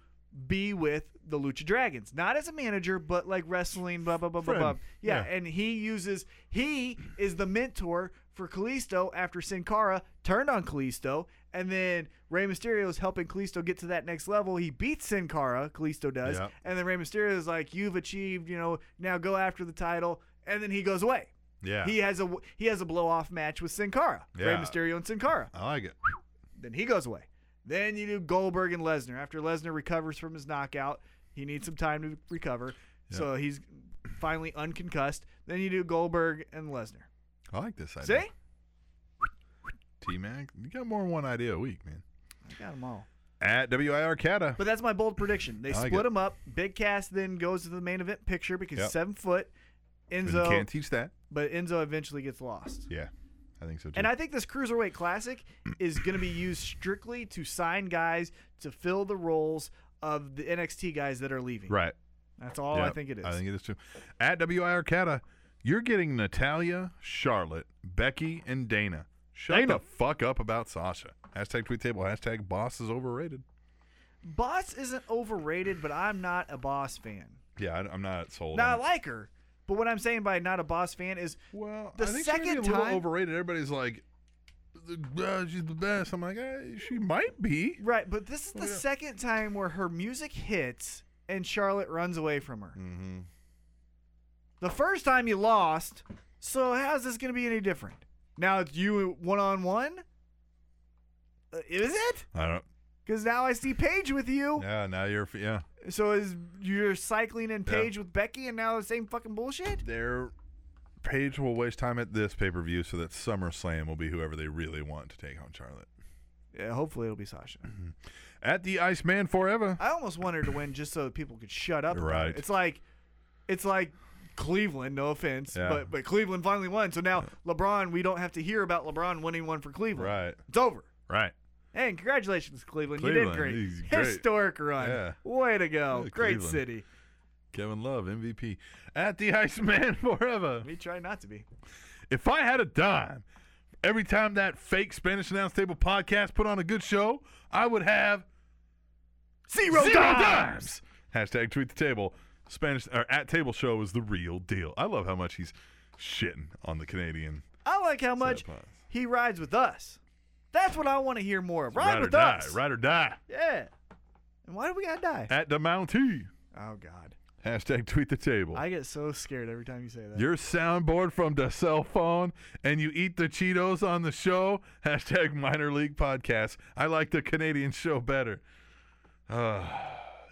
be with the Lucha Dragons, not as a manager, but like wrestling, blah blah blah blah blah.
Friend.
Yeah,
Yeah.
and he uses he is the mentor for Kalisto after Sin Cara turned on Kalisto, and then Rey Mysterio is helping Kalisto get to that next level. He beats Sin Cara, Kalisto does,
Yeah.
and then Rey Mysterio is like, "You've achieved, you know, now go after the title," and then he goes away.
Yeah.
He has a he has a blow off match with Sin Cara, Rey
Yeah.
Mysterio and Sin Cara.
I like it.
Then he goes away. Then you do Goldberg and Lesnar. After Lesnar recovers from his knockout, he needs some time to recover. So he's finally unconcussed. Then you do Goldberg and Lesnar.
I like this idea.
See?
T Mac, you got more than one idea a week, man.
I got them all.
At WIR Cata.
But that's my bold prediction. They
I like
split
it.
them up. Big Cass then goes to the main event picture because
Yep.
seven foot.
You
Enzo,
can't teach that.
but Enzo eventually gets lost.
Yeah. I think so too.
And I think this Cruiserweight Classic is going to be used strictly to sign guys to fill the roles of the NXT guys that are leaving.
right.
That's all Oh, I
Yep.
think it is.
I think it is too. At WIR Cata, you're getting Natalia, Charlotte, Becky, and Dana. Shut the
Dana.
fuck up about Sasha. Hashtag tweet table. Hashtag boss is overrated.
Boss isn't overrated, but I'm not a Boss fan.
Yeah, I, am not sold.
Now I
on it.
like her, but what I'm saying by not a Boss fan is
Well,
The
I think second she's
second
a little
time-
overrated. Everybody's like, "Uh, she's the best. I'm like, eh, she might be.
right. But this is the
yeah.
second time where her music hits and Charlotte runs away from her.
Mm-hmm.
The first time you lost, so how's this going to be any different? Now it's you one on one. Is it?
I don't.
Because now I see Paige with you.
Yeah, now you're. Yeah,
So is you're cycling in
Yeah.
Paige with Becky, and now the same fucking bullshit.
their Paige will waste time at this pay per view so that SummerSlam will be whoever they really want to take on Charlotte.
Yeah, hopefully it'll be Sasha.
At the Iceman Forever.
I almost wanted to win just so that people could shut up. about it.
Right.
It's like, it's like Cleveland. No offense,
Yeah.
but but Cleveland finally won. So now LeBron, we don't have to hear about LeBron winning one for Cleveland.
Right.
It's over.
Right.
And congratulations, Cleveland. you did
Cleveland, he's
great.
great.
Historic run.
Yeah.
Way to go.
Yeah,
great
Cleveland.
city.
Kevin Love, MVP. At the Iceman Forever.
We try not to be.
If I had a dime, every time that fake Spanish Announce Table podcast put on a good show, I would have
Zero,
zero dimes.
dimes.
Hashtag tweet the table. Spanish or at table show is the real deal. I love how much he's shitting on the Canadian.
I like how much
pause.
he rides with us. That's what I want to hear more of. Ride,
or
with
die.
us.
Ride or die.
Yeah. And why do we gotta die?
At the Mountie.
Oh God.
Hashtag tweet the table.
I get so scared every time you say that.
your soundboard from the cell phone and you eat the Cheetos on the show. Hashtag minor league podcast. I like the Canadian show better. Uh,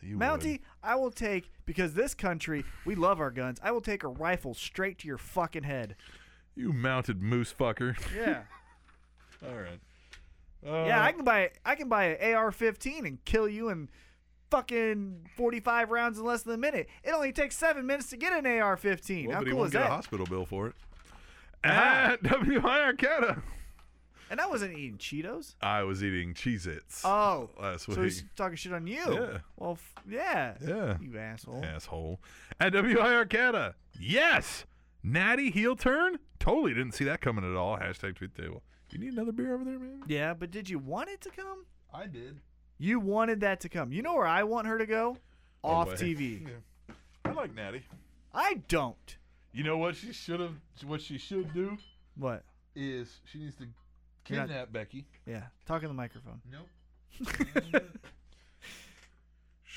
you
Mountie,
would.
I will take because this country, we love our guns. I will take a rifle straight to your fucking head.
You mounted moose fucker.
Yeah.
All right. Uh,
yeah, I can buy I can buy an AR-15 and kill you in fucking 45 rounds in less than a minute. It only takes 7 minutes to get an AR-15.
well,
How
but he
cool
won't
is
get
that?
a hospital bill for it.
Ah.
At WI Arcata.
and I wasn't eating Cheetos.
I was eating Cheez Its.
Oh.
Last
so
week.
he's talking shit on you.
Yeah.
Well, f- yeah.
Yeah.
You asshole.
Asshole. At WI Arcata. Yes. Natty heel turn? Totally didn't see that coming at all. Hashtag tweet the table. You need another beer over there, man?
Yeah, but did you want it to come?
I did.
You wanted that to come. You know where I want her to go? Off TV.
I like Natty.
I don't.
You know what she should have what she should do
What?
is she needs to
You're not-
kidnap Becky.
Yeah, talking the microphone.
Nope.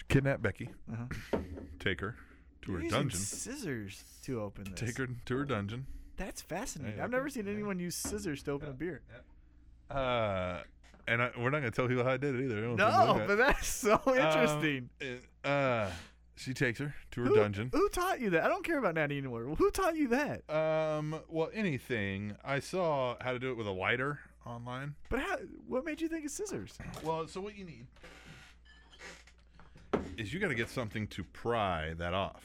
kidnap Becky.
Uh-huh.
Take her to
You're
her
using
dungeon.
Scissors to open this.
Take her to her dungeon.
That's fascinating.
Hey,
I've never
okay.
seen anyone use scissors to open a beer.
Uh, and I, we're not gonna tell people how I did it either. I don't think we
No,
got-
but that's so
Um,
interesting.
uh, She takes her to her
Who,
dungeon.
Who taught you that? I don't care about Natty anymore. Who taught you that?
Um, well, anything. I saw how to do it with a lighter online.
But how, what made you think it's scissors?
Well, so what you need is you got to get something to pry that off.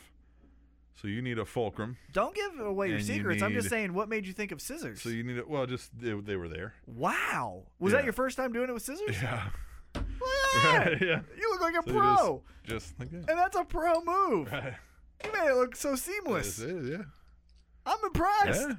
So you need a fulcrum.
Don't give away your
And you
secrets. I'm just
need-
saying, what made you think of scissors?
So you need it. Well, just they, they were there.
wow. Was
Yeah.
that your first time doing it with scissors?
Yeah.
Look at that.
yeah.
You look like a
So you
pro.
Just, just like that.
and that's a pro move.
Right.
You made it look so
That's
seamless.
it, yeah.
I'm impressed.
Yeah.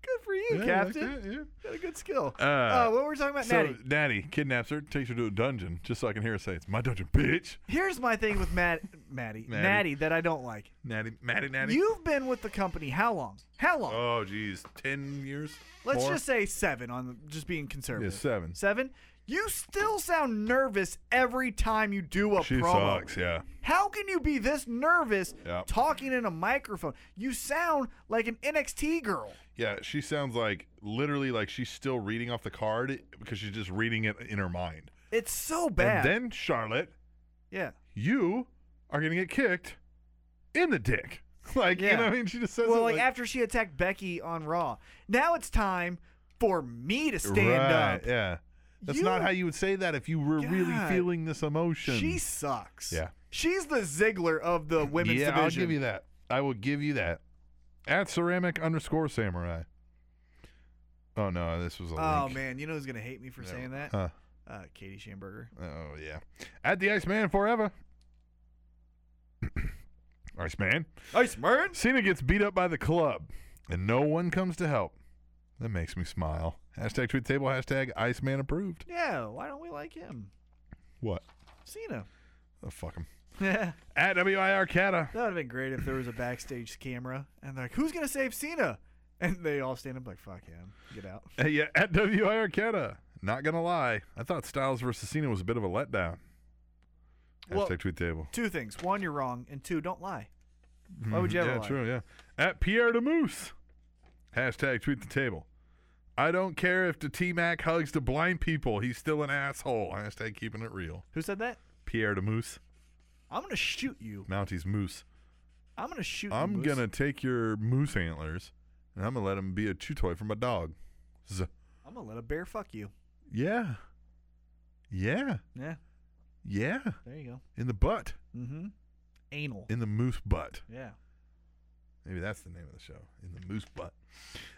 Good for you,
Yeah, like
Captain.
that, yeah.
Got a good skill.
Uh,
Uh, what were we talking about,
So
Natty?
Natty. kidnaps her, takes her to a dungeon, just so I can hear her say, "It's my dungeon, bitch."
Here's my thing with Matt, Maddie,
Natty.
Natty that I don't like.
Natty, Natty, Natty.
You've been with the company how long? How long?
Oh, geez, ten years.
Let's
More?
just say seven on the, just being conservative.
Yeah, seven.
Seven. You still sound nervous every time you do a
She
promo.
sucks. Yeah.
How can you be this nervous
Yeah.
talking in a microphone? You sound like an NXT girl.
Yeah, she sounds like literally like she's still reading off the card because she's just reading it in her mind.
It's so bad.
And then Charlotte,
yeah.
you are gonna get kicked in the dick. Like you
Yeah.
know, what I mean, she just says
Well,
it
like,
like,
after she attacked Becky on Raw, now it's time for me to stand
right,
up.
Yeah, that's
You-
not how you would say that if you were really
God.
feeling this emotion.
She sucks.
Yeah.
She's the Ziggler of the women's
yeah,
division.
I'll give you that. I will give you that. At ceramic underscore samurai. Oh no, this was a
Oh
link.
man, you know who's gonna hate me for saying that?
Huh.
Uh, Katie Schamberger.
Oh yeah. At the Iceman forever. Iceman.
Ice man.
Cena gets beat up by the club, and no one comes to help. That makes me smile. Hashtag tweet the table. Hashtag Iceman approved.
Yeah. Why don't we like him?
What?
Cena.
Oh fuck him.
that
At WIR Cata.
would have been great if there was a backstage camera and they're like, "Who's gonna save Cena?" And they all stand up like, "Fuck him, get out."
Hey, yeah. At WIR Cata. Not gonna lie, I thought Styles versus Cena was a bit of a letdown. Hashtag
Well-
tweet the table.
Two things: one, you're wrong, and two, don't lie. Why would you ever
Mm-hmm. yeah,
lie?
true. Yeah. At Pierre de Moose. Hashtag tweet the table. I don't care if the T Mac hugs the blind people. He's still an asshole. Hashtag keeping it real.
Who said that?
Pierre de Moose.
I'm gonna shoot you.
Mountie's moose.
I'm gonna shoot. you,
I'm
Moose.
gonna take your moose antlers and I'm gonna let them be a chew toy for my dog. Z-
I'm gonna let a bear fuck you.
yeah, yeah,
Yeah.
yeah.
There you go.
In the butt,
Mm-hmm. Anal.
in the moose butt.
yeah.
Maybe that's the name of the show. In the moose butt.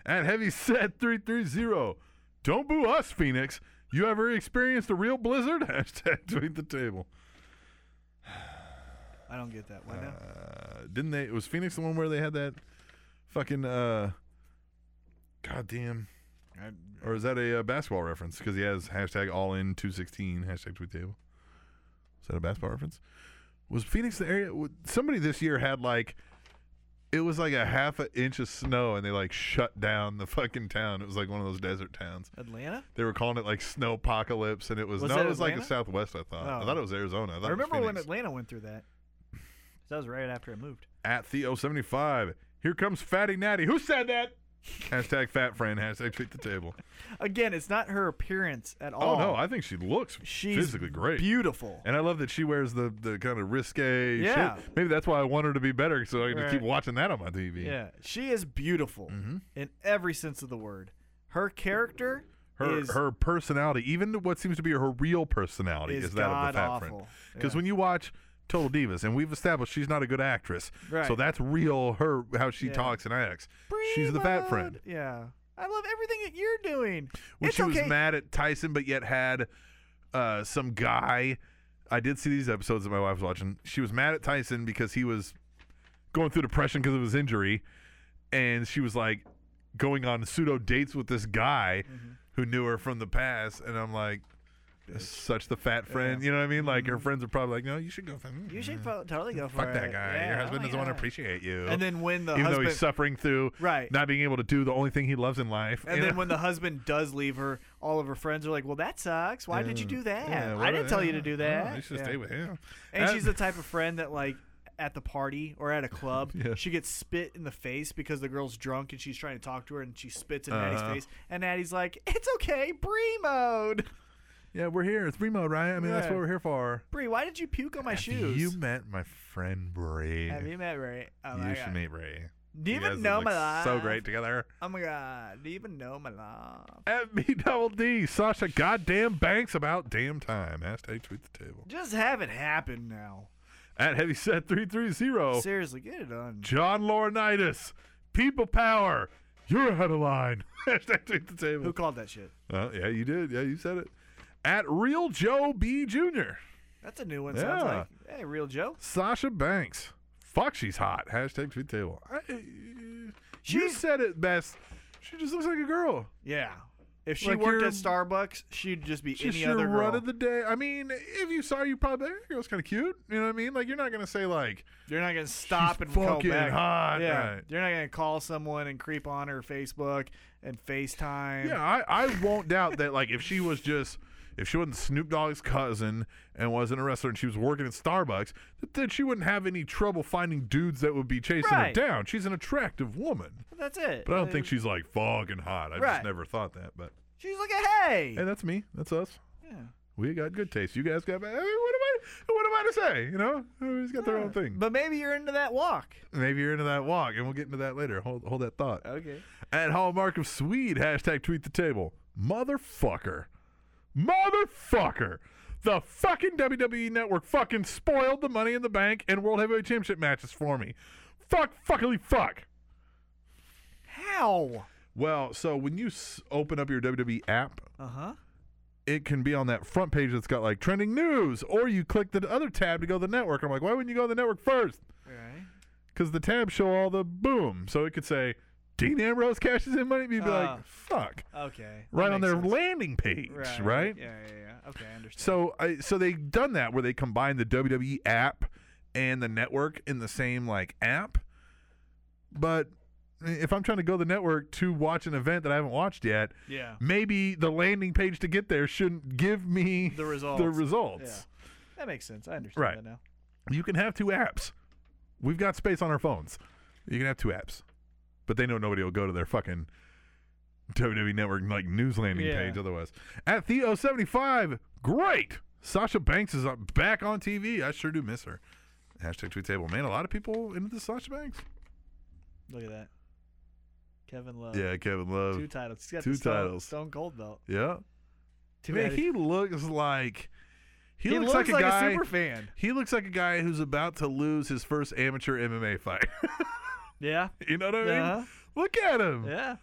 At heavy set three three zero. Don't boo us, Phoenix. You ever experienced a real blizzard? Hashtag tweet the table.
I don't get that. Why not?
Uh, didn't they? Was Phoenix the one where they had that fucking uh, goddamn?
I-
Or is that a uh, basketball reference? Because he has hashtag all in 216, hashtag tweet table. Is that a basketball reference? Was Phoenix the area? w- Somebody this year had like, it was like a half an inch of snow and they like shut down the fucking town. It was like one of those desert towns.
Atlanta.
They were calling it like snowpocalypse and it was,
Was
no,
that
it was like the
Atlanta?
southwest, I thought. I
Oh.
thought it was Arizona. I, thought
I remember
it was
when
Phoenix.
Atlanta went through that. That was right after I moved.
At Theo75, here comes Fatty Natty. Who said that? hashtag fat friend, hashtag tweet the table.
Again, it's not her appearance at all.
Oh, no, I think she looks
she's
physically great.
beautiful.
And I love that she wears the, the kind of risque
Yeah.
shit. Maybe that's why I want her to be better, so I can just keep
Right.
watching that on my TV.
Yeah, she is beautiful
Mm-hmm.
in every sense of the word. Her character
Her
is
her personality, even what seems to be her real personality, is,
Is
that of the fat friend.
god-awful.
Because
Yeah.
when you watch Total Divas, and we've established she's not a good actress,
Right.
so that's real. Her how she
Yeah.
talks and acts. She's the fat
Prima.
friend.
Yeah, I love everything that you're doing.
When
it's
she
okay.
was mad at Tyson, but yet had uh, some guy. I did see these episodes that my wife was watching. She was mad at Tyson because he was going through depression because of his injury, and she was like going on pseudo dates with this guy
Mm-hmm.
who knew her from the past. And I'm like, such the fat friend, you know what I mean? Like her friends are probably like, no, you should go. For,
Mm-hmm. you should fo- totally go for
fuck that
it.
guy.
Yeah,
Your
oh
husband
my
doesn't want to
God.
appreciate you.
And then when the
even though
husband,
he's suffering through
Right.
not being able to do the only thing he loves in life,
and
you
then
know?
when the husband does leave her, all of her friends are like, "Well, that sucks. Why did you do that? I didn't tell you to do that."
Oh, You should
Yeah.
stay with him.
And she's the type of friend that like at the party or at a club,
Yeah.
she gets spit in the face because the girl's drunk and she's trying to talk to her and she spits in Natty's
Uh-huh.
face. And Natty's like, "It's okay, Brie mode."
Yeah, we're here. It's Remo, right? I mean, that's
Yeah.
what we're here for.
Bree, why did you puke on my shoes?
You met my friend Bray.
Have you met Ray? Oh
you
my
should
god.
meet Ray.
Do you,
guys
even
would
know
look
my life?
So great together.
Oh my god. Do you even know my life?
FB double D. Sasha goddamn banks about damn time. Hashtag tweet the table.
Just have it happen now.
At heavyset three three zero.
Seriously, get it done.
John Laurinaitis. People power. You're out of line. Hashtag tweet the table.
Who called that shit?
Uh, yeah, you did. Yeah, you said it. At Real Joe B Jr.
That's a new one. Sounds
Yeah.
like. Hey, real Joe.
Sasha Banks. Fuck, she's hot. Hashtag tweet table. I, eh, you
She's-
said it best. She just looks like a girl.
Yeah. If she
Like
worked
you're-
at Starbucks, she'd just be
Just
any
your
other girl.
run of the day. I mean, if you saw her, you probably that girl's kind of cute. You know what I mean? Like you're not gonna say like
You're not gonna stop
She's
and call
fucking
back.
hot,
yeah.
right.
You're not gonna call someone and creep on her Facebook and FaceTime.
Yeah, I, I won't doubt that. Like, if she was just, if she wasn't Snoop Dogg's cousin and wasn't a wrestler and she was working at Starbucks, that, that she wouldn't have any trouble finding dudes that would be chasing
Right.
her down. She's an attractive woman,
That's it.
but I don't think she's like fucking hot. I just
Right.
never thought that. But
She's like, a hey.
hey, that's me. That's us.
Yeah.
We got good taste. You guys got bad. I mean, what am I? What am I to say? You know, everybody's got their own thing. But
But maybe you're into that walk.
maybe you're into that walk, and we'll get into that later. Hold hold that thought.
Okay.
at Hallmark of Swede. Hashtag tweet the table. Motherfucker. Motherfucker. The fucking WWE Network fucking spoiled the Money in the Bank and World Heavyweight Championship matches for me. Fuck, fuckily fuck.
How?
Well, so when you s- open up your WWE app,
Uh huh.
it can be on that front page that's got like trending news, or you click the other tab to go to the network. I'm like, why wouldn't you go to the network first?
Right.
Because the tabs show all the boom. So it could say, Dean Ambrose cashes in money. and You'd be
Ah.
like, fuck.
Okay. that
right on
makes
their
sense.
landing page, right?
Yeah, yeah, yeah. Okay, I understand.
So, I, so they've done that where they combine the WWE app and the network in the same like app. But if I'm trying to go to the network to watch an event that I haven't watched yet,
Yeah.
maybe the landing page to get there shouldn't give me
The results.
The results.
That makes sense. I understand
Right.
that now.
You can have two apps. We've got space on our phones. You can have two apps, but they know nobody will go to their fucking WWE Network like news landing
Yeah.
page otherwise. At Theo seventy five, great. Sasha Banks is up back on TV. I sure do miss her. Hashtag tweet table. Man, a lot of people into the Sasha Banks.
Look at that. Kevin Love.
yeah, Kevin Love.
Two titles. He's got
two
the Stone,
titles.
Stone Cold belt.
yeah.
Too
Man,
bad
he looks like he, looks, like, a guy.
super fan.
he looks like a guy who's about to lose his first amateur MMA fight.
Yeah.
you know what I mean?
Uh-huh.
Look at him.
Yeah.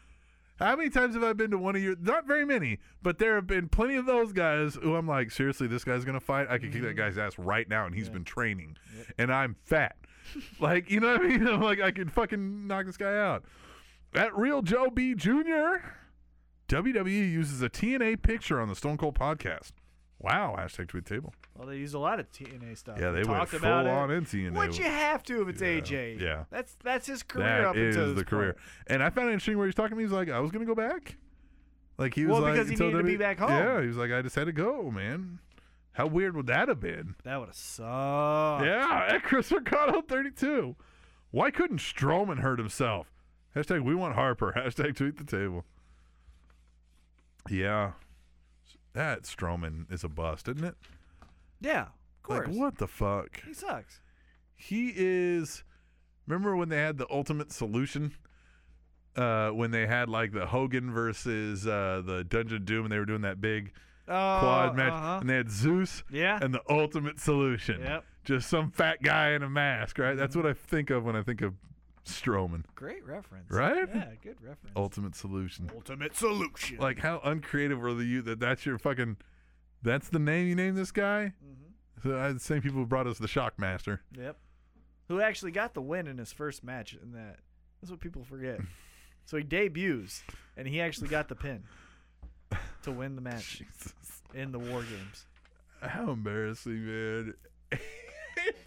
How many times have I been to one of your? Not very many, but there have been plenty of those guys who I'm like, seriously, this guy's gonna fight. I could kick that
Mm-hmm.
guy's ass right now, and he's been training, and I'm fat. like, you know what I mean? I'm like, I could fucking knock this guy out. That real Joe B. Jr. WWE E uses a TNA picture on the Stone Cold podcast. Wow, hashtag tweet table.
Well, they used a lot of TNA stuff.
Yeah, they went
talked
full
about it.
on in TNA.
Which you have to if it's
Yeah,
AJ.
yeah.
That's that's his career
That
up until
is
this
the career.
point.
And I found it interesting where he's talking to me. He's like, I was gonna go back. Like he was
Well,
like,
because he
until
needed to be
W-
back home.
Yeah, he was like, I just had to go, man. How weird would that have been?
That would have sucked.
yeah, at Chris Ricardo 32. Why couldn't Strowman hurt himself? Hashtag we want Harper. Hashtag tweet the table. Yeah. That Strowman is a bust, isn't it?
Yeah. Of course.
Like, what the fuck?
He sucks.
he is remember when they had the ultimate solution uh when they had like the hogan versus uh the dungeon doom and they were doing that big
Uh,
quad match
uh-huh.
and they had zeus
Yeah.
and the ultimate solution
Yep.
just some fat guy in a mask right that's what i think of when i think of strowman
Great reference.
Right?
Yeah, good reference.
ultimate solution
Ultimate solution.
like how uncreative were the you that that's your fucking that's the name you named this guy
Mm-hmm.
so I, the same people who brought us the shockmaster
Yep. Who actually got the win in his first match in that. That's what people forget. so he debuts and he actually got the pin to win the match in the war games.
How embarrassing, man. he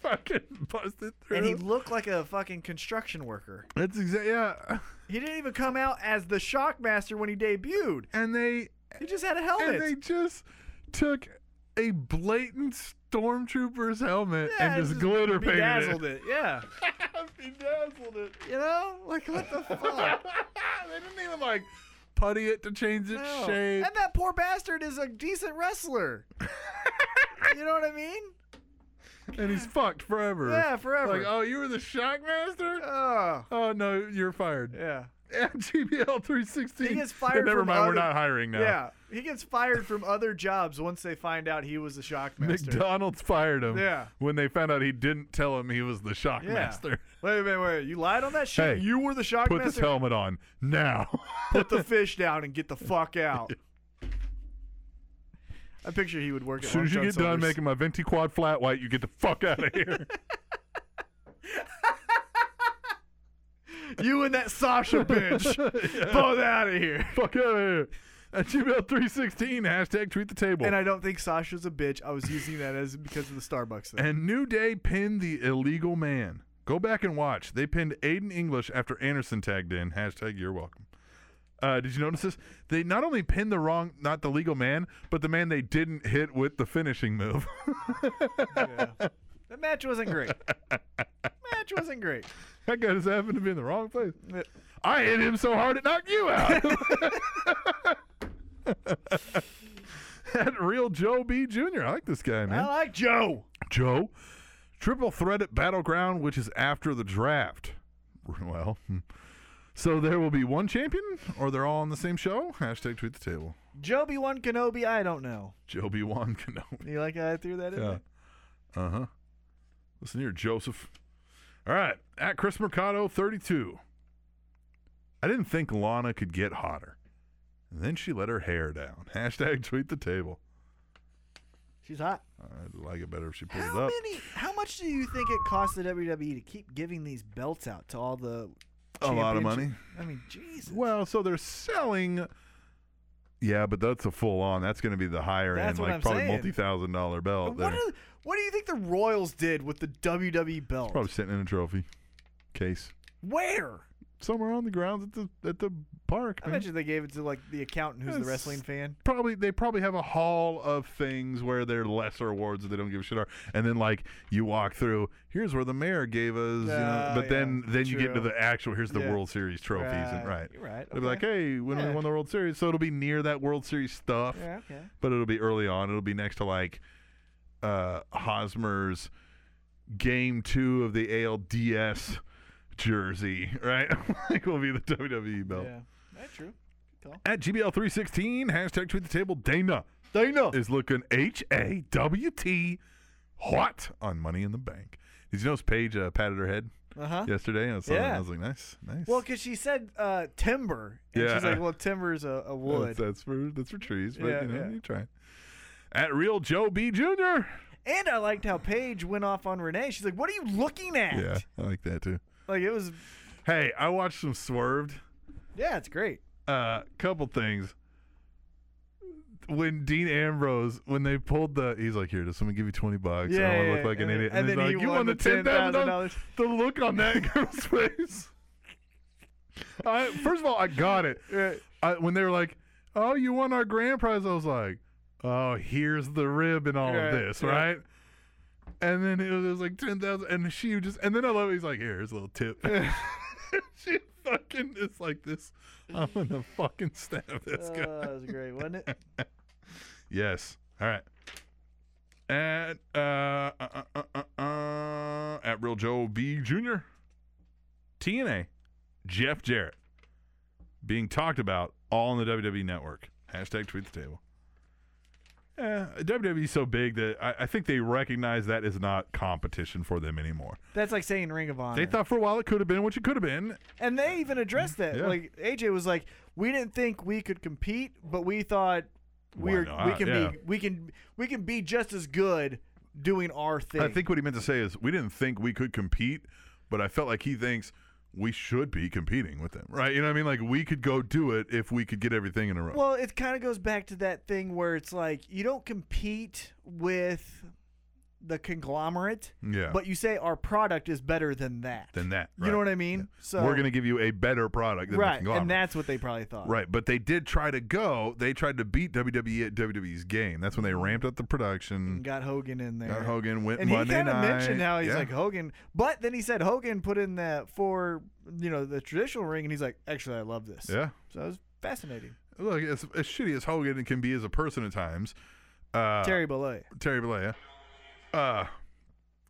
fucking busted through.
And he looked like a fucking construction worker.
That's exactly, yeah.
He didn't even come out as the Shockmaster when he debuted.
And they,
He just had a
and they
helmet.
just took a blatant stormtrooper's helmet
Yeah,
and just, glitter painted
bedazzled
it.
it. Yeah.
bedazzled it.
You know? Like, what the fuck?
they didn't even like putty it to change its
No.
shape.
And that poor bastard is a decent wrestler. you know what I mean?
and he's fucked forever.
Yeah, forever.
Like, oh, you were the Shockmaster?
Oh,
Oh no, you're fired.
yeah.
At GBL 316.
He gets fired
Never
from
mind, we're
other-
not hiring now.
Yeah, he gets fired from other jobs once they find out he was the Shockmaster.
McDonald's fired him.
Yeah.
When they found out he didn't tell him he was the
yeah.
Shockmaster.
Wait, wait, wait! You lied on that shit.
Hey,
you were the Shockmaster.
Put this helmet on now.
Put the fish down and get the fuck out. I picture he would work.
as
at
soon as you
Long
get
John
done
Silver's.
making my venti quad flat white, you get the fuck out of here.
you and that Sasha bitch, both out of here.
fuck out of here. At GBL 316, hashtag tweet the table.
And I don't think Sasha's a bitch. I was using that as because of the Starbucks thing.
And New Day pinned the illegal man. Go back and watch. They pinned Aiden English after Anderson tagged in. Hashtag you're welcome. Uh, did you notice this? They not only pinned the wrong, not the legal man, but the man they didn't hit with the finishing move.
That match wasn't great. match wasn't great.
that guy just happened to be in the wrong place. I hit him so hard it knocked you out. that real Joe B. Jr. I like this guy, man.
I like Joe.
Joe, triple threat at Battleground, which is after the draft. Well, hmm. so there will be one champion, or they're all on the same show. Hashtag tweet the table.
Joe B one Kenobi. I don't know.
Joe B. Wan Kenobi.
You like how I threw that in?
Yeah.
there?
Uh huh. Listen here, Joseph. All right, at Chris Mercado, 32. I didn't think Lana could get hotter. And then she let her hair down. Hashtag tweet the table.
She's hot.
I'd like it better if she pulled it
How
up.
many? How much do you think it costs the WWE to keep giving these belts out to all the?
A lot of
champions?
money.
I mean, Jesus.
Well, so they're selling. Yeah, but that's a full on. That's going to be the higher end,
That's what
like
I'm
probably
saying.
multi thousand dollar belt.
what,
there.
do, what do you think the Royals did with the WWE belt?
probably sitting in a trophy case
Where?
somewhere on the grounds at the at the park.
I
man.
bet you they gave it to like the accountant who's the
Hmm. It's-
wrestling fan.
Probably they probably have a hall of things where their lesser awards that they don't give a shit are, and then like you walk through. Here's where the mayor gave us, you know,
Oh,
but then
yeah.
then you get
True.
into the actual. Here's the
Yeah.
World Series trophies, and
Right.
right,
You're right.
They'll be like, hey, when we
Yeah.
won the World Series, so it'll be near that World Series stuff.
Yeah, okay.
but it'll be early on. It'll be next to like uh Hosmer's game two of the ALDS jersey, right? like will be the WWE belt.
Yeah, that's true. Good call.
At GBL316, hashtag tweet the table, Dana. Dana is looking H A W T hot on Money in the Bank. Did you notice Paige uh, patted her head
Uh huh.
yesterday? I saw that and I
Yeah.
was like, nice, nice.
Well, because she said uh, timber, and she's
Yeah.
like, well, timber's a, a
that's,
wood,
that's for that's for trees, but
Yeah,
you know,
yeah.
you try. At Real Joe B Jr.
and I liked how Paige went off on Renee. She's like, what are you looking at?
Yeah, I like that too.
Like it was,
Hey, I watched some Swerved.
yeah, it's great.
Uh, couple things. When Dean Ambrose, when they pulled the, he's like, "Here, does someone give you twenty bucks? I
Yeah,
don't want to
yeah,
look like an
yeah.
idiot."
And
he's
then
like,
he
"You
won
won the
the
ten thousand dollars."
$10,000.
The look on that girl's face. I, first of all, I got it. I, when they were like, "Oh, you won our grand prize," I was like, "Oh, here's the rib and all
Right,
of this,
yeah.
right?" And then it was, it was like ten thousand, and she just, and then I love. it, He's like, "Here's a little tip." she fucking is like this. I'm gonna fucking stab this
Uh,
guy.
that was great, wasn't it?
Yes. All right. At uh, uh, uh, uh, uh at real Joe B Jr. TNA, Jeff Jarrett being talked about all on the WWE Network. Hashtag tweet the table. Eh, Yeah, WWE's E so big that I, I think they recognize that is not competition for them anymore.
That's like saying Ring of Honor.
They thought for a while it could have been what you could have been,
and they even addressed that.
Yeah.
Like AJ was like, we didn't think we could compete, but we thought
Why
we're we
not?
can
Yeah.
be we can we can be just as good doing our thing.
I think what he meant to say is we didn't think we could compete, but I felt like he thinks we should be competing with them, right? You know what I mean? Like we could go do it if we could get everything in a row.
Well, it kind of goes back to that thing where it's like you don't compete with the conglomerate,
Yeah.
but you say our product is better than that.
than that,
you
right?
know what I mean?
Yeah.
So
we're gonna give you a better product than the
right,
conglomerate.
and that's what they probably thought.
Right, but they did try to go. They tried to beat WWE at WWE's game. That's when they ramped up the production.
And got Hogan in there.
Got Hogan, went
and
Monday
he kinda
night.
mentioned how he's
Yeah.
like Hogan, but then he said Hogan put in that for you know the traditional ring, and he's like, actually, I love this.
Yeah,
So I was Fascinating.
Look, as, as shitty as Hogan can be as a person at times, uh,
Terry Bollea.
Terry Bollea, uh,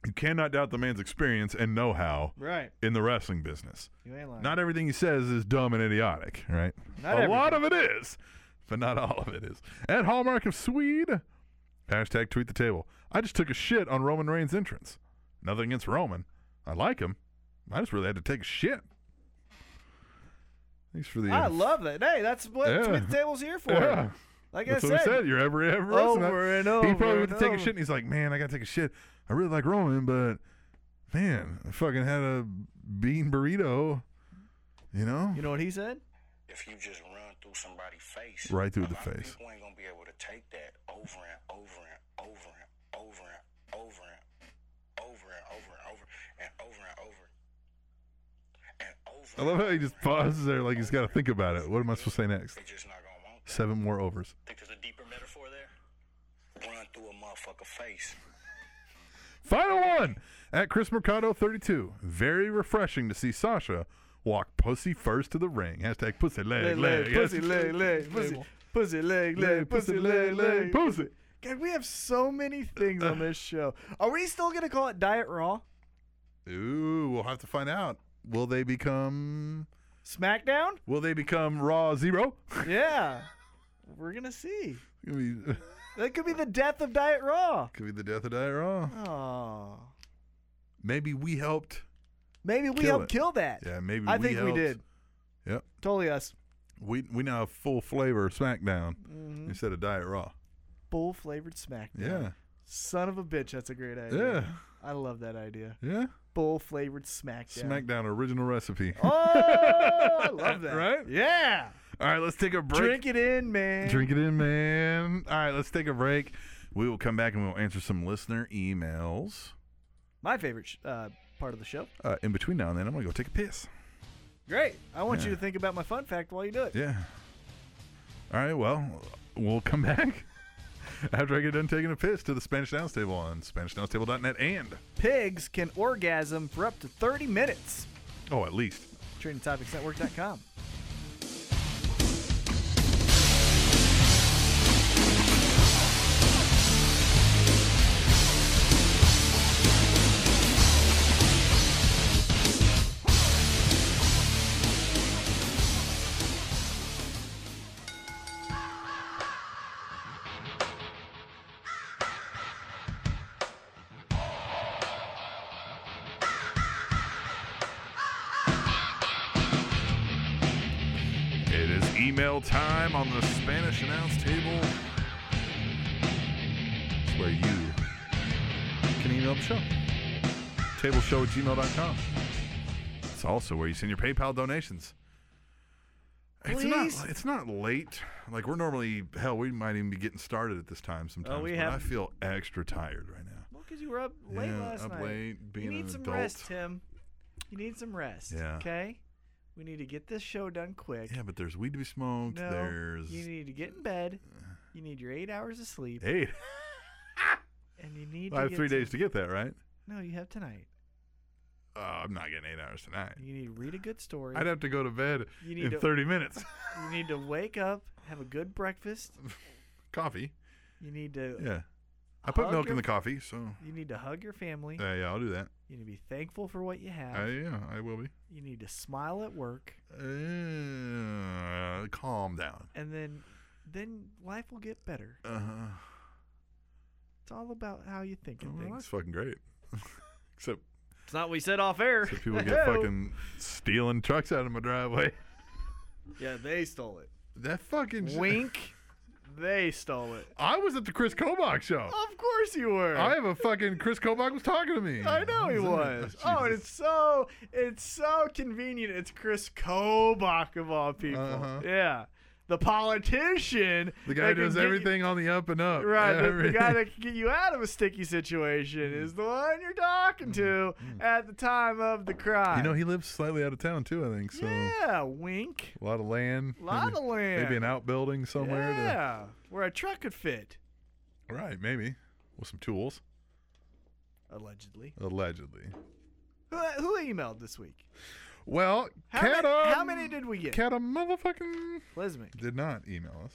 you cannot doubt the man's experience and know-how
Right.
in the wrestling business.
You ain't lying.
Not everything he says is dumb and idiotic, right?
Not
a lot of it is, but not all of it is. At Hallmark of Swede, hashtag tweet the table. I just took a shit on Roman Reigns' entrance. Nothing against Roman. I like him. I just really had to take a shit. Thanks for the.
I love that. Hey, that's what
Yeah.
Tweet the Table's here for.
Yeah.
Like
That's
I
what
said,
I said. You're every every
Over and
He
over
probably went to
and
take a
over.
shit, and he's like, "Man, I gotta take a shit. I really like Roman, but man, I fucking had a bean burrito, you know,
You know what he said?
If you just run through somebody's face,
Right through the
a lot of
face.
People ain't gonna be able to take that over and over and over and over and over and over and over and over and over and over and over.
I love how he
and
just
over and
pauses there, like he's got to think about it. What am I supposed to say next?
over. They just not gonna want. That.
Seven more overs.
Think there's a deeper metaphor there? Run through a motherfucker face.
Final one at Chris Mercado 32. Very refreshing to see Sasha walk pussy first to the ring. Hashtag pussy leg leg,
pussy,
Yes.
leg, leg, pussy, pussy, leg, leg, pussy, leg, leg,
pussy.
God, we have so many things on this show. Are we still gonna call it Diet Raw,
Ooh, we'll have to find out. Will they become?
SmackDown?
Will they become Raw Zero?
Yeah, we're gonna see.
could, be,
That could be the death of Diet Raw.
could be the death of Diet Raw.
Oh,
Maybe we helped.
maybe we
Kill
helped
it.
kill that.
Yeah, maybe
I
we
think
helped.
we did.
Yep.
Totally us.
We we now have full flavor SmackDown
Mm-hmm.
instead of Diet Raw.
Bull flavored SmackDown.
Yeah.
Son of a bitch, that's a great idea.
Yeah.
I love that idea.
Yeah.
Bull flavored SmackDown.
SmackDown original recipe.
Oh, I love that.
Right?
Yeah.
All right, let's take a break.
Drink it in, man.
Drink it in, man. All right, let's take a break. We will come back and we'll answer some listener emails.
My favorite sh- uh, part of the show.
Uh, in between now and then, I'm going to go take a piss.
Great. I want you
Yeah.
to think about my fun fact while you do it.
Yeah. All right, well, we'll come back after I get done taking a piss to the Spanish Downs Table on SpanishDownsTable.net and,
Pigs can orgasm for up to 30 minutes.
oh, at least.
TrainingTopicsNetwork.com.
It is email time on the Spanish announce table. It's where you can email the show. Tableshow at gmail.com. It's also where you send your PayPal donations. It's
Please?
not, it's not late. Like, we're normally, hell, we might even be getting started at this time sometimes.
Oh, we
but
have-
I feel extra tired right now.
Well, because you were up late
Yeah,
last
up
night.
late, being
you need
an
some
adult.
rest, Tim. You need some rest.
Yeah.
Okay? We need to get this show done quick.
Yeah, but there's weed to be smoked.
no,
there's
you need to get in bed. You need your eight hours of sleep.
eight.
And you need
I
to
have
get
three
some-
days to get that, right?
No, you have tonight.
Oh, I'm not getting eight hours tonight.
You need to read a good story.
I'd have to go to bed
You need
in
to-
30 minutes.
You need to wake up, have a good breakfast.
coffee.
You need to
Yeah. I put
Hug
milk in
your-
the coffee, so
you need to hug your family.
yeah, yeah, I'll do that.
You need to be thankful for what you have.
I, yeah, I will be.
you need to smile at work,
Uh, calm down.
and then then life will get better.
Uh,
It's all about how you think of
well,
things.
that's fucking great. except,
It's not what we said off air.
except people get fucking stealing trucks out of my driveway.
yeah, they stole it.
That fucking
Wink, they stole it.
I was at the Chris Kobach show.
Of course you were.
I have a fucking Chris Kobach was talking to me.
I know he was. Oh, and
Jesus.
it's so it's so convenient. It's Chris Kobach of all people.
Uh-huh.
Yeah, the politician,
the guy
that
who
can
does
get you-
everything on the up and up.
Right, the- the,
Everything.
guy that can get you out of a sticky situation is the one you're talking to at the time of the crime.
Mm-hmm. You know, he lives slightly out of town too. I think so.
yeah, wink,
A lot of land.
lot
maybe,
of land.
Maybe an outbuilding somewhere. to-
yeah, where a truck could fit,
right, maybe. With some tools,
allegedly.
allegedly.
Who, who emailed this week?
Well,
How,
cat
many,
a-
how many did we get?
Cat a motherfucking
Plismic.
did not email us.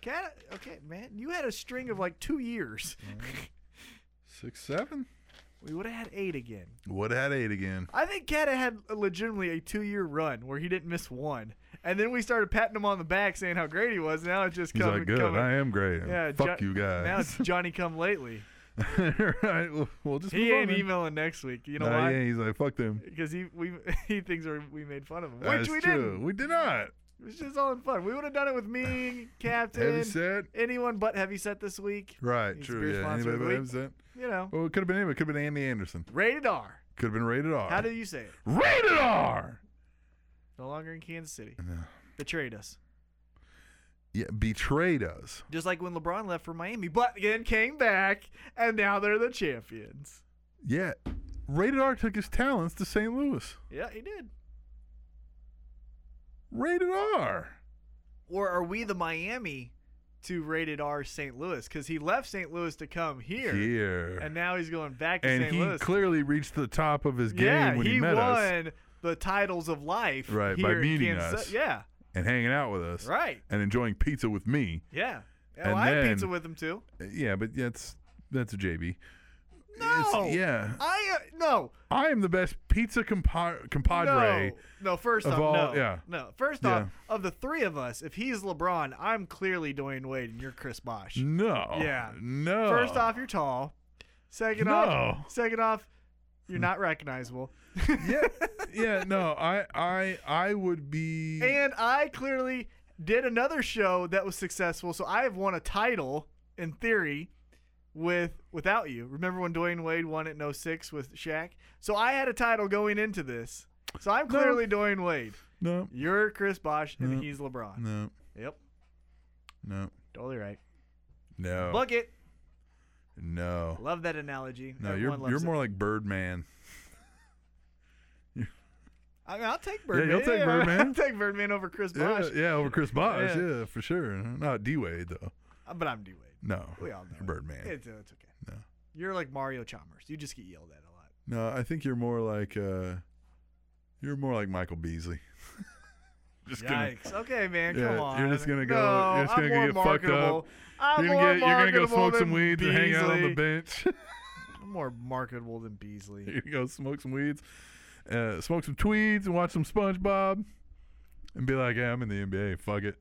Cat. Okay, man, you had a string of like two years.
Mm-hmm. Six seven
we would have had eight again.
would have had eight again.
I think Kata had legitimately a two-year run where he didn't miss one, and then we started patting him on the back, saying how great he was. Now it's just
He's
coming.
like, good.
coming-
I am great.
yeah,
fuck
Jo-
you
Now it's
guys.
Johnny come lately.
All right, we'll, we'll just
He
move on
ain't
then.
emailing next week. You know
Nah, he
why?
ain't. He's like, fuck them.
Because he we he thinks we're- we made fun of him, which
That's
we
true.
didn't.
We did not.
It was just all in fun. We would have done it with me, Captain,
Heavy set.
anyone but Heavy Set this week.
Right.
He's
true.
beer
Yeah.
sponsor of
Anybody
the
but
week.
heavy set.
You know,
Well, it could have been anybody. Could have been Andy Anderson.
rated R.
Could have been rated R.
How do you say it?
rated R?
No longer in Kansas City. Betrayed us.
Yeah, betrayed us.
Just like when LeBron left for Miami, but again came back, and now they're the champions.
Yeah, rated R took his talents to St. Louis.
Yeah, he did.
Rated R.
Or are we the Miami to rated R St. Louis? Because he left St. Louis to come here,
Here.
and now he's going back to
And
St.
he
Louis.
clearly reached the top of his game
yeah,
when
he,
he, met us
won the titles of life
Right, by
here in
meeting
Kansas-
us.
Yeah,
and hanging out with us
right.
and enjoying pizza with me.
Yeah.
And
And I had
then-
pizza with him too.
Yeah, but that's that's JB. It's-
No.
yeah.
I uh, no.
I am the best pizza compa- compadre.
No. No, first
of
off,
all-
no.
yeah.
No. First
Yeah.
off, of the three of us, if he's LeBron, I'm clearly Dwayne Wade and you're Chris Bosh.
No.
Yeah.
No.
First off, you're tall. Second
No.
off, second off, you're not recognizable.
yeah, yeah, no, I, I, I would be.
and I clearly did another show that was successful, so I have won a title in theory with without you. Remember when Dwayne Wade won it in 06 with Shaq? So I had a title going into this. So I'm clearly Dwayne Wade.
no,
You're Chris Bosh and
No.
he's LeBron.
no,
Yep.
no,
Totally right.
no,
Bucket.
no,
Love that analogy.
no. You're
Everyone loves
you're
it.
more like Birdman.
I mean, I'll take Birdman.
you'll take Birdman.
I'll take Birdman over Chris
Yeah,
Bosh.
yeah, over Chris Bosh,
Yeah.
yeah. for sure. Not D Wade though.
Uh, But I'm D Wade.
No,
We all know.
you're
it.
Birdman.
It's, uh, it's okay.
No.
You're like Mario Chalmers. You just get yelled at a lot.
No, I think you're more like uh, you're more like Michael Beasley. just kidding.
Yikes. Okay, man.
Yeah,
come on.
you're just gonna go-
No,
you're just
I'm
gonna
more
get fucked up.
marketable. I'm
You're
more
gonna, get, you're gonna go
marketable
smoke some
than
weeds and hang out on the
Beasley.
bench.
I'm more marketable than Beasley.
you're gonna go smoke some weeds, uh, smoke some tweeds, and watch some SpongeBob, and be like, "Yeah, I'm in the NBA. Fuck it."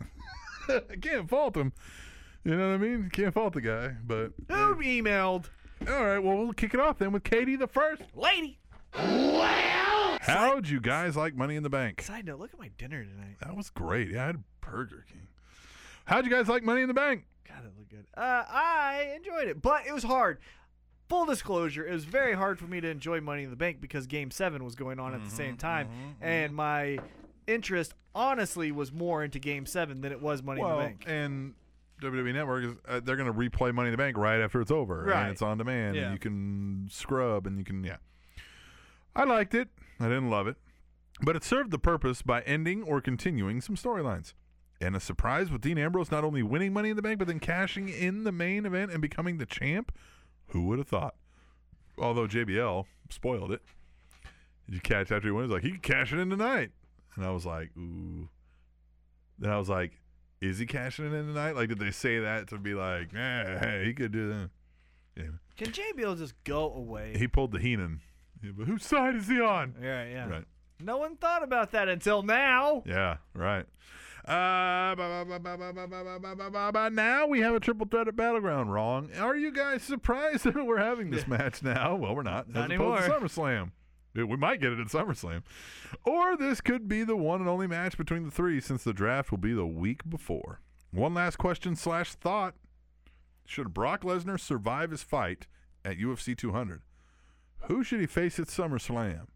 I can't fault him. You know what I mean? Can't fault the guy. But
Who emailed?
all right, well, we'll kick it off then with Katie the first.
Lady.
How'd you guys like Money in the Bank?
Side note, look at my dinner tonight.
That was great. Yeah, I had Burger King. How'd you guys like Money in the Bank?
God, it looked good. Uh, I enjoyed it, but it was hard. Full disclosure, it was very hard for me to enjoy Money in the Bank because Game Seven was going on at
Mm-hmm,
the same time, and my interest honestly was more into Game Seven than it was Money in the Bank.
and WWE Network is uh, they're gonna replay Money in the Bank right after it's over,
Right.
and it's on demand,
Yeah.
and you can scrub, and you can yeah. I liked it. I didn't love it, but it served the purpose by ending or continuing some storylines. And a surprise with Dean Ambrose not only winning Money in the Bank, but then cashing in the main event and becoming the champ. Who would have thought? Although JBL spoiled it. Did you catch after he won? He was like, he can cash it in tonight. And I was like, ooh. Then I was like, is he cashing it in tonight? Like, did they say that to be like, eh, hey, he could do that?
Can JBL just go away?
He pulled the Heenan. Yeah, but whose side is he on?
yeah, yeah.
Right.
No one thought about that until now.
Yeah, right. Uh, ba- ba- ba- ba- ba- ba- ba- ba- ba- ba- ba- now we have a triple threat at Battleground. Wrong. Are you guys surprised that we're having this match now? Well, we're not.
Not
as opposed to
anymore.
SummerSlam. Yeah, We might get it at SummerSlam. Or this could be the one and only match between the three since the draft will be the week before. One last question slash thought. Should Brock Lesnar survive his fight at UFC 200? Who should he face at SummerSlam?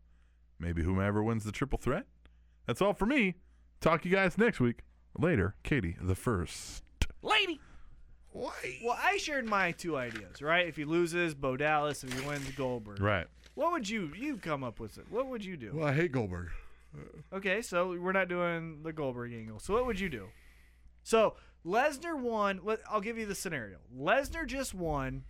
Maybe whomever wins the triple threat? That's all for me. Talk to you guys next week. Later, Katie the first. Lady.
Well, I shared my two ideas, right? If he loses, Bo Dallas. If he wins, Goldberg.
Right.
What would you you come up with? What would you do?
Well, I hate Goldberg.
Okay, so we're not doing the Goldberg angle. So what would you do? So Lesnar won. Let, I'll give you the scenario. Lesnar just won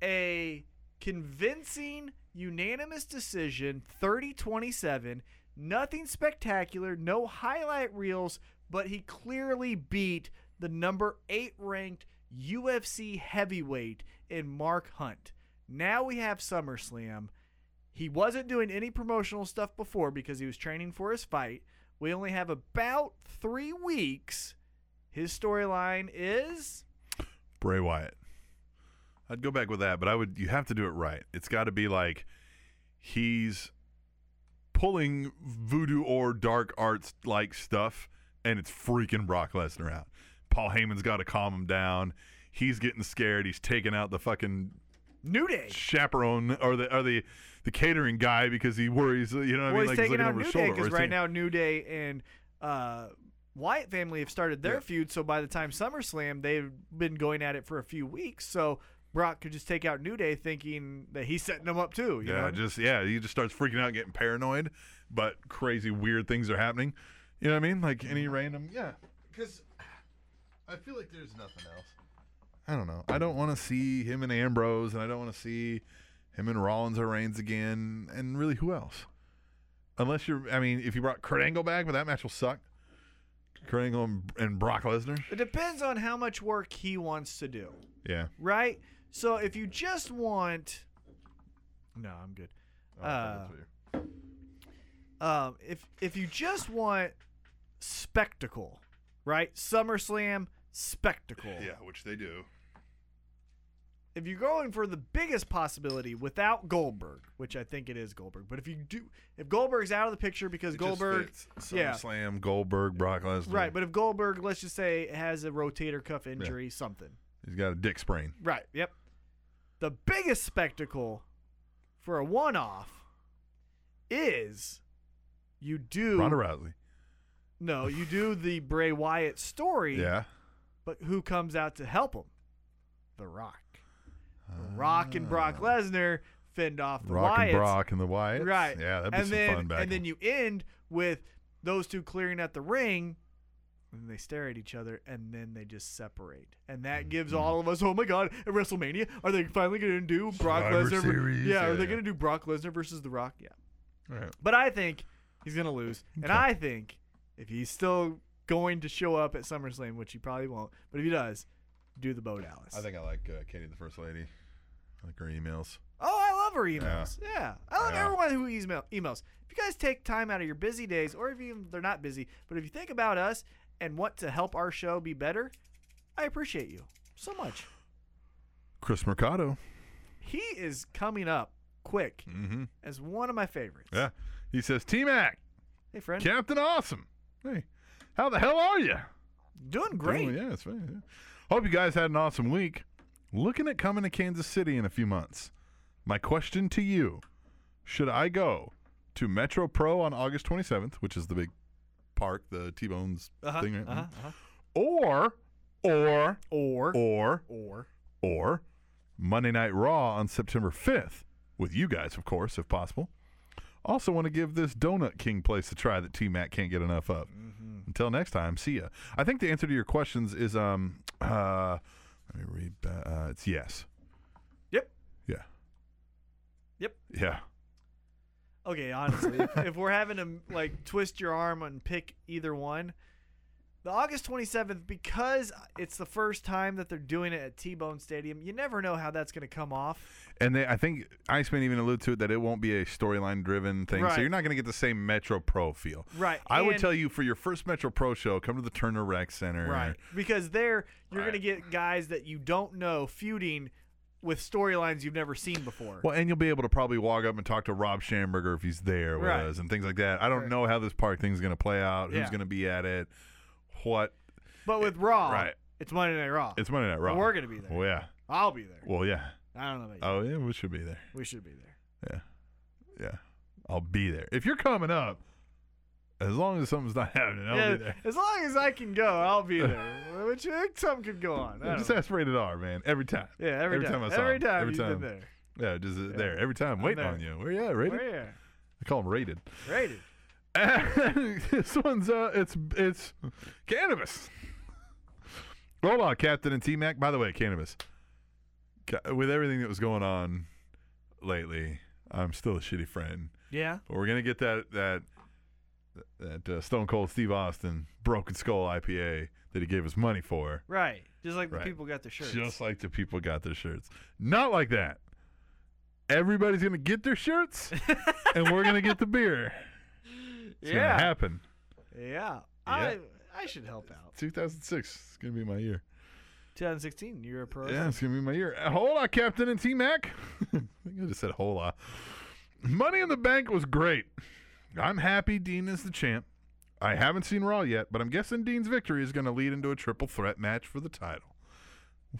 a convincing unanimous decision 30-27 Nothing spectacular, no highlight reels, but he clearly beat the number eight ranked UFC heavyweight in Mark Hunt. Now we have SummerSlam. He wasn't doing any promotional stuff before because he was training for his fight. We only have about three weeks. His storyline is
Bray Wyatt. I'd go back with that, but I would you have to do it right. It's got to be like he's pulling voodoo or dark arts like stuff and it's freaking Brock Lesnar out. Paul Heyman's got to calm him down. He's getting scared. He's taking out the fucking
New Day.
chaperone or the or the the catering guy because he worries, you know what I
well,
mean?
he's
like
taking
looking
out
over his
New Day
shoulder. or
because
he's
right
taking-
now New Day and uh, Wyatt family have started their
Yeah.
feud. So by the time SummerSlam, they've been going at it for a few weeks. So Brock could just take out New Day, thinking that he's setting them up too. You
yeah,
know?
just yeah, he just starts freaking out, getting paranoid, but crazy weird things are happening. You know what I mean? Like any random, yeah. Because I feel like there's nothing else. I don't know. I don't want to see him and Ambrose, and I don't want to see him and Rollins or Reigns again, and really who else? Unless you're, I mean, if you brought Kurt Angle back, but that match will suck. Kurt Angle and, and Brock Lesnar.
it depends on how much work he wants to do.
Yeah.
right? So if you just want, no, I'm good. Uh, um, if if you just want spectacle, right? SummerSlam spectacle.
yeah, which they do.
If you're going for the biggest possibility without Goldberg, which I think it is Goldberg, but if you do, if Goldberg's out of the picture because Goldberg, yeah,
Slam, Goldberg, Brock Lesnar.
right. But if Goldberg, let's just say, has a rotator cuff injury, something,
He's got a dick sprain.
Right. Yep. The biggest spectacle for a one-off is you do
Ronda Rousey.
no, you do the Bray Wyatt story,
Yeah.
but who comes out to help him? The Rock. The Rock and Brock Lesnar fend off the
Ah. Rock
Wyatts.
and Brock and the Wyatts.
Right.
Yeah, that'd be
and
some
then,
fun back.
And then you end with those two clearing at the ring. And they stare at each other, and then they just separate, and
Mm-hmm.
that gives all of us, oh my god! At WrestleMania, are they finally going to do Brock
Survivor
Lesnar? ver-
Series,
yeah,
yeah,
are they
yeah.
going to do Brock Lesnar versus The Rock? Yeah,
Right.
but I think he's going to lose, and I think if he's still going to show up at SummerSlam, which he probably won't, but if he does, do the Bo Dallas.
I think I like uh, Katie, the first lady. I like her emails.
Oh, I love her emails. Yeah, I love
Yeah.
everyone who email emails. If you guys take time out of your busy days, or if even they're not busy, but if you think about us and want to help our show be better, I appreciate you so much.
Chris Mercado.
He is coming up quick
Mm-hmm.
as one of my favorites.
Yeah. He says, T Mac,
Hey, friend,
Captain Awesome. Hey, how the hell are you?
doing great.
Oh, yeah, it's fine. yeah. Hope you guys had an awesome week. Looking at coming to Kansas City in a few months. My question to you Should I go to Metro Pro on August 27th, which is the big park, the T Bones
Uh-huh,
thing, right?
uh-huh, uh-huh.
Or, or,
Or,
or,
or
or Monday Night Raw on September 5th with you guys, of course, if possible. Also, want to give this Donut King place a try that T Mac can't get enough of.
Mm-hmm.
Until next time, see ya. I think the answer to your questions is um uh let me read ba- uh, it's yes
yep.
yeah
Yep.
yeah
Okay, honestly, if, if we're having to like twist your arm and pick either one, the August 27th because it's the first time that they're doing it at T-Bone Stadium. You never know how that's going to come off.
and they I think Iceman even alluded to it that it won't be a storyline driven thing so
Right.
you're not going to get the same Metro Pro feel
Right,
I would
and-
tell you for your first Metro Pro show come to the Turner Rec Center
Because there you're
Right.
going to get guys that you don't know feuding with storylines you've never seen before.
Well, and you'll be able to probably walk up and talk to Rob Schamberger if he's there with
Right.
us and things like that. I don't
Right.
know how this park thing's going to play out, who's
Yeah.
going to be at it, what.
But with Raw,
Right.
it's Monday Night Raw.
It's Monday Night Raw.
We're gonna be there.
Well, yeah.
I'll be there.
Well, yeah.
I don't know about you.
Oh, yeah, we should be there.
we should be there.
Yeah. Yeah. I'll be there. If you're coming up, as long as something's not happening, I'll
yeah,
be there.
as long as I can go, I'll be there. Which something could go on. I don't
Just
know.
ask rated R, man. Every time.
Yeah, every, time.
I saw
every
him.
time
Every
you've
time.
been there.
Yeah, just uh, there. Every time.
I'm
waiting
there.
on you. Where you at, rated?
Oh, yeah.
I call him rated.
Rated.
this one's uh, it's it's cannabis. Hola, Captain and T Mac. By the way, cannabis. Ca- With everything that was going on lately, I'm still a shitty friend.
Yeah.
But we're gonna get that that that uh, Stone Cold Steve Austin Broken Skull IPA that he gave us money for.
Right. Just like
Right.
the people got their shirts.
Just like the people got their shirts. Not like that. Everybody's gonna get their shirts, and we're gonna get the beer. It's gonna
yeah.
happen.
yeah. I I should help out.
2006 is gonna be my year.
2016, you're a pro.
Yeah, it's gonna be my year. Uh, Hola, Captain and T Mac. I think I just said hola. Money in the Bank was great. I'm happy Dean is the champ. I haven't seen Raw yet, but I'm guessing Dean's victory is gonna lead into a triple threat match for the title.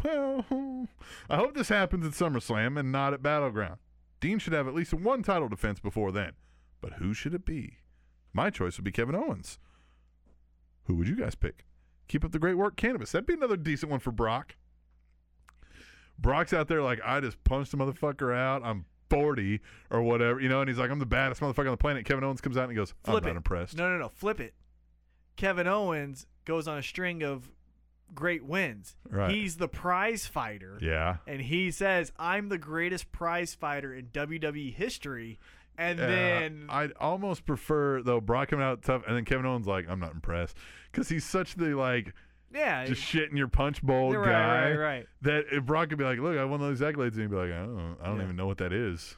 Well, I hope this happens at SummerSlam and not at Battleground. Dean should have at least one title defense before then. But who should it be? My choice would be Kevin Owens. Who would you guys pick? Keep up the great work, Cannabis. That'd be another decent one for Brock. Brock's out there like, I just punched a motherfucker out. I'm 40 or whatever, you know, and he's like, I'm the baddest motherfucker on the planet. Kevin Owens comes out and he goes,
Flip
I'm not
it.
impressed.
No, no, no. Flip it. Kevin Owens goes on a string of great wins.
Right.
He's the prize fighter.
Yeah.
And he says, I'm the greatest prize fighter in WWE history. And
Yeah,
then
I'd almost prefer though Brock coming out tough, and then Kevin Owens like I'm not impressed because he's such the like
Yeah.
just shit in your punch bowl
Right,
guy
right, right.
that if Brock could be like, look, I won those accolades, and he'd be like, I don't, I don't
Yeah.
even know what that is.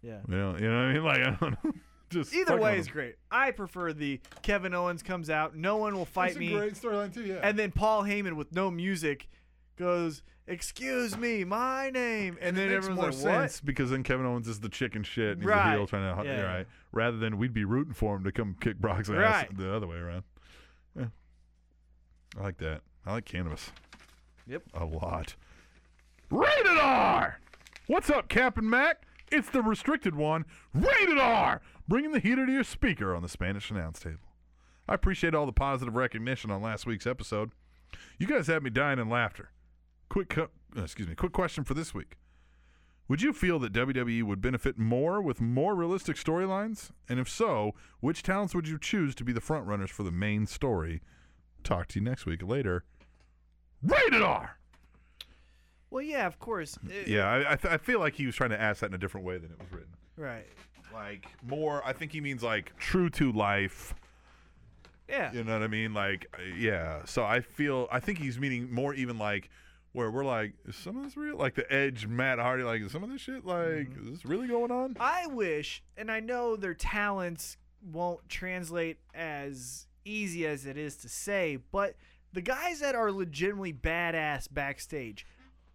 yeah.
You know, you know what I mean? Like I don't know. just
Either
fucking
way
with
is
him.
great. I prefer the Kevin Owens comes out, no one will fight
It's a
me.
great storyline too. Yeah,
And then Paul Heyman with no music goes, "Excuse me, my name," and, then
it makes more
everyone's like,
sense because then Kevin Owens is the chicken shit and he's a
Right.
heel trying to
Yeah, yeah.
right rather than we'd be rooting for him to come kick Brock's ass
Right.
the other way around. Yeah. I like that. I like cannabis.
Yep.
A lot. Rated R. What's up, Captain Mac? It's the restricted one. Rated R. Bringing the heater to your speaker on the Spanish announce table. I appreciate all the positive recognition on last week's episode. You guys had me dying in laughter. Quick, co- uh, excuse me. Quick question for this week: Would you feel that WWE would benefit more with more realistic storylines? And if so, which talents would you choose to be the front runners for the main story? Talk to you next week. Later. Rated R.
"What?" Well, yeah, of course. It-
Yeah, I, I, th- I feel like he was trying to ask that in a different way than it was written.
Right.
Like more, I think he means like true to life.
Yeah.
You know what I mean? Like, uh, yeah. So I feel I think he's meaning more even like where we're like, is some of this real? Like the Edge, Matt Hardy, like is some of this shit like is this really going on?
I wish, and I know their talents won't translate as easy as it is to say, but the guys that are legitimately badass backstage,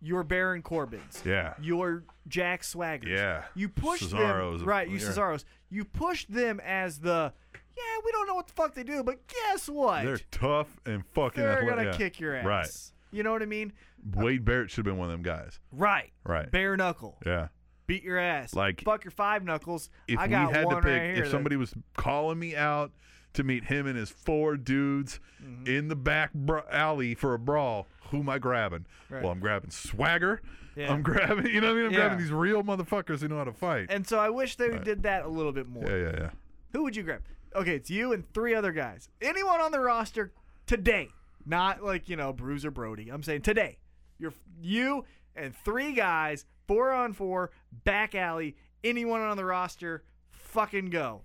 your Baron Corbin's,
Yeah.
your Jack Swaggers,
Yeah.
you push
Cesaro's a-
them, right? You
yeah.
Cesaro's, you push them as the, yeah, we don't know what the fuck they do, but guess what?
They're tough and fucking.
They're
athletic-
gonna
yeah.
kick your ass.
Right.
You know what I mean?
Wade Barrett should have been one of them guys.
Right.
Right.
Bare knuckle.
Yeah.
Beat your ass.
Like-
fuck your five knuckles.
If
I got
we had
one
to pick,
right here.
if
that-
somebody was calling me out to meet him and his four dudes
Mm-hmm.
in the back br- alley for a brawl, who am I grabbing?
Right.
Well, I'm grabbing Swagger.
Yeah.
I'm grabbing. You know what I mean? I'm grabbing
Yeah.
these real motherfuckers who know how to fight.
And so I wish they did that a little bit more.
yeah, yeah, yeah.
Who would you grab? Okay, it's you and three other guys. Anyone on the roster today, not like you know Bruiser Brody. I'm saying today. You're you and three guys, four on four, back alley. Anyone on the roster, fucking go.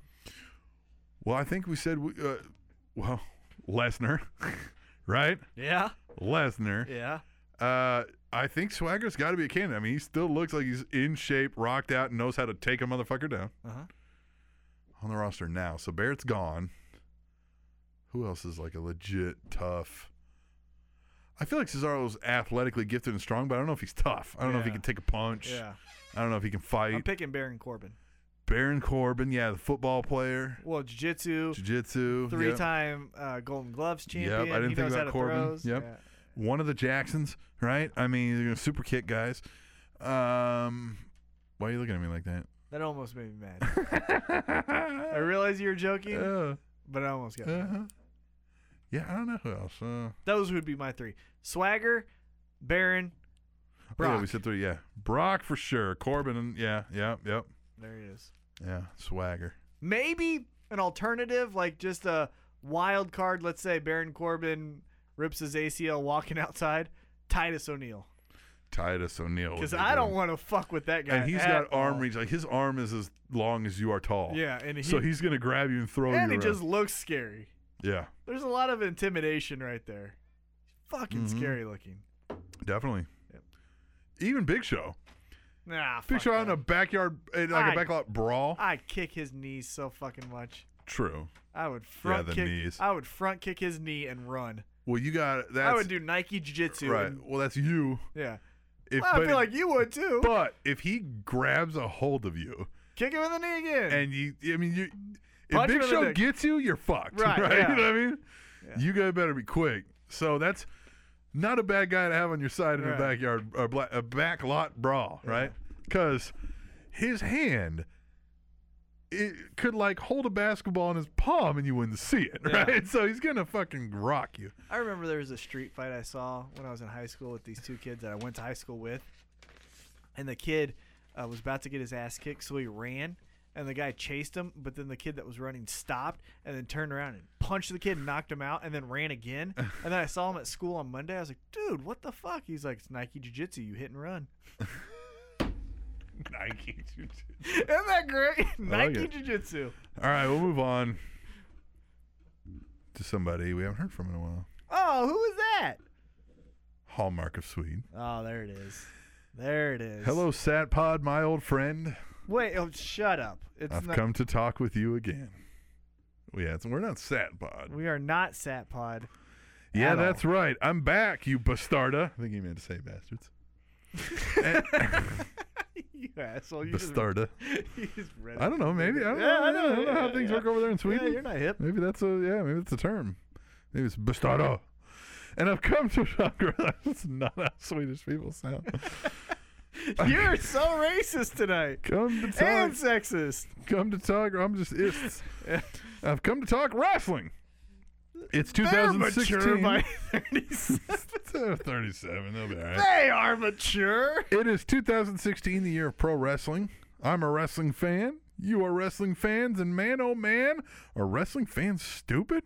Well, I think we said we, uh, well Lesnar, right?
Yeah,
Lesnar.
yeah.
Uh, I think Swagger's got to be a candidate. I mean, he still looks like he's in shape, rocked out, and knows how to take a motherfucker down.
Uh-huh.
On the roster now, so Barrett's gone. Who else is like a legit tough? I feel like Cesaro's athletically gifted and strong, but I don't know if he's tough. I don't know if he
Yeah.
can take a punch.
Yeah,
I don't know if he can fight.
I'm picking Baron Corbin.
Baron Corbin, yeah, the football player,
Well, jiu-jitsu,
jiu-jitsu, yeah.
three-time uh, Golden Gloves champion.
Yep, I didn't
he
think
knows
about
how to
Corbin.
throws.
Yep.
Yeah.
one of the Jacksons, right? I mean, they're gonna super kick guys. Um, why are you looking at me like that?
That almost made me mad. I realize you were joking,
Uh,
but I almost got. mad.
uh-huh. Yeah, I don't know who else. Uh, oh,
Those would be my three: Swagger, Baron, Brock.
Yeah, we said three. Yeah, Brock for sure. Corbin. and- Yeah, yeah, yep,
there he is.
yeah. Swagger.
Maybe an alternative, like just a wild card. Let's say Baron Corbin rips his ACL walking outside. Titus O'Neil.
Titus O'Neil.
because
would be
I don't
doing.
want to fuck with that guy.
Oh, And he's
at
got arm
all.
reach. Like his arm is as long as you are tall.
Yeah, and he-
so he's gonna grab you and throw
and
you.
he
around.
just looks scary.
yeah,
There's a lot of intimidation right there. Fucking
Mm-hmm.
scary looking.
definitely. Even Big Show.
Nah, fuck
Big Show out in
that.
a backyard, in like
I-
a backlot brawl.
I'd kick his knees so fucking much.
True.
I would front
the
kick.
knees.
I would front kick his knee and run.
Well, you got that.
I would do Nike jiu-jitsu.
right.
and-
Well, that's you.
yeah.
If,
Well, I
but-
feel like you would too.
But if he grabs a hold of you
kick him in the knee again.
and you, I mean, you, if
Punch him
Big
in the
Show
dick.
gets you, you're fucked.
Right,
Right.
yeah.
You know what I mean? You guys better be quick. So that's not a bad guy to have on your side in
Right.
a backyard, a, bla- a back lot brawl, right? Because his hand. It could like hold a basketball in his palm and you wouldn't see it,
Yeah.
right? So he's gonna fucking rock you.
I remember there was a street fight I saw when I was in high school with these two kids that I went to high school with, and the kid uh, was about to get his ass kicked, so he ran, and the guy chased him, but then the kid that was running stopped and then turned around and punched the kid and knocked him out, and then ran again. and then I saw him at school on Monday. I was like, "Dude, what the fuck?" He's like, "It's Nike Jiu Jitsu. You hit and run."
Nike.
Isn't that great? Nike
it.
Jiu Jitsu.
All right, we'll move on to somebody we haven't heard from in a while.
Oh, who is that?
Hallmark of Sweden.
Oh, there it is. There it is.
Hello, Satpod, my old friend.
Wait. Oh, shut up. It's
I've
not.
come to talk with you again. Well, Yeah, it's, we're not Satpod.
we are not Sat Pod.
Yeah,
at all.
that's right. I'm back, you bastarda. I think he meant to say bastards.
you asshole. You just,
Bastarda.
you just read
I
it.
don't know. Maybe I don't,
Yeah,
know,
I know,
I don't know how
yeah,
things
yeah.
work over there in Sweden.
Yeah, you're not hip.
Maybe that's a yeah. Maybe that's a term. Maybe it's bastardo. And I've come to that's not how Swedish people sound.
You're so racist tonight.
Come to talk.
And sexist.
come to talk. I'm just. It's, I've come to talk wrestling. It's
They're mature
2016.
by 37.
Oh, 37. They'll be all right.
they are mature.
It is 2016, the year of pro wrestling. I'm a wrestling fan. You are wrestling fans, and man, oh man, are wrestling fans stupid?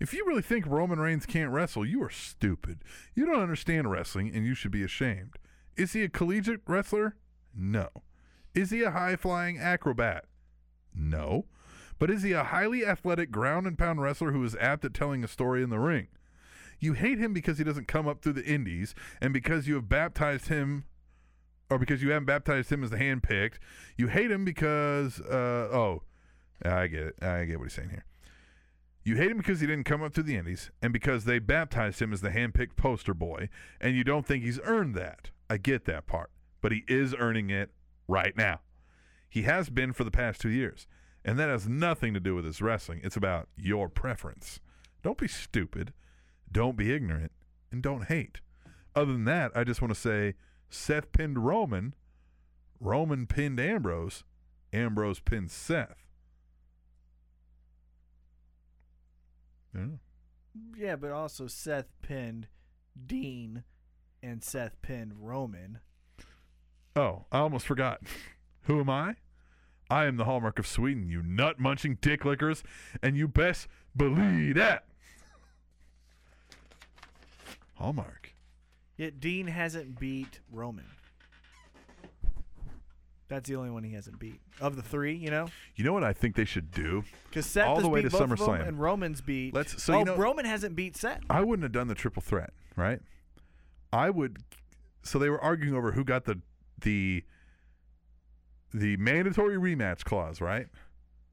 If you really think Roman Reigns can't wrestle, you are stupid. You don't understand wrestling, and you should be ashamed. Is he a collegiate wrestler? No. Is he a high flying acrobat? No. But is he a highly athletic ground and pound wrestler who is apt at telling a story in the ring? You hate him because he doesn't come up through the indies and because you have baptized him or because you haven't baptized him as the handpicked. You hate him because uh oh, I get it. I get what he's saying here. You hate him because he didn't come up through the indies and because they baptized him as the handpicked poster boy and you don't think he's earned that. I get that part, but he is earning it right now. He has been for the past 2 years. And that has nothing to do with his wrestling. It's about your preference. Don't be stupid don't be ignorant, and don't hate. Other than that, I just want to say Seth pinned Roman, Roman pinned Ambrose, Ambrose pinned Seth. Yeah.
Yeah, but also Seth pinned Dean and Seth pinned Roman.
Oh, I almost forgot. Who am I? I am the hallmark of Sweden, you nut munching dick lickers, and you best believe that. Hallmark.
Yet Dean hasn't beat Roman. That's the only one he hasn't beat of the three, you know.
You know what I think they should do?
Because Seth
All the
has
way
beat
to
both of them,
SummerSlam.
and Roman's beat.
Let's- so
oh,
you know-
Roman hasn't beat Seth.
I wouldn't have done the triple threat, right? I would. So they were arguing over who got the the the mandatory rematch clause, right?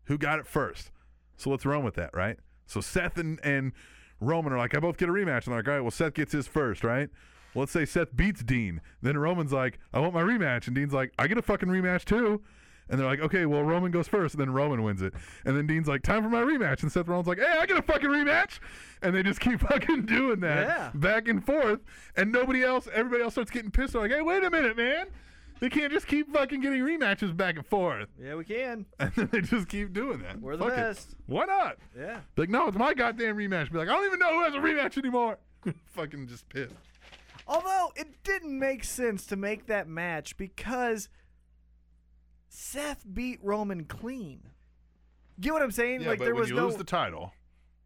Who got it first? So let's run with that, right? So Seth and and Roman are like, I both get a rematch, and they're like, all right, well Seth gets his first, right? Well, let's say Seth beats Dean. Then Roman's like, I want my rematch, and Dean's like, I get a fucking rematch too. And they're like, okay, well, Roman goes first, and then Roman wins it. And then Dean's like, time for my rematch. And Seth Rollins like, hey, I get a fucking rematch. And they just keep fucking doing that
Yeah.
back and forth. And nobody else, everybody else starts getting pissed. They're like, hey, wait a minute, man. They can't just keep fucking getting rematches back and forth.
Yeah, we can.
And then they just keep doing that.
We're the
Fuck it.
best.
Why not?
Yeah.
Be Like, no, it's my goddamn rematch. Be like, I don't even know who has a rematch anymore. fucking just pissed.
Although it didn't make sense to make that match because Seth beat Roman clean. Get what I'm saying? like there was no
title,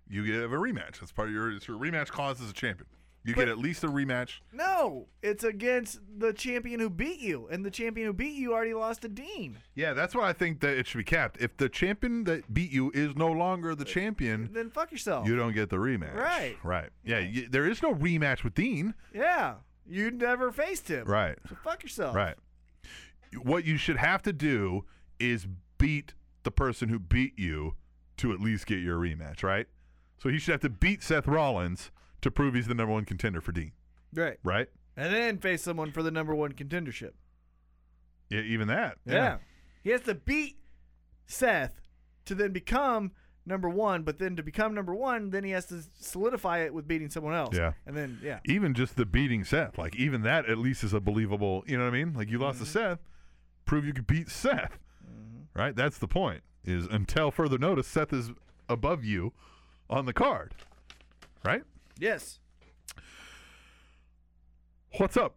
you get a rematch. That's part of your, it's your rematch clause as a champion. You
But-
get at least a rematch.
No, it's against the champion who beat you, and the champion who beat you already lost to Dean.
Yeah, that's why I think that it should be capped. If the champion that beat you is no longer the champion,
Then fuck yourself.
you don't get the rematch.
Uh, Right.
Right. Yeah, you, there is no rematch with Dean.
yeah, you never faced him.
Right.
So fuck yourself.
Right. What you should have to do is beat the person who beat you to at least get your rematch, right? So he should have to beat Seth Rollins to prove he's the number one contender for Dean,
Right.
right?
And then face someone for the number one contendership.
Yeah, even that.
Yeah. He has to beat Seth to then become number one, but then to become number one, then he has to solidify it with beating someone else.
Yeah.
And then, yeah.
Even just the beating Seth, like even that at least is a believable. You know what I mean? Like you lost to
Mm-hmm.
Seth, prove you could beat Seth, right? That's the point. Is until further notice, Seth is above you on the card, right?
Yes.
What's up?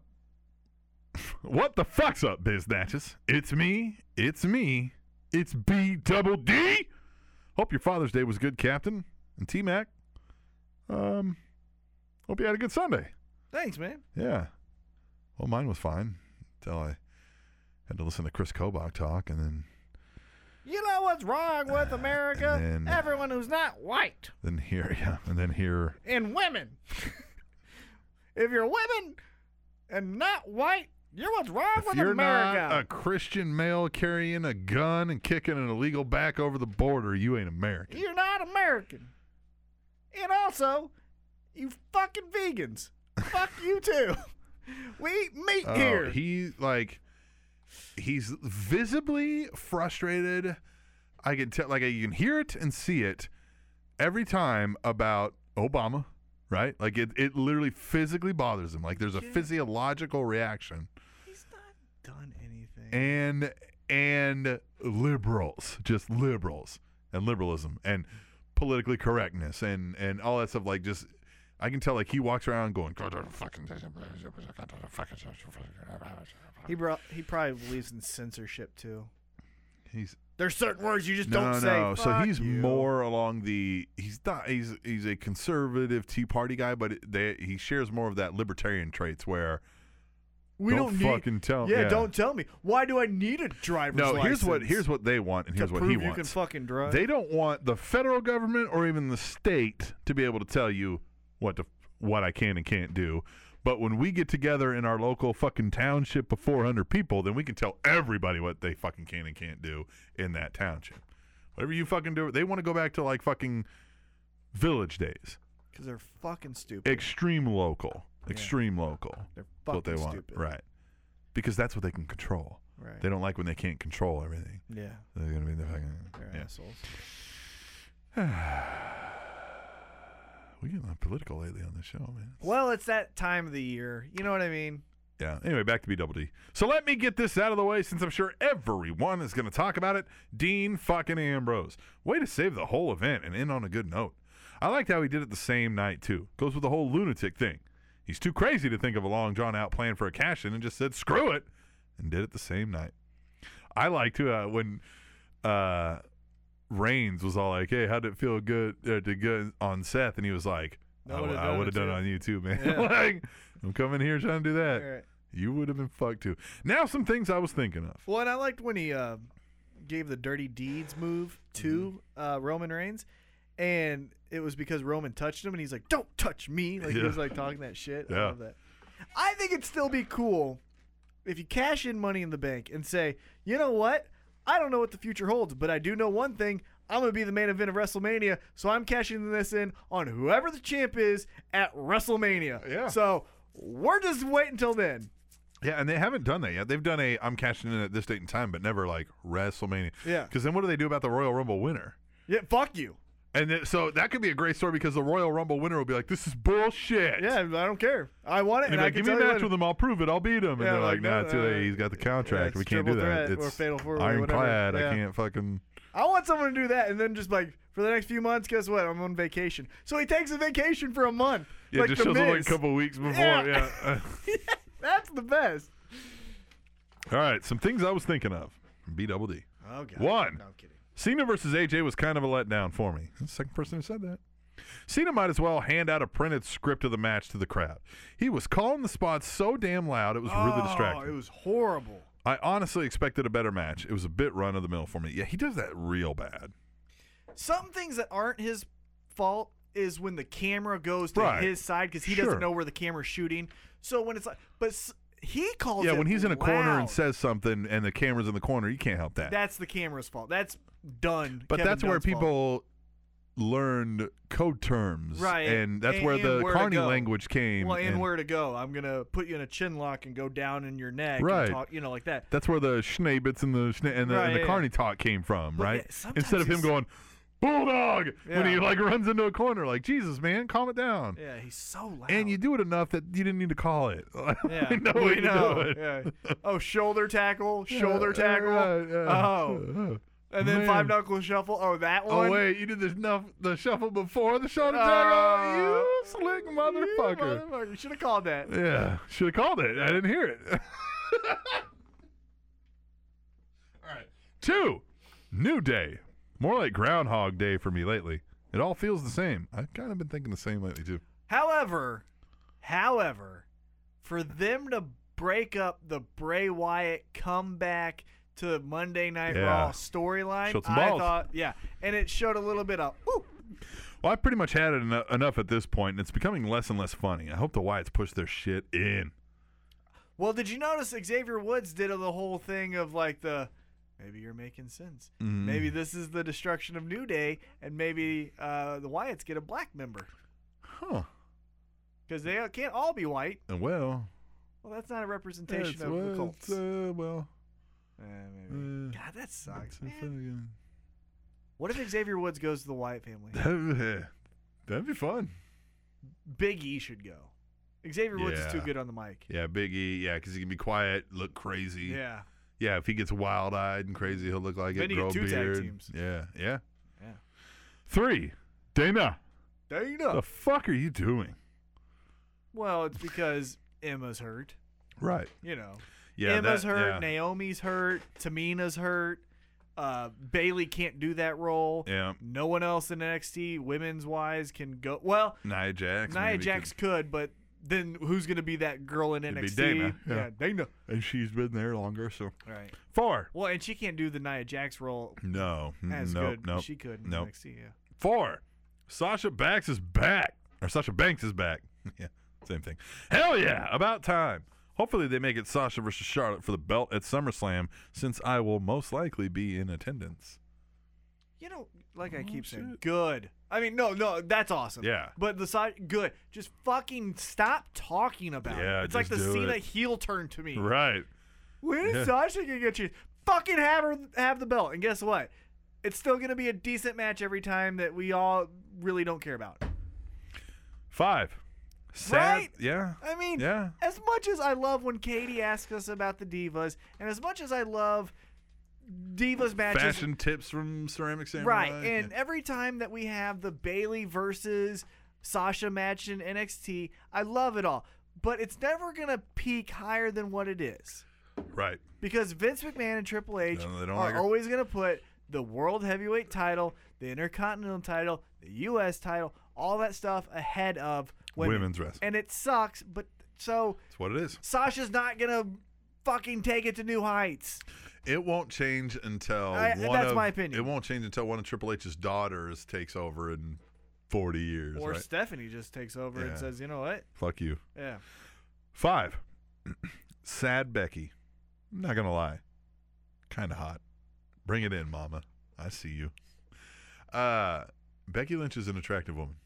What the fuck's up, Biz Natchez? It's me. It's me. It's B Double D. Hope your Father's Day was good, Captain and T Mac. Um, hope you had a good Sunday.
Thanks, man.
Yeah. Well, mine was fine until I had to listen to Chris Kobach talk, and then
You know what's wrong with America?
And then-
Everyone who's not white
then here, yeah, and then here.
and women. if you're women and not white, you're what's wrong
If
with
you're
America.
not a Christian male carrying a gun and kicking an illegal back over the border, you ain't American.
You're not American. And also, you fucking vegans. Fuck you too. We eat meat
Oh,
here.
he like he's visibly frustrated. I can tell, like you can hear it and see it every time about Obama, right? Like it, it literally physically bothers him. Like there's a physiological reaction,
He's not done anything.
and and liberals, just liberals, and liberalism, and politically correctness, and and all that stuff. Like just. I can tell, like he walks around going, "Fucking,
He brought, he probably believes in censorship too.
he's
There's certain words you just
no,
don't
no.
say.
So
Fuck
he's
you.
more along the he's not he's he's a conservative Tea Party guy, but it, they, he shares more of that libertarian traits where
We
don't
don't,
fucking
need,
tell-
Yeah,
yeah.
don't tell me. Why do I need a driver's
no
license?
here's what here's what they want and
to
here's what
prove
he
you
wants.
can fucking drive.
They don't want the federal government or even the state to be able to tell you what to, what I can and can't do. But when we get together in our local fucking township of 400 people, then we can tell everybody what they fucking can and can't do in that township. Whatever you fucking do, they want to go back to like fucking village days.
Because they're fucking stupid.
Extreme local. Extreme local.
They're
That's what they
fucking
want.
stupid.
Right. Because that's what they can control.
Right.
They don't like when they can't control everything.
yeah.
They're going to be the fucking.
They're
yeah.
assholes.
We getting like, political lately on this show, man.
Well, it's that time of the year. You know what I mean?
Yeah. Anyway, back to B Double D. So let me get this out of the way since I'm sure everyone is going to talk about it. Dean fucking Ambrose. Way to save the whole event and end on a good note. I liked how he did it the same night, too. Goes with the whole lunatic thing. He's too crazy to think of a long drawn out plan for a cash in and just said, screw it, and did it the same night. I liked uh, when uh, Reigns was all like, hey, how did it feel good, uh, to good on Seth? And he was like,
I
I
would've done
would have
it
done it
too."
on you, too, man.
Yeah.
like, I'm coming here trying to do that.
All right.
You would have been fucked too. Now some things I was thinking of.
Well, and I liked when he uh, gave the dirty deeds move to
Mm-hmm.
uh, Roman Reigns, and it was because Roman touched him, and he's like, "Don't touch me!" Like he
Yeah.
was like talking that shit. I
Yeah.
love that. I think it'd still be cool if you cash in Money in the Bank and say, "You know what? I don't know what the future holds, but I do know one thing." I'm gonna be the main event of WrestleMania, so I'm cashing this in on whoever the champ is at WrestleMania.
Yeah.
So we're just waiting until then.
Yeah, and they haven't done that yet. They've done a I'm cashing in at this date and time, but never like WrestleMania.
Yeah.
Because then what do they do about the Royal Rumble winner?
Yeah, fuck you.
And then, so that could be a great story because the Royal Rumble winner will be like, "This is bullshit."
Yeah, I don't care. I want it,
And,
and,
like,
I
give
can
me a
tell you
match
what-
with him, I'll prove it, I'll beat him. And
Yeah,
they're like,
like,
"Nah,
no,
too
no,
late.
no.
He's got the
Yeah,
contract.
it's
we can't do
triple
that.
threat or
It's
fatal four-way, whatever.
ironclad.
Yeah.
I can't fucking."
I want someone to do that, and then just like for the next few months, guess what? I'm on vacation. So he takes a vacation for a month.
Yeah,
like
just
the
shows up like a
Miz.
couple weeks before.
Yeah.
yeah.
That's the best.
All right, some things I was thinking of. B double D.
Oh god.
One.
No I'm kidding.
Cena versus AJ was kind of a letdown for me. That's the second person who said that. Cena might as well hand out a printed script of the match to the crowd. He was calling the spots so damn loud, it was really distracting.
Oh, It was horrible.
I honestly expected a better match. It was a bit run of the mill for me. Yeah, he does that real bad.
Some things that aren't his fault is when the camera goes to
Right.
his side because he
Sure.
doesn't know where the camera's shooting. So when it's like, but s- he calls.
yeah,
it
when he's in a corner and
loud.
says something and the camera's in the corner, you can't help that.
that's the camera's fault. That's done.
but
Kevin
that's where
Dunn's fault.
people learned code terms.
Right,
And that's
and-
where the
and where to
carny
go.
language came.
Well, and
and
where to go? I'm gonna put you in a chin lock and go down in your neck. and
Right.
talk- you know, like that.
that's where the schnabits and the schna- and the,
Right,
and the
yeah,
carny talk came from,
But
right?
yeah, sometimes
Instead of him
it's-
going bulldog when he
Yeah.
like runs into a corner, like Jesus, man, calm it down.
Yeah, he's so loud.
And you do it enough that you didn't need to call it.
Yeah,
we know
we
what you
know.
doing.
Yeah. Oh, shoulder tackle, shoulder
Yeah,
tackle.
right, yeah.
Oh, and then
Man.
five knuckle shuffle. Oh, that
Oh
one.
wait, you did the snuff, the shuffle before the shoulder
Uh,
tackle. You slick
You
motherfucker.
motherfucker. You should have called that.
Yeah, should have called it. I didn't hear it. All right. Two, new day. More like Groundhog Day for me lately. It all feels the same. I've kind of been thinking the same lately too.
However, however, for them to break up the Bray Wyatt comeback to Monday Night
Yeah.
Raw storyline,
Showed some
I
balls.
thought, yeah, and it showed a little bit of, ooh,
Well, I pretty much had it eno- enough at this point, and it's becoming less and less funny. I hope the Wyatts push their shit in.
Well, did you notice Xavier Woods did the whole thing of like the maybe you're making sense. Mm.
Mm-hmm.
Maybe
Mm.
this is the destruction of New Day, and maybe uh, the Wyatts get a black member
Huh.
because they can't all be white.
Uh, Well,
Well, that's not a representation
that's
of the
well,
Colts.
it's, uh, well,
Eh,
uh,
maybe. God, that sucks.
it's-
Man. What if Xavier Woods goes to the Wyatt family?
That'd be fun.
Big E should go. Xavier Woods is too
Yeah.
good on the mic.
Yeah, Big E. Yeah, because he can be quiet, look crazy.
Yeah.
Yeah, if he gets wild eyed and crazy, he'll look like
Then
it.
you get
grow a
two tag
beard.
teams.
Yeah, yeah.
Yeah.
Three, Dana.
There you
The
go.
fuck are you doing?
Well, it's because Emma's hurt.
Right.
You know.
Yeah.
Emma's
that-
hurt,
yeah.
Naomi's hurt, Tamina's hurt. Uh, Bailey can't do that role.
Yeah.
No one else in NXT women's wise can go. Well,
Nia Jax.
Nia
maybe
Jax
could-
could, but then who's going to be that girl in
It'd be
NXT?
Dana, yeah.
Dana.
and she's been there longer, so.
Right.
Four.
Well, and she can't do the Nia Jax role
No. Mm,
as
nope,
good.
Nope.
as She could in
Nope.
NXT. Yeah.
Four. Sasha Banks is back. Or Sasha Banks is back. yeah. Same thing. Hell yeah. About time. Hopefully they make it Sasha versus Charlotte for the belt at SummerSlam since I will most likely be in attendance.
You know, like I
Oh,
keep saying,
shit.
good. I mean, no, no, that's awesome.
Yeah.
But the side, good. Just fucking stop talking about
Yeah,
it. It's like the
just do
Cena
it.
heel turn to me.
Right.
When is
Yeah.
Sasha gonna get you? Fucking have her have the belt, and guess what? It's still gonna be a decent match every time that we all really don't care about.
Five. Sad.
Right? Uh,
Yeah.
I mean,
Yeah.
as much as I love when Katie asks us about the divas, and as much as I love divas matches,
Fashion tips from Ceramic Samurai.
right? And
uh, Yeah.
every time that we have the Bailey versus Sasha match in NXT, I love it all. But it's never gonna peak higher than what it is.
right.
because Vince McMahon and Triple H
No, they
are
don't like her.
always going to put the World Heavyweight Title, the Intercontinental Title, the U.S. Title, all that stuff ahead of women.
Women's wrestling.
and it sucks. But so
That's what it is.
Sasha's not going to fucking take it to new heights.
It won't change until
I-
one
that's
of-
my opinion.
It won't change until one of Triple H's daughters takes over in forty years.
Or
right?
Stephanie just takes over
Yeah.
and says, you know what?
Fuck you.
Yeah,
Five. Sad Becky. I'm not gonna lie. Kinda hot. Bring it in, mama. I see you. Uh Becky Lynch is an attractive woman.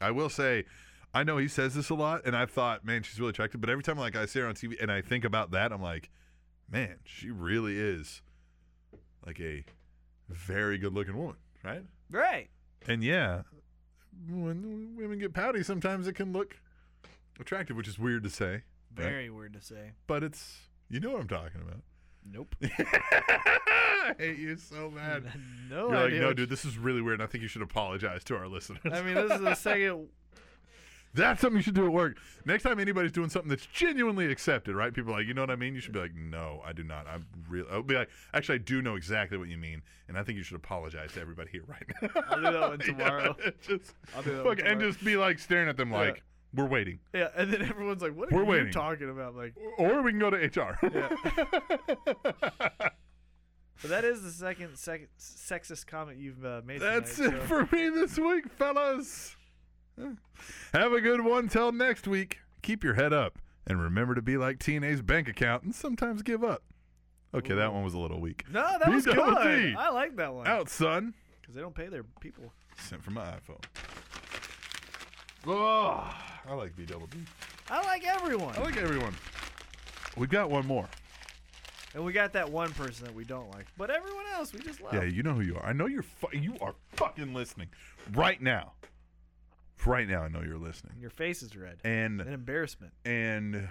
I will say, I know he says this a lot, and I've thought, man, she's really attractive. But every time like I see her on TV and I think about that, I'm like, man, she really is like a very good looking woman, right?
right.
And yeah, when women get pouty, sometimes it can look attractive, which is weird to say. right?
Very weird to say.
but it's you know what I'm talking about.
Nope.
I hate you so bad.
no
You're like,
idea.
no,
what
dude, this is really weird. And I think you should apologize to our listeners.
you- I mean, this is the second.
That's something you should do at work. Next time anybody's doing something that's genuinely accepted, right? People are like, you know what I mean? You should be like, no, I do not. I'm real. I'll be like, actually, I do know exactly what you mean, and I think you should apologize to everybody here right now.
I'll do that one tomorrow.
Yeah, just,
I'll do that
fuck,
one
and
tomorrow.
just be like staring at them
Yeah.
like, we're waiting,
Yeah, and then everyone's like, "What are
We're
you
waiting.
talking about?" Like,
or we can go to HR.
but that is the second sec- sexist comment you've uh, made.
That's
tonight,
it
so-
for me this week, fellas. Have a good one till next week. Keep your head up and remember to be like TNA's bank account and sometimes give up. Okay, that one was a little weak.
No, that was good.
BWT.
I like that one
Out, son.
because they don't pay their people.
Sent from my iPhone. Oh, I like BWB.
I like everyone,
I like everyone. We've got one more.
and we got that one person that we don't like, but everyone else we just love.
Yeah, you know who you are. I know you're. Fu- you are fucking listening right now. Right now, I know you're listening.
Your face is red. An
And
embarrassment.
and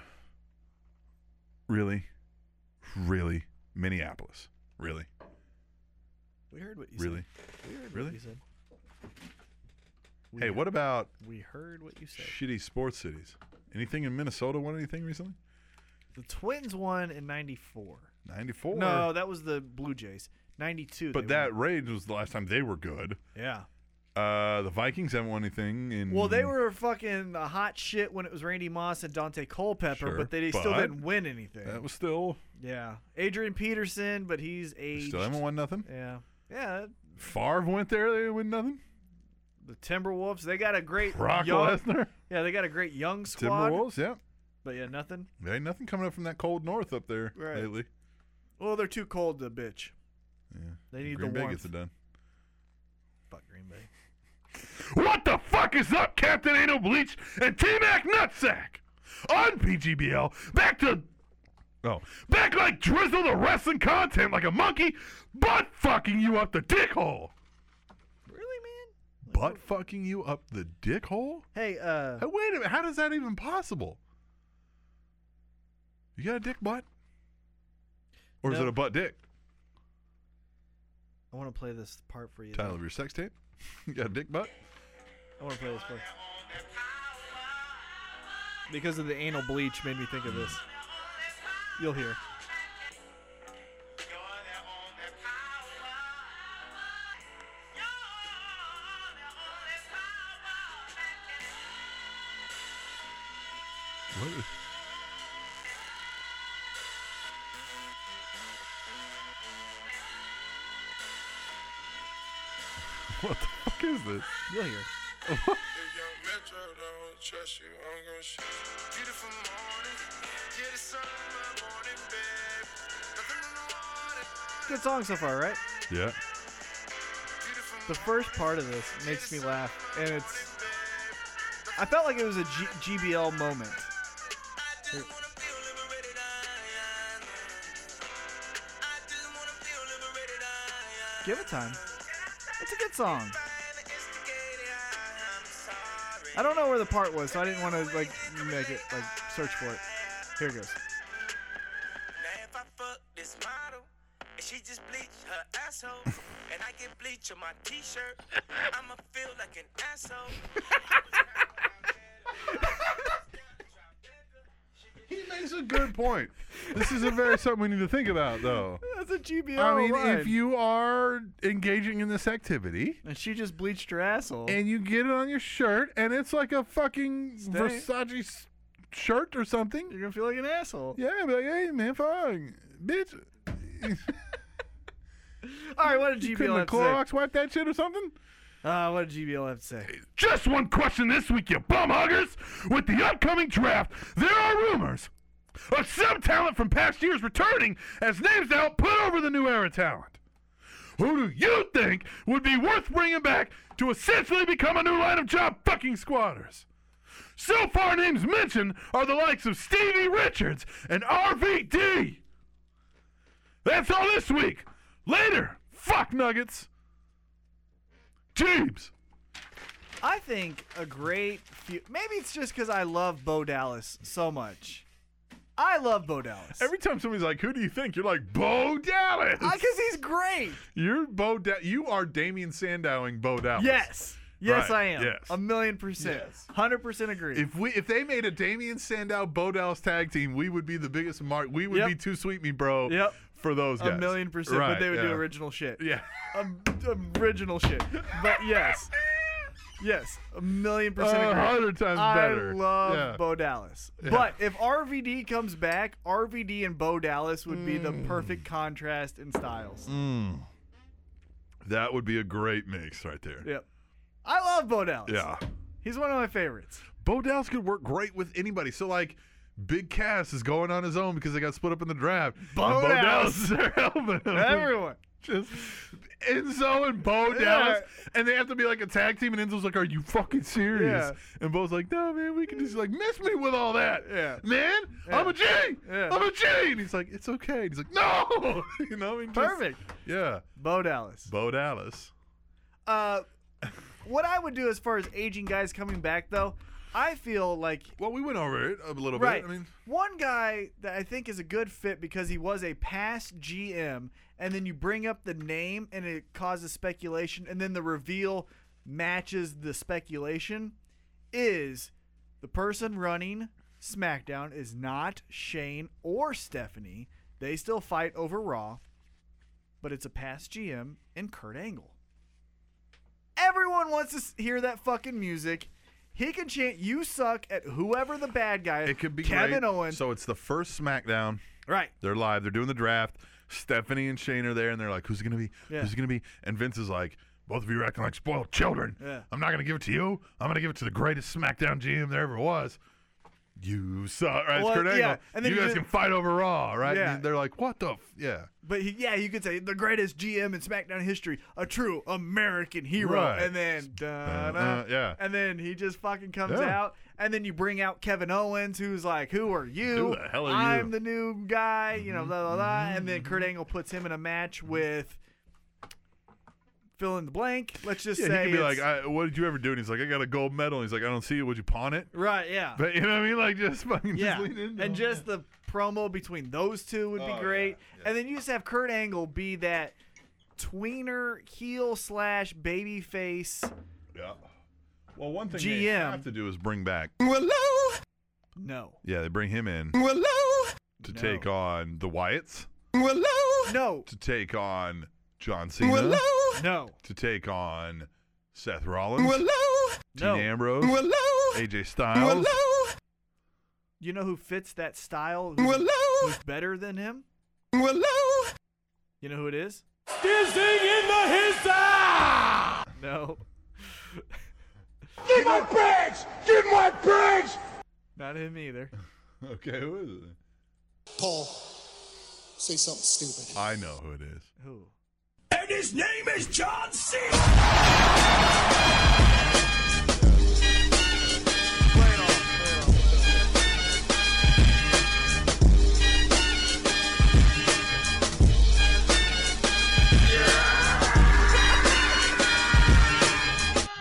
really, really, Minneapolis. Really,
We heard what you
really.
said. We heard
Really?
what you said. We
Hey,
heard-
what about
We heard what you said.
shitty sports cities? Anything in Minnesota won anything recently?
The Twins won in '94.
Ninety four.
No, that was the Blue Jays. '92.
but that Rage was the last time they were good.
yeah.
Uh, the Vikings haven't won anything. In
Well, they were fucking the hot shit when it was Randy Moss and Dante Culpepper,
Sure,
but they still
but-
didn't win anything.
That was still
yeah, Adrian Peterson, but he's aged.
still haven't won nothing.
yeah, yeah.
Favre went there. They didn't win nothing.
The Timberwolves, they got a great
Brock
young,
Lesnar.
Yeah, they got a great young squad.
Timberwolves. Yeah.
But yeah, nothing.
There ain't nothing coming up from that cold north up there
Right.
lately.
Well, they're too cold to bitch.
Yeah.
They need
Green
the
Bay
warmth.
gets it done.
Fuck Green Bay.
What the fuck is up, Captain Anal Bleach and T Mac Nutsack? On PGBL, back to. Oh. Back like Drizzle the wrestling content like a monkey, butt fucking you up the dick hole.
Really, man?
Butt fucking you up the dick hole?
Hey, uh,
Hey, wait a minute. How does that even possible? You got a dick butt? Or is
No.
it a butt dick?
I want to play this part for you. though.
Title of your sex tape? you got a dick butt?
I want to play this part because of the anal bleach. Made me think of this. You'll hear.
What is- What the fuck is this?
You'll hear. Good song so far, right?
Yeah.
The first part of this makes me laugh, and it's. I felt like it was a G- GBL moment. Give it time. It's a good song. I don't know where the part was, so I didn't want to like make it like search for it. Here it goes.
Now if I fuck this model and she just bleach her asshole and I get bleach on my t-shirt, I'ma feel like an asshole.
He makes a good point. This is a very something we need to think about, though.
That's a GBL.
I mean,
line.
if you are engaging in this activity
and she just bleached her asshole.
and you get it on your shirt and it's like a fucking
Stay.
Versace s- shirt or something,
You're gonna feel like an asshole.
yeah, be like, hey, man, fuck, bitch.
All right, what did
You
GBL
couldn't
have
have
to say?
Clorox wipe that shit or something?
Uh, what did GBL have to say?
Just one question this week, you bum huggers. With the upcoming draft, there are rumors of some talent from past years returning as names to help put over the new era talent. Who do you think would be worth bringing back to essentially become a new line of job fucking squatters? So far, names mentioned are the likes of Stevie Richards and RVD. That's all this week. Later, fuck Nuggets. Teams.
I think a great few. Maybe it's just because I love Bo Dallas so much. I love Bo Dallas.
Every time somebody's like, "Who do you think?" You're like, "Bo Dallas."
because he's great.
You're Bo. Da- you are Damian Sandowing Bo Dallas.
Yes. Yes,
Right,
I am.
yes.
A million percent.
Yes.
Hundred percent agree.
If we if they made a Damian Sandow Bo Dallas tag team, we would be the biggest mark. We would
Yep.
be too sweet me, bro.
Yep.
For those guys,
a million percent,
Right,
but they would do
yeah.
original shit.
Yeah.
Um, original shit. But yes, yes, a million percent.
A
agree.
hundred times
I
better.
love
Yeah.
Bo Dallas, but if RVD comes back, RVD and Bo Dallas would be the
Mm.
perfect contrast in styles.
That would be a great mix right there.
Yep, I love Bo Dallas.
Yeah.
he's one of my favorites.
Bo Dallas could work great with anybody. So like Big Cass is going on his own because they got split up in the draft.
Bo
and Bo Dallas
Dallas.
is there helping him.
Everyone.
Just Enzo and Bo Dallas. And they have to be like a tag team, and Enzo's like, Are you fucking serious?
Yeah.
And Bo's like, No, man, we can just like miss me with all that.
Yeah.
Man, I'm a G.
Yeah.
am a G. And he's like, It's okay. And he's like, No. you know, I mean, just-
Perfect.
Yeah.
Bo Dallas.
Bo Dallas.
Uh, what I would do as far as aging guys coming back though, I feel like
Well, we went over it a little
Right.
bit. I mean,
one guy that I think is a good fit because he was a past GM, and then you bring up the name and it causes speculation, and then the reveal matches the speculation. Is the person running SmackDown is not Shane or Stephanie. They still fight over Raw, but it's a past GM and Kurt Angle. Everyone wants to s- hear that fucking music. He can chant "You suck" at whoever the bad guy. is.
it could be
Kevin
great.
Owens.
So it's the first SmackDown.
right.
They're live. They're doing the draft. Stephanie and Shane are there, and they're like, "Who's it gonna be?
Yeah.
Who's it gonna be?" And Vince is like, "Both of you are acting like spoiled children.
Yeah.
I'm not gonna give it to you. I'm gonna give it to the greatest SmackDown GM there ever was." You suck, right? It's
Well,
Kurt Angle.
yeah, and then
you
you
guys
do-
can fight over Raw, right?
Yeah.
And they're like, "What the? F-? Yeah."
But he, yeah, you could say the greatest GM in SmackDown history, a true American hero.
Right.
And then, da,
uh,
da,
yeah.
And then he just fucking comes
Yeah.
out, and then you bring out Kevin Owens, who's like, "Who are you?
Who the hell are you?" Mm-hmm.
I'm the new guy." You know, blah blah blah. And then Kurt Angle puts him in a match with fill in the blank. Let's just
Yeah,
say
he could be
it's-
like, I, "What did you ever do?" And he's like, "I got a gold medal." And he's like, "I don't see it. Would you pawn it?"
right, yeah.
But you know what I mean? Like just fucking
yeah.
just lean into
and
him.
just the promo between those two would
Oh,
be great.
yeah,
And then you just have Kurt Angle be that tweener heel slash baby face.
yeah. Well, one thing they
GM.
have to do is bring back.
No.
Yeah, they bring him in to
No.
take on the Wyatts.
No.
to take on John Cena,
No.
to take on Seth Rollins, Dean
No.
Ambrose, AJ Styles.
You know who fits that style? Who's, who's better than him? You know who it is? Dizzy in the hissa! No.
Get my bags! Get my bags!
Not him either.
Okay, who is it?
Paul, say something stupid.
I know who it is.
Who?
And his name is John C.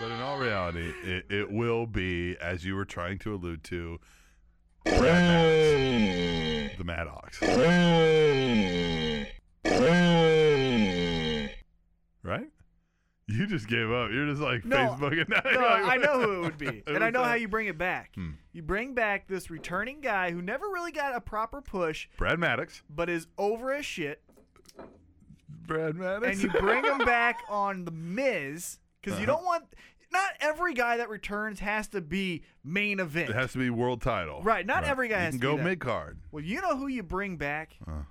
But in all reality, it, it will be, as you were trying to allude to, Brad Maddox. the Maddox. Right? You just gave up. You're just like
No,
Facebooking.
No, I know who it would be, and I
was
know
that?
how you bring it back.
Hmm.
You bring back this returning guy who never really got a proper push,
Brad Maddox.
but is over as shit,
Brad Maddox.
and you bring him back on the Miz because
Uh-huh.
you don't want. Not every guy that returns has to be main event.
It has to be world title.
Right, not every guy
you
has
can
to
go
do that.
mid card.
well, you know who you bring back
Uh.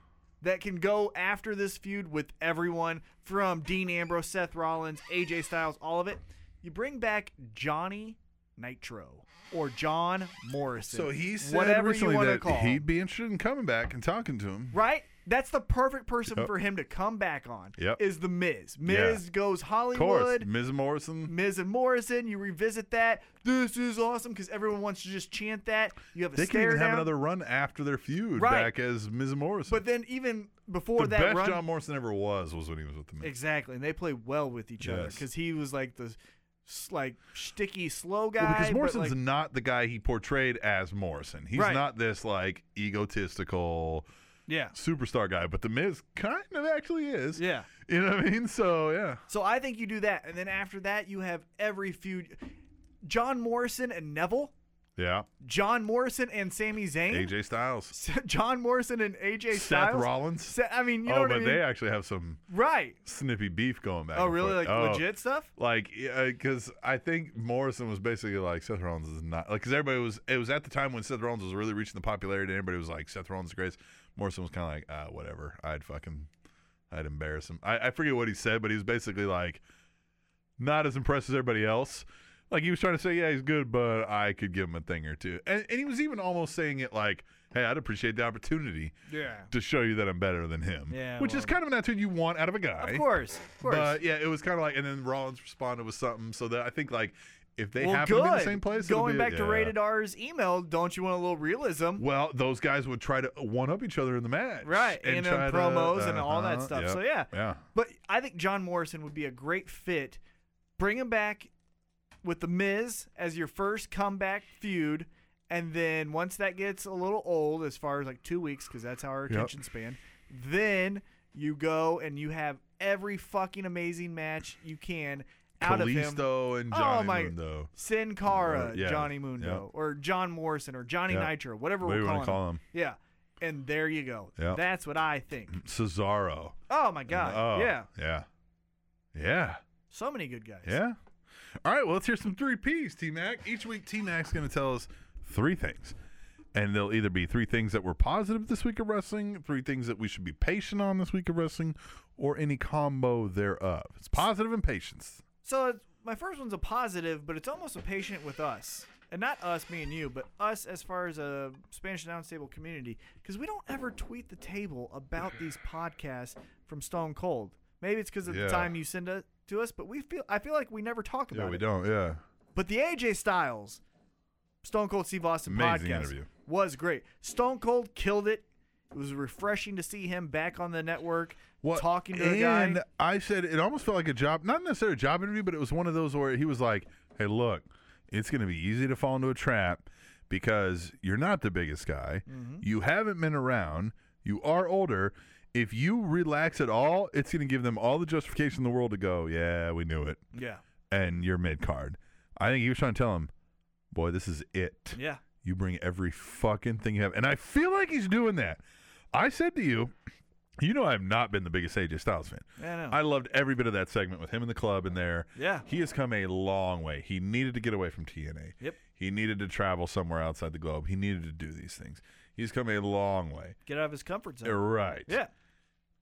that can go after this feud with everyone from Dean Ambrose, Seth Rollins, AJ Styles, all of it. You bring back Johnny Nitro or John Morrison.
So he said
whatever
recently
you want to
that
call. him.
he'd be interested in coming back and talking to him.
Right? That's the perfect person
Yep.
for him to come back on.
Yep.
Is the Miz. Miz goes
Of course,
Hollywood.
Ms. Morrison.
Miz and Morrison, you revisit that. This is awesome because everyone wants to just chant that. You have a
They can
stare
even
down.
have another run after their feud
Right.
back as Ms. Morrison.
but then even before
the
that
best
run,
John Morrison ever was was when he was with the Miz.
exactly, and they play well with each other
Yes.
because he was like the s- like sticky slow guy.
Well, because
but,
Morrison's
like,
not the guy he portrayed as Morrison. He's
Right.
not this like egotistical,
Yeah.
superstar guy, but The Miz kind of actually is.
Yeah.
You know what I mean? So, yeah.
So I think you do that, and then after that, you have every feud: John Morrison and Neville,
Yeah.
John Morrison and Sami Zayn,
AJ Styles.
John Morrison and AJ
Seth
Styles.
Rollins.
Sa- I mean, you know
oh,
what
but
I mean?
they actually have some
right.
snippy beef going back.
Oh,
and
really?
forth.
Like
Oh,
legit stuff?
Like, because I think Morrison was basically like Seth Rollins is not like because everybody was it was at the time when Seth Rollins was really reaching the popularity. and Everybody was like Seth Rollins is the greatest. Morrison was kind of like ah, whatever. I'd fucking I'd embarrass him. I, I forget what he said, but he was basically like not as impressed as everybody else. Like he was trying to say, yeah, he's good, but I could give him a thing or two. And, and he was even almost saying it like, hey, I'd appreciate the opportunity
Yeah.
to show you that I'm better than him.
Yeah,
Which is
well-
kind of an attitude you want out of a guy.
Of course. Of course.
But yeah, it was kind of like, and then Rollins responded with something. So that I think like if they
well,
happen
good.
to be in the same place, it'll
Going
be-
back to
yeah.
Rated R's email, don't you want a little realism?
Well, those guys would try to one up each other in the match,
Right, and in
try to-
promos and all that
uh-huh,
stuff.
yep,
So, yeah.
yeah,
But I think John Morrison would be a great fit. Bring him back with the Miz as your first comeback feud, and then once that gets a little old, as far as like two weeks, because that's our attention span, then you go and you have every fucking amazing match you can out of him.
Kalisto and
Oh,
Johnny
my-
Mundo,
Sin Cara,
Yeah,
Johnny Mundo,
yeah.
or John Morrison, or Johnny
Yeah.
Nitro, whatever
Whatever
we're
you
calling
wanna call
him.
him.
Yeah, and there you go.
Yeah.
That's what I think.
Cesaro.
Oh my god!
oh,
Yeah,
yeah, yeah.
so many good guys.
Yeah. All right. Well, let's hear some three P's, T Mac. Each week, T Mac's going to tell us three things. And they'll either be three things that were positive this week of wrestling, three things that we should be patient on this week of wrestling, or any combo thereof. It's positive and patience.
So it's- my first one's a positive, but it's almost a patient with us, and not us, me and you, but us as far as a Spanish announce table community, because we don't ever tweet the table about these podcasts from Stone Cold. Maybe it's because of
Yeah.
the time you send it to us, but we feel I feel like we never talk about
Yeah, we
it.
don't. Yeah.
But the AJ Styles, Stone Cold Steve Austin
Amazing
podcast
interview.
was great. Stone Cold killed it. It was refreshing to see him back on the network, talking to
and
the guy.
I said it almost felt like a job, not necessarily a job interview, but it was one of those where he was like, "Hey, look, it's going to be easy to fall into a trap because you're not the biggest guy.
Mm-hmm.
You haven't been around. You are older. If you relax at all, it's going to give them all the justification in the world to go, "Yeah, we knew it."
Yeah,
And you're mid card. I think he was trying to tell him, "Boy, this is it."
yeah.
You bring every fucking thing you have. And I feel like he's doing that. I said to you, you know I've not been the biggest AJ Styles fan.
Yeah, I know.
I loved every bit of that segment with him in the club and there.
Yeah.
He has come a long way. He needed to get away from TNA.
Yep.
He needed to travel somewhere outside the globe. He needed to do these things. He's come a long way. Eh,
Get out of his comfort zone.
Right.
Yeah.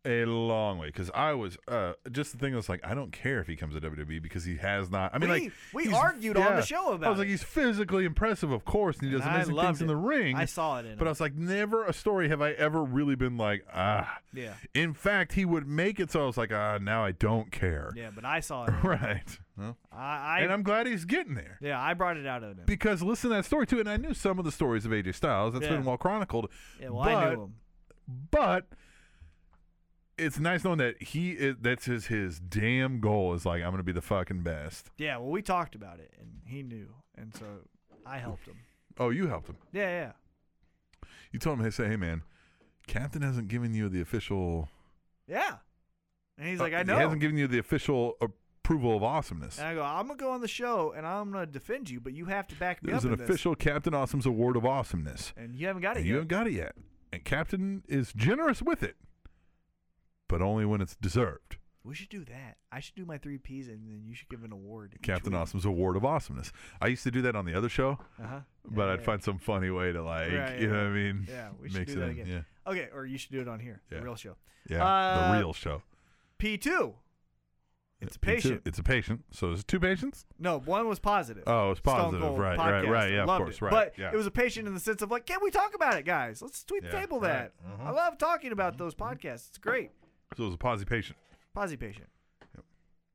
A long way. Because I was uh, just the thing I was like, I don't care if he comes to WWE because he has not I mean
We-
like
we
he's-
argued on the show
I
about
was like,
it.
he's physically impressive, of course, and he does
And I
amazing
loved
things in
it.
the ring.
I saw it in
But
him.
I was like, never a story have I ever really been like, ah.
Yeah.
In fact, he would make it so I was like, ah, now I don't care.
Yeah, but I saw it.
Right. Well,
I, I
and I'm glad he's getting there.
yeah, I brought it out of him.
Because listen to that story too, and I knew some of the stories of AJ Styles. That's
Yeah.
been well chronicled.
Yeah, well,
but,
I knew him.
But it's nice knowing that he is, that's his his damn goal is like I'm gonna be the fucking best.
Yeah, well, we talked about it, and he knew, and so I helped him.
Oh, you helped him.
Yeah, yeah.
You told him, hey, say, hey man, Captain hasn't given you the official.
Yeah. And he's like,
uh,
I know.
He hasn't given you the official approval of awesomeness.
and I go, I'm going to go on the show, and I'm going to defend you, but you have to back me
There's
up
an
in this."
official Captain Awesome's award of awesomeness.
And you haven't got it
and you
yet.
haven't got it yet. And Captain is generous with it, but only when it's deserved.
we should do that. I should do my three Ps, and then you should give an award. each
Captain
week.
Awesome's award of awesomeness. I used to do that on the other show,
Uh-huh.
but
Yeah,
I'd
yeah.
find some funny way to like,
Right,
you
yeah,
know
yeah.
what I mean?
Yeah, we should do that again.
Yeah,
Okay, or you should do it on here,
Yeah.
the real show.
yeah,
Uh,
the real show.
P2. It's
Me too.
a patient.
It's a patient. So there's two patients.
No, one was positive.
Oh, it was
Stone
positive.
Cold
Right, right,
podcast.
right. Yeah, of
Loved
course,
it.
right,
But
yeah.
it was a patient in the sense of like, can we talk about it, guys? Let's tweet
Yeah,
the table
right,
that.
mhm.
I love talking about those podcasts. It's great.
So it was a posy patient.
Posy patient.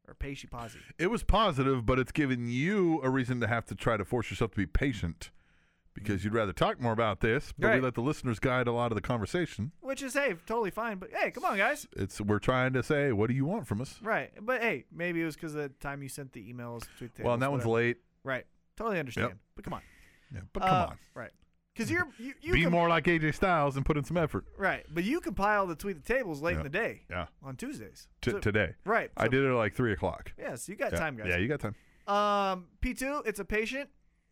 Or patient posy.
It was positive, but it's given you a reason to have to try to force yourself to be patient because you'd rather talk more about this, but we
Mm. Right.
let the listeners guide a lot of the conversation.
Which is hey, totally fine. But hey, come on, guys.
It's we're trying to say, what do you want from us?
Right. But hey, maybe it was because of the time you sent the emails. Tweet the
Well, and that one's late.
Right. Totally understand. But come on.
Yeah, but come
Uh,
on.
Right. Because you're you, you
Be
can,
more like AJ Styles and put in some effort.
right, but you compile the tweet the tables late
Yeah.
in the day.
Yeah.
On Tuesdays.
T-
So-
today.
Right.
I
so-
did it at like 3 o'clock.
Yeah, so you got
Yeah.
time, guys.
Yeah, you got time.
Um, P2, it's a patient.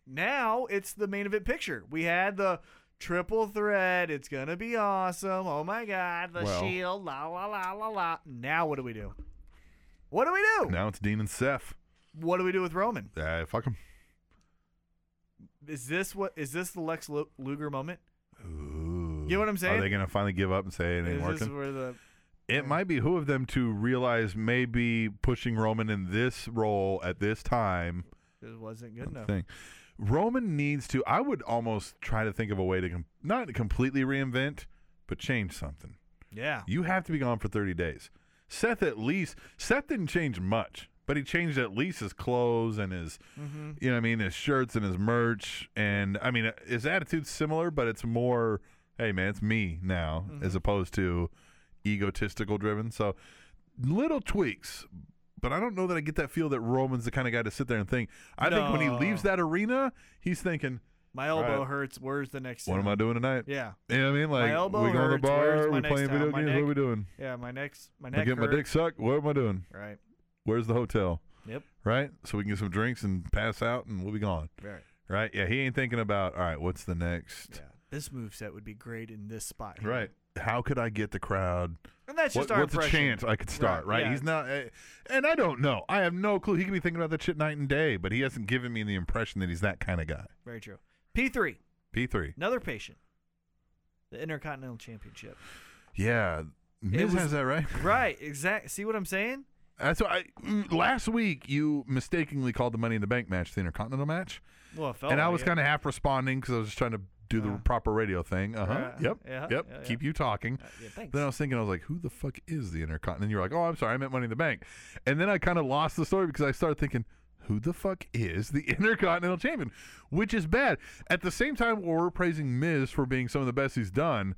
Now it's the main event picture. We had the triple threat. It's going to be awesome. Oh my God. The
Well-
shield. La, la, la, la, la. Now what do we do? What do we do?
Now it's Dean and Seth.
What do we do with Roman?
Uh, fuck him.
Is this what is this the Lex Lu- Luger moment?
Ooh.
You know what I'm
Are
saying?
they going to finally give up and say it ain't
Is this
working?
where the
It might be who of them to realize maybe pushing Roman in this role at this time
it wasn't good enough?
thing. Roman needs to. I would almost try to think of a way to com- not completely reinvent, but change something.
Yeah.
You have to be gone for 30 days. Seth at least Seth didn't change much, but he changed at least his clothes and his
Mm-hmm.
you know what I mean, his shirts and his merch and I mean his attitude's similar, but it's more hey man, it's me now
Mm-hmm.
as opposed to egotistical driven. So little tweaks, but I don't know that I get that feel that Roman's the kind of guy to sit there and think. I think when he
No.
leaves that arena, he's thinking,
My elbow
Right.
hurts. Where's the next
what am I
sound?
doing tonight?
Yeah.
You know what I mean? Like
elbow
we going to the
hurts, where's
bar,
my
we
next
playing
time?
video
My
games, what
neck-
are we doing?
Yeah, my neck's my
I
neck
get my
hurt.
dick sucked. What am I doing?
Right.
Where's the hotel?
Yep.
Right? So we can get some drinks and pass out and we'll be gone.
Right.
Right? Yeah, he ain't thinking about, all right, what's the next?
Yeah. This moveset would be great in this spot. here.
Right. How could I get the crowd?
And that's just
What,
our
what's a
impression.
chance I could start?
Right,
Right?
yeah.
He's not, eh, and I don't know. I have no clue. He could be thinking about that shit night and day, but he hasn't given me the impression that he's that kind of guy.
Very true. P3,
P3.
another patient. The Intercontinental Championship.
Yeah. Miz
was-
has that, right?
Right, exact. See what I'm saying?
That's why I, mm, last week you mistakenly called the Money in the Bank match the Intercontinental match.
Well, it felt
and I
like
was
it.
kind of half responding because I was just trying to do the
Uh,
proper radio thing. Uh huh.
yeah,
yep.
yeah,
yep.
yeah, yeah.
Keep you talking.
Uh, yeah, thanks.
Then I was thinking, I was like, who the fuck is the Intercontinental? And you were like, oh, I'm sorry, I meant Money in the Bank. And then I kind of lost the story because I started thinking, who the fuck is the Intercontinental Champion? Which is bad. At the same time, while we're praising Miz for being some of the best he's done,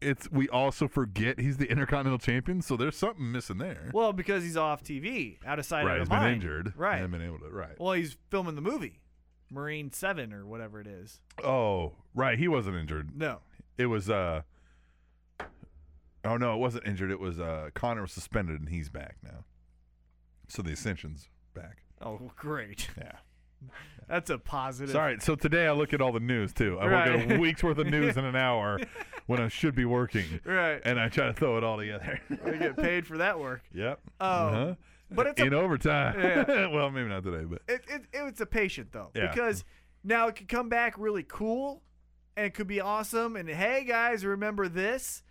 it's we also forget he's the Intercontinental Champion. So there's something missing there.
Well, because he's off TV, out of sight,
right.
out of
He's been
mind.
injured.
Right.
Hasn't been able to. Right.
well, he's filming the movie, Marine Seven or whatever it is.
Oh, right. He wasn't injured.
No,
it was uh oh no it wasn't injured it was uh connor was suspended and he's back now so the ascension's back
oh great,
yeah
that's a positive.
sorry so today i look at all the news too i work at
Right.
a week's worth of news in an hour when i should be working
Right.
and i try to throw it all together
we get paid for that work.
yep Uh-huh.
Oh, but it's a-
in overtime
Yeah.
well maybe not today but
It, it, it it's a patient though,
Yeah.
because now it could come back really cool, and it could be awesome. And hey, guys, remember this?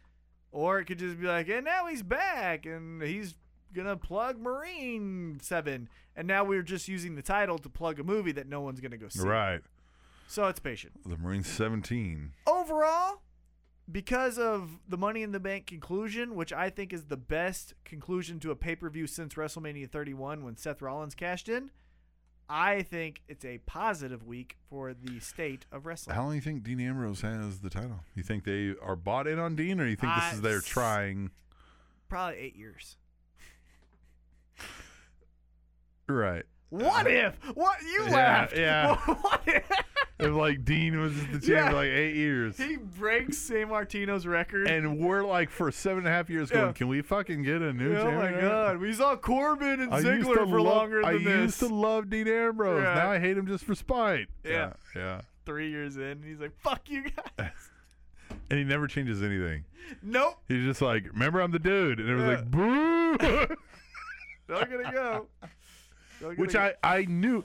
Or it could just be like, and now he's back, and he's gonna plug Marine Seven, and now we're just using the title to plug a movie that no one's gonna go see.
right
So it's patient.
the marine 17
Overall, because of the Money in the Bank conclusion, which I think is the best conclusion to a pay per view since WrestleMania 31 when Seth Rollins cashed in, I think it's a positive week for the state of wrestling.
how long do you think dean ambrose has the title you think they are bought in on dean or you think
I-
this is their trying
Probably eight years.
right
What if? What you
Uh, yeah,
laughed?
yeah.
what if
If like Dean was the champ
Yeah.
for like eight years,
he breaks San Martino's record?
and we're like for seven and a half years going,
Yeah.
can we fucking get a new
oh
champion?
my God! We saw Corbin and
I used to
Ziggler for
love,
longer than
I
this.
used to love Dean Ambrose.
Yeah.
Now I hate him just for spite.
Yeah.
yeah, yeah.
Three years in, and he's like, "Fuck you guys."
And he never changes anything.
nope,
He's just like, remember, I'm the dude, and it was
Yeah.
like, boo.
not gonna go. Not gonna
Which
go.
I I knew.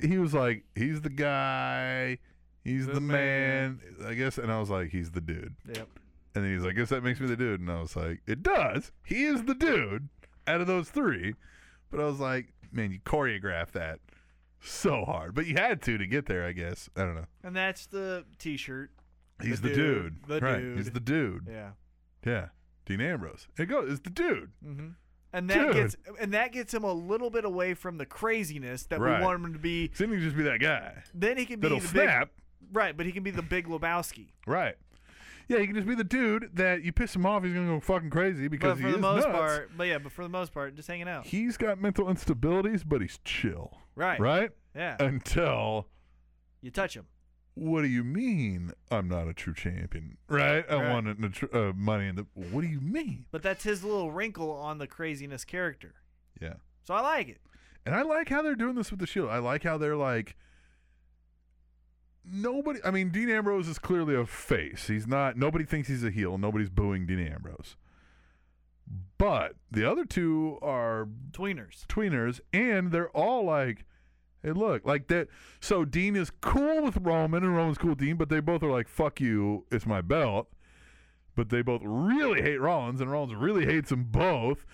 He was like, he's the guy. He's the,
The man.
man, I guess, and I was like, he's the dude.
Yep.
And then he's like, I guess that makes me the dude. And I was like, it does. He is the dude out of those three. But I was like, man, you choreographed that so hard. But you had to to get there, I guess. I don't know.
And that's the T-shirt.
He's the,
The
dude.
dude. The
right.
dude.
He's the dude. Yeah.
Yeah.
Dean Ambrose. It goes. It's the dude.
Mm-hmm. And that
Dude.
gets and that gets him a little bit away from the craziness that
Right.
we want him to be.
So he can just be that guy
Then he can be
that'll
the
snap.
big right, but he can be the big Lebowski.
Right. Yeah, he can just be the dude that you piss him off, he's gonna go fucking crazy
But
because
for
he
the
is
most
nuts.
part, but yeah, but for the most part, just hanging out.
He's got mental instabilities, but he's chill.
Right.
uh, Right?
Yeah.
Until
you touch him.
what do you mean I'm not a true champion? Right? I
Right.
won a, tr- uh, money in the. What do you mean?
But that's his little wrinkle on the craziness character.
Yeah.
So I like it.
And I like how they're doing this with the Shield. I like how they're like nobody. I mean, Dean Ambrose is clearly a face. He's not. Nobody thinks he's a heel. Nobody's booing Dean Ambrose. But the other two are
Tweeners.
tweeners, and they're all like, "Hey, look, like that." So Dean is cool with Roman, and Roman's cool with Dean, but they both are like, "Fuck you, it's my belt." But they both really hate Rollins, and Rollins really hates them both.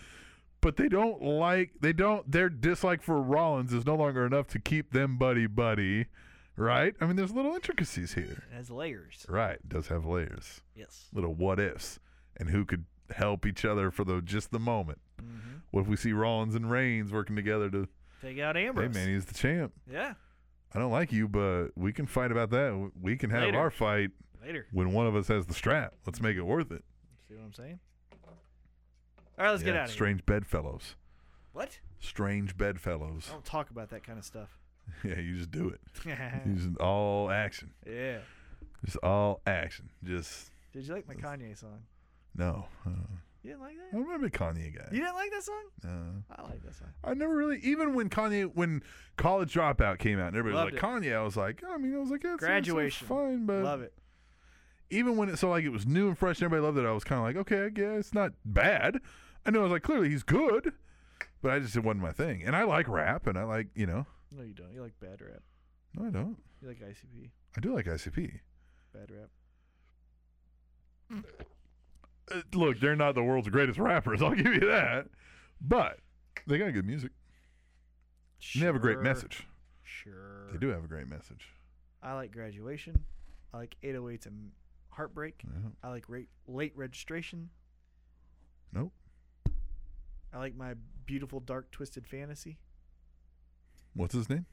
But they don't like they don't their dislike for Rollins is no longer enough to keep them buddy buddy, right? I mean, there's little intricacies here.
It has layers.
Right, it does have layers,
Yes.
little what ifs, and who could help each other for the just the moment. What if we see Rollins and Reigns working together to
Take out
Hey
Ambrose.
man, he's the champ.
yeah.
I don't like you, but we can fight about that. We can have
Later.
our fight
Later.
when one of us has the strap. Let's make it worth it.
See what I'm saying? All right, let's get
Yeah,
out of here.
Strange bedfellows.
What?
Strange bedfellows.
Don't talk about that kind of stuff.
Yeah, you just do it. You
yeah.
just all action. Just all action. Just
Did you like my Kanye song?
no. Uh,
You didn't like that?
I'm not a big Kanye guy.
You didn't like that song?
No.
I like that song.
I never really, even when Kanye, when College Dropout came out, and everybody was
Loved
like Kanye. I was like, I mean, I was like, yeah, it's- it's
Graduation.
fine, but
Love it.
even when it so like it was new and fresh and everybody loved it, I was kind of like, okay, I guess it's not bad. I know I was like, clearly he's good, but I just it wasn't my thing. And I like rap, and I like you know,
No, you don't. You like bad rap.
no, I don't.
You like ICP.
I do like ICP.
Bad rap.
Uh, look, they're not the world's greatest rappers. I'll give you that, but they got good music. And They have a great
Sure.
message.
Sure.
They do have a great message.
I like graduation. I like 808s and heartbreak.
Yeah.
I like rate, late registration.
Nope.
I like my beautiful dark twisted fantasy.
What's his name?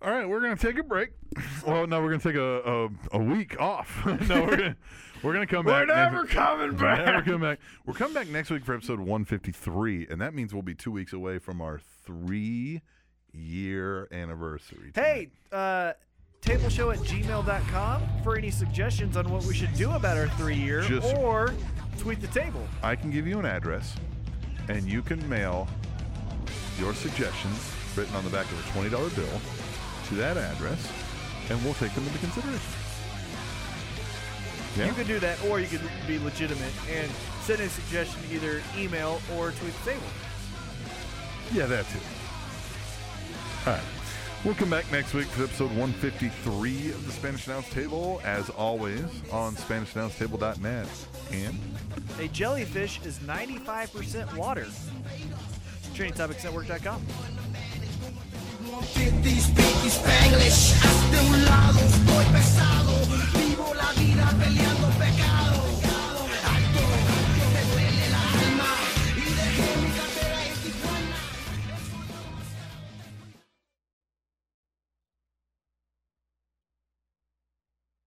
All right, we're gonna take a break. Well, no, we're gonna take a a, a week off. no, we're gonna we're gonna come
We're
back. next-
never coming
We're never
back.
coming back. We're coming back next week for episode 153, and that means we'll be two weeks away from our three year anniversary.
Hey, uh, tableshow at gmail.com for any suggestions on what we should do about our three year
Just-
or tweet the table.
I can give you an address, and you can mail your suggestions written on the back of a $20 bill to that address, and we'll take them into consideration. Yeah.
You could do that or you could be legitimate and send a suggestion either email or tweet the table.
Yeah, that's it. All right. We'll come back next week for episode 153 of the Spanish Announce Table, as always, on SpanishAnnounceTable.net. And
A jellyfish is 95% water. TrainingTopicsNetwork.com.
Spanglish, hasta un lado, voy pesado, vivo la vida peleando